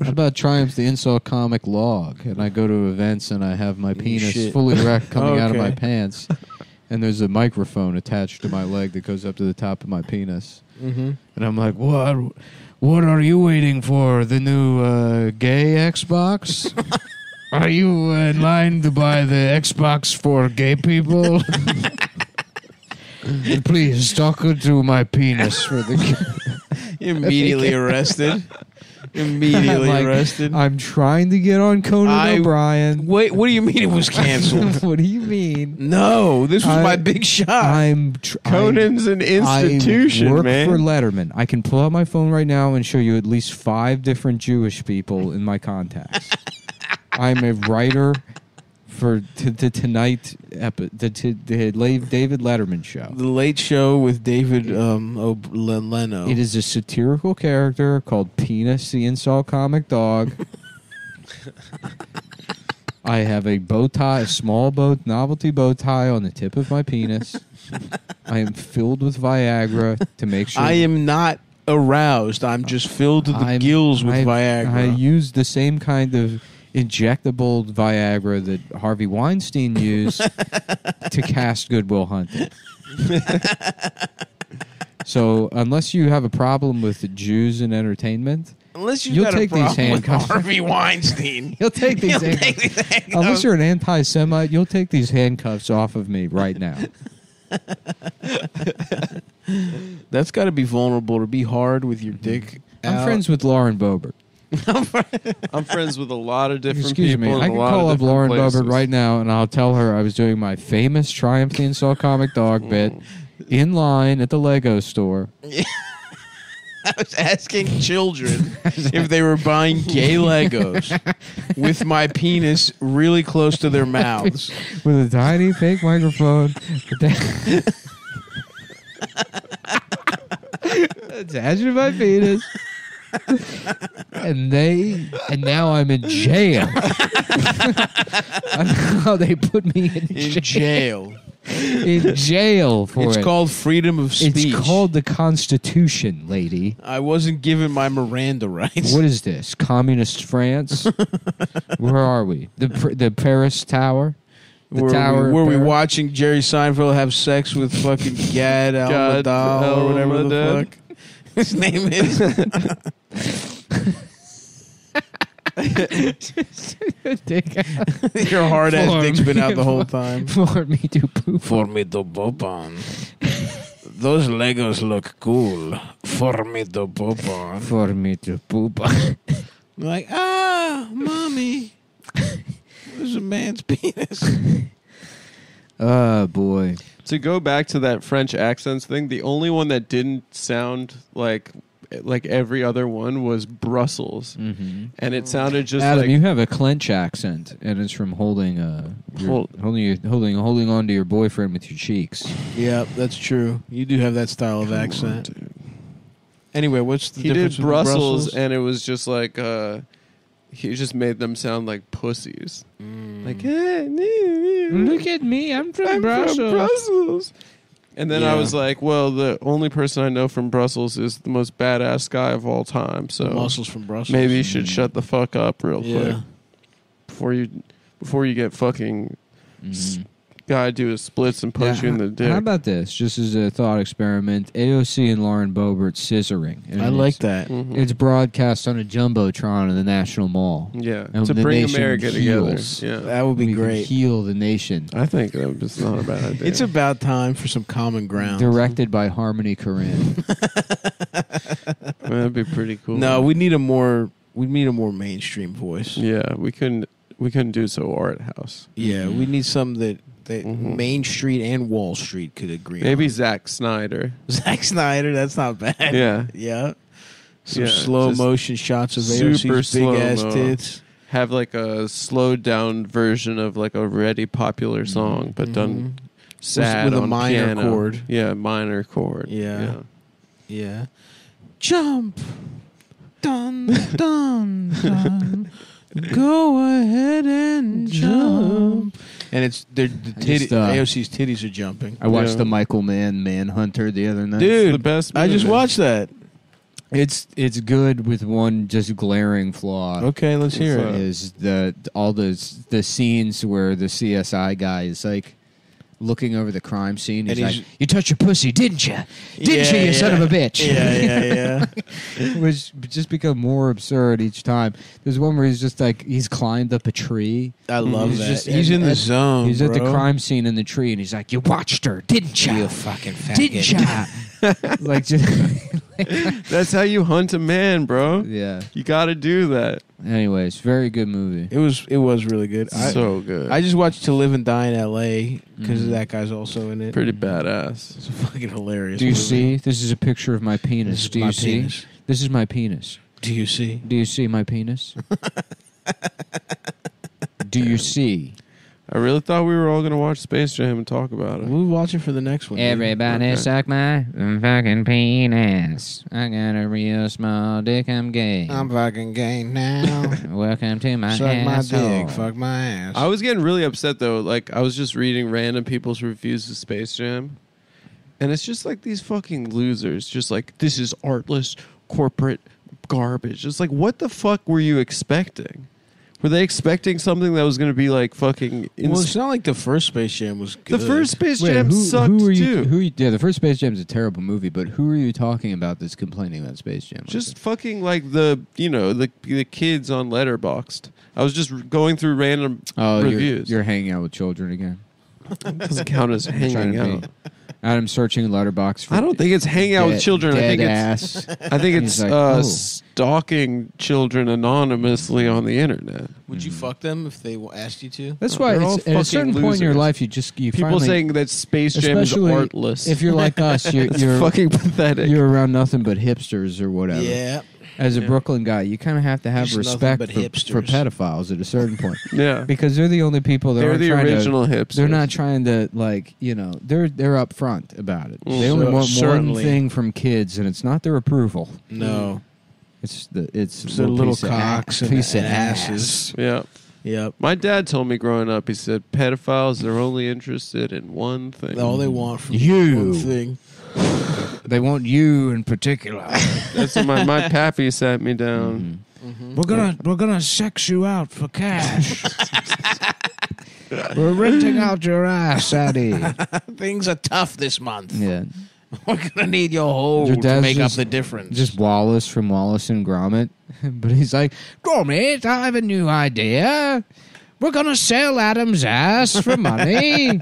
[SPEAKER 6] How about Triumph the Insult Comic Log? And I go to events and I have my penis
[SPEAKER 9] shit.
[SPEAKER 6] fully erect coming out of my
[SPEAKER 9] Okay.
[SPEAKER 6] pants. And there's a microphone attached to my leg that goes up to the top of my penis.
[SPEAKER 9] Mm-hmm.
[SPEAKER 6] And I'm like, what? What are you waiting for? The new uh, gay Xbox? are you uh, in line to buy the Xbox for gay people? Please talk to my penis for the.
[SPEAKER 9] Immediately arrested. Immediately
[SPEAKER 6] Like,
[SPEAKER 9] arrested.
[SPEAKER 6] I'm trying to get on Conan
[SPEAKER 9] I-
[SPEAKER 6] O'Brien.
[SPEAKER 9] Wait, what do you mean it was canceled?
[SPEAKER 6] what do you mean?
[SPEAKER 9] no, this was
[SPEAKER 6] I-
[SPEAKER 9] my big shot.
[SPEAKER 6] I'm tr-
[SPEAKER 2] Conan's an
[SPEAKER 6] I-
[SPEAKER 2] institution,
[SPEAKER 6] I work
[SPEAKER 2] man.
[SPEAKER 6] for Letterman. I can pull out my phone right now and show you at least five different Jewish people in my contacts. I'm a writer for t- the Tonight epi- the, t- the La- David Letterman show.
[SPEAKER 9] the Late Show with David um, o- Len- Leno.
[SPEAKER 6] It is a satirical character called Penis the Insult Comic Dog. I have a bow tie, a small bow, novelty bow tie on the tip of my penis. I am filled with Viagra to make sure.
[SPEAKER 9] I am not aroused. I'm just filled to the
[SPEAKER 6] I'm-
[SPEAKER 9] gills with
[SPEAKER 6] I've- I
[SPEAKER 9] Viagra.
[SPEAKER 6] use the same kind of injectable Viagra that Harvey Weinstein used to cast Goodwill Hunting. so unless you have a problem with the Jews in entertainment,
[SPEAKER 9] Unless you
[SPEAKER 6] you'll
[SPEAKER 9] got a
[SPEAKER 6] take these
[SPEAKER 9] problem with
[SPEAKER 6] handcuffs.
[SPEAKER 9] Harvey Weinstein.
[SPEAKER 6] you'll take these.
[SPEAKER 9] You'll
[SPEAKER 6] handcuffs.
[SPEAKER 9] take these handcuffs.
[SPEAKER 6] unless you're an anti-Semite, you'll take these handcuffs off of me right now.
[SPEAKER 9] That's got to be vulnerable to be hard with your dick.
[SPEAKER 6] I'm
[SPEAKER 9] out.
[SPEAKER 6] friends with Lauren Boebert.
[SPEAKER 2] I'm friends with a lot of different
[SPEAKER 6] Excuse
[SPEAKER 2] people.
[SPEAKER 6] me.
[SPEAKER 2] in
[SPEAKER 6] I
[SPEAKER 2] a
[SPEAKER 6] can
[SPEAKER 2] lot
[SPEAKER 6] call
[SPEAKER 2] of
[SPEAKER 6] up
[SPEAKER 2] different
[SPEAKER 6] Lauren
[SPEAKER 2] places.
[SPEAKER 6] Boebert right now and I'll tell her I was doing my famous Triumph the Insult Comic
[SPEAKER 2] Mm.
[SPEAKER 6] Dog bit in line at the Lego store.
[SPEAKER 9] I was asking children if they were buying gay Legos with my penis really close to their mouths.
[SPEAKER 6] with a tiny fake microphone. Attached to my penis. and they and now I'm in jail. I don't know how they put me in,
[SPEAKER 9] In
[SPEAKER 6] ja-
[SPEAKER 9] jail.
[SPEAKER 6] in jail for
[SPEAKER 9] It's
[SPEAKER 6] it.
[SPEAKER 9] called freedom of
[SPEAKER 6] it's
[SPEAKER 9] speech.
[SPEAKER 6] called the Constitution, lady.
[SPEAKER 9] I wasn't given my Miranda rights.
[SPEAKER 6] What is this? Communist France? Where are we? The pr- the Paris Tower? The
[SPEAKER 9] were
[SPEAKER 6] Tower of
[SPEAKER 9] we, were we
[SPEAKER 6] Paris?
[SPEAKER 9] watching Jerry Seinfeld have sex with fucking Gad
[SPEAKER 2] Gad
[SPEAKER 9] Al or whatever the
[SPEAKER 2] Al-Madad.
[SPEAKER 9] fuck his name is?
[SPEAKER 6] Dick out
[SPEAKER 9] Your hard
[SPEAKER 6] For
[SPEAKER 9] ass dick's been
[SPEAKER 6] me-
[SPEAKER 9] out the whole time.
[SPEAKER 6] for me to poop.
[SPEAKER 1] For me to poop on. Those Legos look cool. For me to poop on.
[SPEAKER 6] For me to poop.
[SPEAKER 9] Like, ah, mommy. There's a man's penis.
[SPEAKER 6] oh boy.
[SPEAKER 2] To go back to that French accents thing, the only one that didn't sound like like every other one was Brussels, and it sounded just
[SPEAKER 6] Oh. Adam,
[SPEAKER 2] like
[SPEAKER 6] you have a clench accent, and it's from holding uh, your,
[SPEAKER 2] Hold-
[SPEAKER 6] holding your, holding holding on to your boyfriend with your cheeks.
[SPEAKER 9] Yeah, that's true. You do have that style of accent. anyway, what's the
[SPEAKER 2] he
[SPEAKER 9] difference
[SPEAKER 2] did
[SPEAKER 9] with
[SPEAKER 2] Brussels,
[SPEAKER 9] Brussels?
[SPEAKER 2] and it was just like uh, he just made them sound like pussies. Like eh, nee, nee.
[SPEAKER 6] at me, I'm
[SPEAKER 2] I'm from Brussels. And then I
[SPEAKER 9] Yeah.
[SPEAKER 2] was like, well, the only person I know from Brussels is the most badass guy of all time. So
[SPEAKER 9] Muscles from Brussels.
[SPEAKER 2] uh, maybe you should shut the fuck up real
[SPEAKER 9] Yeah.
[SPEAKER 2] quick before you before you get fucking s- guy do his splits and punch you in the dick.
[SPEAKER 6] How about this? Just as a thought experiment, AOC and Lauren Boebert scissoring. And
[SPEAKER 9] I
[SPEAKER 6] it's-
[SPEAKER 9] like that.
[SPEAKER 2] Mhm.
[SPEAKER 6] It's broadcast on a jumbotron in the National Mall.
[SPEAKER 2] yeah,
[SPEAKER 6] And
[SPEAKER 2] to
[SPEAKER 6] the
[SPEAKER 2] bring
[SPEAKER 6] nation
[SPEAKER 2] America
[SPEAKER 6] heals.
[SPEAKER 2] together. Yeah,
[SPEAKER 9] That would be
[SPEAKER 6] We can
[SPEAKER 9] great.
[SPEAKER 6] Heal the nation.
[SPEAKER 2] I think that was not a bad idea.
[SPEAKER 9] It's about time for some common ground.
[SPEAKER 6] Directed by Harmony Korine.
[SPEAKER 2] that'd be pretty cool.
[SPEAKER 9] No, we need a more we need a more mainstream voice. Yeah,
[SPEAKER 2] yeah, we couldn't we couldn't do so art house.
[SPEAKER 9] we need some that that
[SPEAKER 2] Mhm.
[SPEAKER 9] Main Street and Wall Street could agree
[SPEAKER 2] Maybe
[SPEAKER 9] on.
[SPEAKER 2] Zack Snyder.
[SPEAKER 9] Zack Snyder, that's not bad.
[SPEAKER 2] Yeah.
[SPEAKER 9] Yeah. Some
[SPEAKER 2] Yeah,
[SPEAKER 9] slow
[SPEAKER 2] just
[SPEAKER 9] motion shots of
[SPEAKER 2] super
[SPEAKER 9] AOC's big ass
[SPEAKER 2] slow-mo.
[SPEAKER 9] tits.
[SPEAKER 2] have like a slowed down version of like a already popular song, but
[SPEAKER 9] Mm-hmm.
[SPEAKER 2] done sad
[SPEAKER 9] With a
[SPEAKER 2] on
[SPEAKER 9] minor
[SPEAKER 2] piano.
[SPEAKER 9] chord.
[SPEAKER 2] Yeah, minor chord.
[SPEAKER 9] Yeah. Yeah. Jump. Dun dun dun. Go ahead and jump. And it's they're, the titty,
[SPEAKER 6] just, uh,
[SPEAKER 9] AOC's titties are jumping.
[SPEAKER 6] I watched
[SPEAKER 2] Yeah.
[SPEAKER 6] the Michael Mann Manhunter the other night.
[SPEAKER 2] It's
[SPEAKER 9] Dude,
[SPEAKER 2] the best.
[SPEAKER 9] I just
[SPEAKER 2] movie.
[SPEAKER 9] watched that.
[SPEAKER 6] It's it's good with one just glaring flaw.
[SPEAKER 9] Okay, let's hear
[SPEAKER 2] What's
[SPEAKER 9] it.
[SPEAKER 6] Is the all those the scenes where the CSI guy is like looking over the crime scene? He's,
[SPEAKER 9] And
[SPEAKER 6] like,
[SPEAKER 9] he's-
[SPEAKER 6] "You touched your pussy, didn't you? Didn't
[SPEAKER 9] Yeah,
[SPEAKER 6] you, you son
[SPEAKER 9] yeah.
[SPEAKER 6] of a bitch?"
[SPEAKER 9] Yeah, yeah, yeah.
[SPEAKER 6] Which just become more absurd each time. There's one where he's just like he's climbed up a tree.
[SPEAKER 9] I love
[SPEAKER 6] He's
[SPEAKER 9] that.
[SPEAKER 6] just-
[SPEAKER 9] he's in the
[SPEAKER 6] at-
[SPEAKER 9] zone.
[SPEAKER 6] he's at the
[SPEAKER 9] bro.
[SPEAKER 6] crime scene in the tree, and he's like, "You watched her, didn't you? You fucking didn't you?" like just
[SPEAKER 2] That's how you hunt a man, bro.
[SPEAKER 6] yeah.
[SPEAKER 2] You got to do that.
[SPEAKER 6] Anyways, very good movie.
[SPEAKER 9] It was it was really good. I,
[SPEAKER 2] so good.
[SPEAKER 9] I just watched To Live and Die in L.A. because
[SPEAKER 6] Mhm.
[SPEAKER 9] that guy's also in it.
[SPEAKER 2] pretty badass.
[SPEAKER 9] It's a fucking hilarious.
[SPEAKER 6] Do you
[SPEAKER 9] movie.
[SPEAKER 6] see? This is a picture of my
[SPEAKER 9] This
[SPEAKER 6] penis.
[SPEAKER 9] is
[SPEAKER 6] Do you
[SPEAKER 9] my
[SPEAKER 6] see?
[SPEAKER 9] penis.
[SPEAKER 6] This is my penis.
[SPEAKER 9] Do you see?
[SPEAKER 6] Do you see my penis? Do you see?
[SPEAKER 2] I really thought we were all gonna watch Space Jam and talk about it.
[SPEAKER 9] We'll watch it for the next one. dude.
[SPEAKER 6] Everybody
[SPEAKER 2] Okay.
[SPEAKER 6] suck my fucking penis. I got a real small dick. I'm gay.
[SPEAKER 9] I'm fucking gay now.
[SPEAKER 6] Welcome to my
[SPEAKER 9] Suck my
[SPEAKER 6] asshole.
[SPEAKER 9] dick. Fuck my ass.
[SPEAKER 2] I was getting really upset though. Like I was just reading random people's reviews of Space Jam, and it's just like these fucking losers. Just like this is artless corporate garbage. It's like what the fuck were you expecting? Were they expecting something that was going to be like fucking?
[SPEAKER 9] well, it's
[SPEAKER 2] Ins-
[SPEAKER 9] not like the first Space Jam was
[SPEAKER 2] the
[SPEAKER 9] good.
[SPEAKER 2] first Space
[SPEAKER 6] Wait,
[SPEAKER 2] Jam
[SPEAKER 6] who,
[SPEAKER 2] sucked
[SPEAKER 6] who are you?
[SPEAKER 2] too.
[SPEAKER 6] Who? Yeah, the first Space Jam is a terrible movie. But who are you talking about that's complaining about Space Jam? like
[SPEAKER 2] just fucking like the you know the the kids on Letterboxed. I was just going through random
[SPEAKER 6] that? oh, you're,
[SPEAKER 2] reviews.
[SPEAKER 6] you're hanging out with children again.
[SPEAKER 2] Doesn't count as hanging
[SPEAKER 6] Trying
[SPEAKER 2] out.
[SPEAKER 6] to be- Adam searching letterbox. For
[SPEAKER 2] I don't think it's hanging out with
[SPEAKER 6] dead-
[SPEAKER 2] children. I
[SPEAKER 6] dead
[SPEAKER 2] think it's
[SPEAKER 6] ass.
[SPEAKER 2] I think it's
[SPEAKER 6] He's like,
[SPEAKER 2] uh,
[SPEAKER 6] "Oh."
[SPEAKER 2] stalking children anonymously on the internet.
[SPEAKER 9] Would you fuck them if they w- asked you to?
[SPEAKER 6] That's why
[SPEAKER 2] They're all
[SPEAKER 6] it's, at a
[SPEAKER 2] fucking
[SPEAKER 6] certain point in your
[SPEAKER 2] losers.
[SPEAKER 6] life, you just you
[SPEAKER 2] People
[SPEAKER 6] finally,
[SPEAKER 2] saying that Space Jam is
[SPEAKER 6] especially
[SPEAKER 2] artless.
[SPEAKER 6] if you're like us, you're
[SPEAKER 2] it's
[SPEAKER 6] you're,
[SPEAKER 2] fucking pathetic.
[SPEAKER 6] you're around nothing but hipsters or whatever.
[SPEAKER 9] Yeah.
[SPEAKER 6] As a Brooklyn guy, you kind of have to have
[SPEAKER 9] Just nothing
[SPEAKER 6] respect
[SPEAKER 9] but
[SPEAKER 6] for, for
[SPEAKER 9] hipsters.
[SPEAKER 6] pedophiles at a certain point
[SPEAKER 2] yeah,
[SPEAKER 6] because they're the only people that
[SPEAKER 2] they're
[SPEAKER 6] aren't
[SPEAKER 2] the
[SPEAKER 6] trying to-
[SPEAKER 2] original hips.
[SPEAKER 6] They're not trying to like you know they're they're upfront about it. They only
[SPEAKER 9] So-
[SPEAKER 6] want
[SPEAKER 9] certainly.
[SPEAKER 6] one thing from kids, and it's not their approval.
[SPEAKER 9] No.
[SPEAKER 6] It's the it's
[SPEAKER 9] So little
[SPEAKER 6] piece of a-
[SPEAKER 9] cocks and,
[SPEAKER 6] piece
[SPEAKER 9] and
[SPEAKER 6] of ass.
[SPEAKER 9] asses.
[SPEAKER 2] Yeah,
[SPEAKER 6] Hmm.
[SPEAKER 9] Yep.
[SPEAKER 2] my dad told me growing up. He said pedophiles they're only interested in one thing.
[SPEAKER 9] All they want from
[SPEAKER 6] You.
[SPEAKER 9] one thing.
[SPEAKER 6] They want you in particular.
[SPEAKER 2] That's what my my pappy sat me down.
[SPEAKER 3] We're gonna we're gonna sex you out for cash.
[SPEAKER 6] We're renting out your ass, Eddie.
[SPEAKER 9] Things are tough this month.
[SPEAKER 6] yeah,
[SPEAKER 9] We're gonna need your whole
[SPEAKER 6] Your
[SPEAKER 9] to
[SPEAKER 6] dad's
[SPEAKER 9] make
[SPEAKER 6] just-
[SPEAKER 9] up the difference.
[SPEAKER 6] just Wallace from Wallace and Gromit, but he's like, Gromit, I have a new idea. We're gonna sell Adam's ass for money.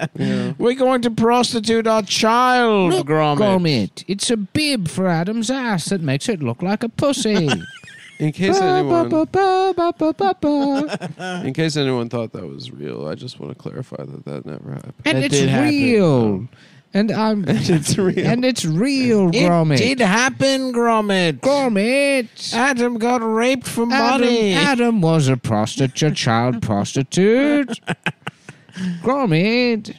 [SPEAKER 9] we're going to prostitute our child,
[SPEAKER 6] Look,
[SPEAKER 9] Gromit.
[SPEAKER 6] Gromit, it's a bib for Adam's ass that makes it look like a pussy.
[SPEAKER 2] In case anyone,
[SPEAKER 6] Ba-ba-ba-ba-ba-ba.
[SPEAKER 2] in case anyone thought that was real, I just want to clarify that that never happened.
[SPEAKER 6] and
[SPEAKER 9] That
[SPEAKER 6] it's
[SPEAKER 9] did happen.
[SPEAKER 6] real. And I'm
[SPEAKER 2] It's real.
[SPEAKER 6] and it's real,
[SPEAKER 9] It
[SPEAKER 6] Gromit.
[SPEAKER 9] did happen, Gromit.
[SPEAKER 6] Gromit.
[SPEAKER 9] Adam got raped for money.
[SPEAKER 6] Adam, Adam was a prostitute, child prostitute. Gromit.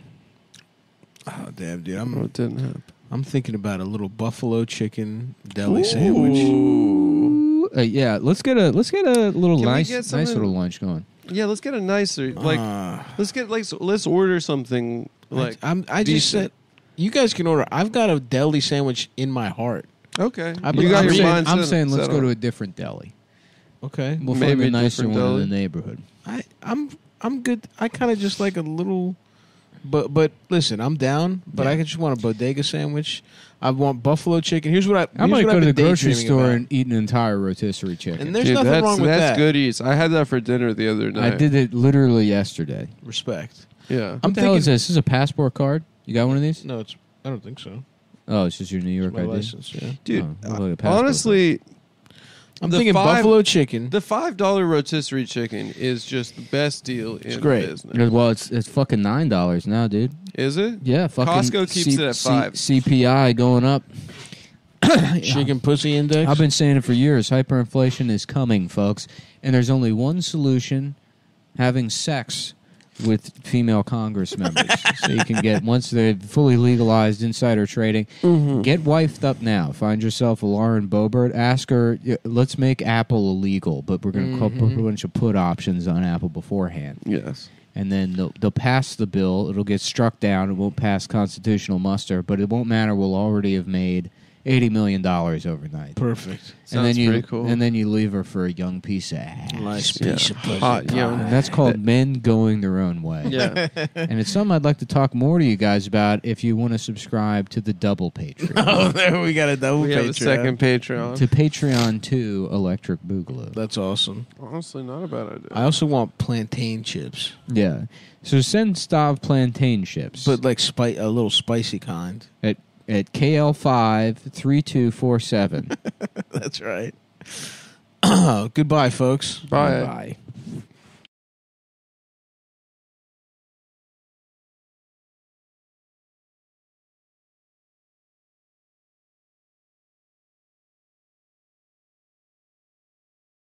[SPEAKER 9] Oh damn, dude!
[SPEAKER 2] No,
[SPEAKER 9] I'm
[SPEAKER 2] it didn't happen.
[SPEAKER 9] I'm thinking about a little buffalo chicken deli sandwich.
[SPEAKER 6] Ooh, uh, yeah, let's get a let's get a little
[SPEAKER 2] Can we
[SPEAKER 6] nice
[SPEAKER 2] get
[SPEAKER 6] nice
[SPEAKER 2] something-
[SPEAKER 6] little lunch going.
[SPEAKER 2] Yeah, let's get a nicer like.
[SPEAKER 9] Ah.
[SPEAKER 2] let's get like so let's order something like.
[SPEAKER 9] I'm, I just
[SPEAKER 2] decent.
[SPEAKER 9] said, you guys can order. I've got a deli sandwich in my heart.
[SPEAKER 2] okay,
[SPEAKER 9] I
[SPEAKER 2] you
[SPEAKER 9] believe-
[SPEAKER 2] got
[SPEAKER 6] I'm
[SPEAKER 2] your
[SPEAKER 6] saying,
[SPEAKER 2] mind.
[SPEAKER 6] I'm
[SPEAKER 2] set-
[SPEAKER 6] saying let's
[SPEAKER 2] set
[SPEAKER 6] go
[SPEAKER 2] on.
[SPEAKER 6] to a different deli.
[SPEAKER 9] Okay,
[SPEAKER 6] We'll
[SPEAKER 2] Maybe
[SPEAKER 6] find
[SPEAKER 2] a
[SPEAKER 6] a nicer
[SPEAKER 2] different
[SPEAKER 6] one
[SPEAKER 2] deli.
[SPEAKER 6] in the neighborhood.
[SPEAKER 9] I, I'm I'm good. I kind of just like a little, but but listen, I'm down. But I just want a bodega sandwich. I want buffalo chicken. Here's what I.
[SPEAKER 6] I might
[SPEAKER 9] here's what
[SPEAKER 6] go
[SPEAKER 9] I've
[SPEAKER 6] to the
[SPEAKER 9] been
[SPEAKER 6] grocery
[SPEAKER 9] daydreaming
[SPEAKER 6] store
[SPEAKER 9] about.
[SPEAKER 6] and eat an entire rotisserie chicken.
[SPEAKER 9] And there's
[SPEAKER 2] Dude,
[SPEAKER 9] nothing
[SPEAKER 2] that's,
[SPEAKER 9] wrong with
[SPEAKER 2] that's
[SPEAKER 9] that.
[SPEAKER 2] goodies. I had that for dinner the other
[SPEAKER 6] I
[SPEAKER 2] night.
[SPEAKER 6] did uh, it literally yesterday.
[SPEAKER 9] Respect.
[SPEAKER 2] Yeah.
[SPEAKER 9] I'm
[SPEAKER 6] What the hell is
[SPEAKER 9] thinking-
[SPEAKER 6] this? This is a passport card. You got one of these?
[SPEAKER 9] No, it's. I don't think so.
[SPEAKER 6] Oh, it's just your New York
[SPEAKER 9] My
[SPEAKER 6] ID.
[SPEAKER 9] license. Yeah.
[SPEAKER 2] Dude,
[SPEAKER 6] Oh, look like a passport
[SPEAKER 2] honestly,
[SPEAKER 9] I'm
[SPEAKER 2] The
[SPEAKER 9] thinking
[SPEAKER 2] five-
[SPEAKER 9] buffalo chicken.
[SPEAKER 2] the five dollar rotisserie chicken is just the best deal in
[SPEAKER 6] card.
[SPEAKER 9] great.
[SPEAKER 2] business.
[SPEAKER 6] Well, it's it's fucking nine dollars now, dude.
[SPEAKER 2] Is it?
[SPEAKER 6] Yeah, fucking
[SPEAKER 2] Costco keeps it at five.
[SPEAKER 6] CPI going up.
[SPEAKER 9] chicken pussy index.
[SPEAKER 6] I've been saying it for years. Hyperinflation is coming, folks, and there's only one solution: having sex with female Congress members. so you can get once they're fully legalized insider trading. Get wifed up now. Find yourself a Lauren Boebert. Ask her. y- Let's make Apple illegal, but we're going to put a bunch of put options on Apple beforehand
[SPEAKER 2] Yes.
[SPEAKER 6] and then they'll, they'll pass the bill. It'll get struck down. It won't pass constitutional muster, but it won't matter. We'll already have made eighty million dollars overnight.
[SPEAKER 9] Perfect.
[SPEAKER 6] and then
[SPEAKER 2] Sounds
[SPEAKER 6] you
[SPEAKER 2] pretty cool.
[SPEAKER 6] and then you leave her for a young piece of ass.
[SPEAKER 9] Nice
[SPEAKER 2] Yeah.
[SPEAKER 9] piece of pussy.
[SPEAKER 2] Hot young.
[SPEAKER 6] And that's called men going their own way.
[SPEAKER 2] Yeah.
[SPEAKER 6] And it's something I'd like to talk more to you guys about if you want to subscribe to the double Patreon.
[SPEAKER 9] Oh, there we got a double
[SPEAKER 2] we have a
[SPEAKER 9] Patreon.
[SPEAKER 2] second Patreon.
[SPEAKER 6] to Patreon 2 Electric Boogaloo.
[SPEAKER 9] That's awesome.
[SPEAKER 2] Honestly, not a bad idea.
[SPEAKER 9] I also want plantain chips,
[SPEAKER 6] Yeah. So send Stav plantain chips.
[SPEAKER 9] but like spi- a little spicy kind.
[SPEAKER 6] at at KL53247.
[SPEAKER 9] That's right. Goodbye, folks.
[SPEAKER 2] Bye.
[SPEAKER 6] Bye.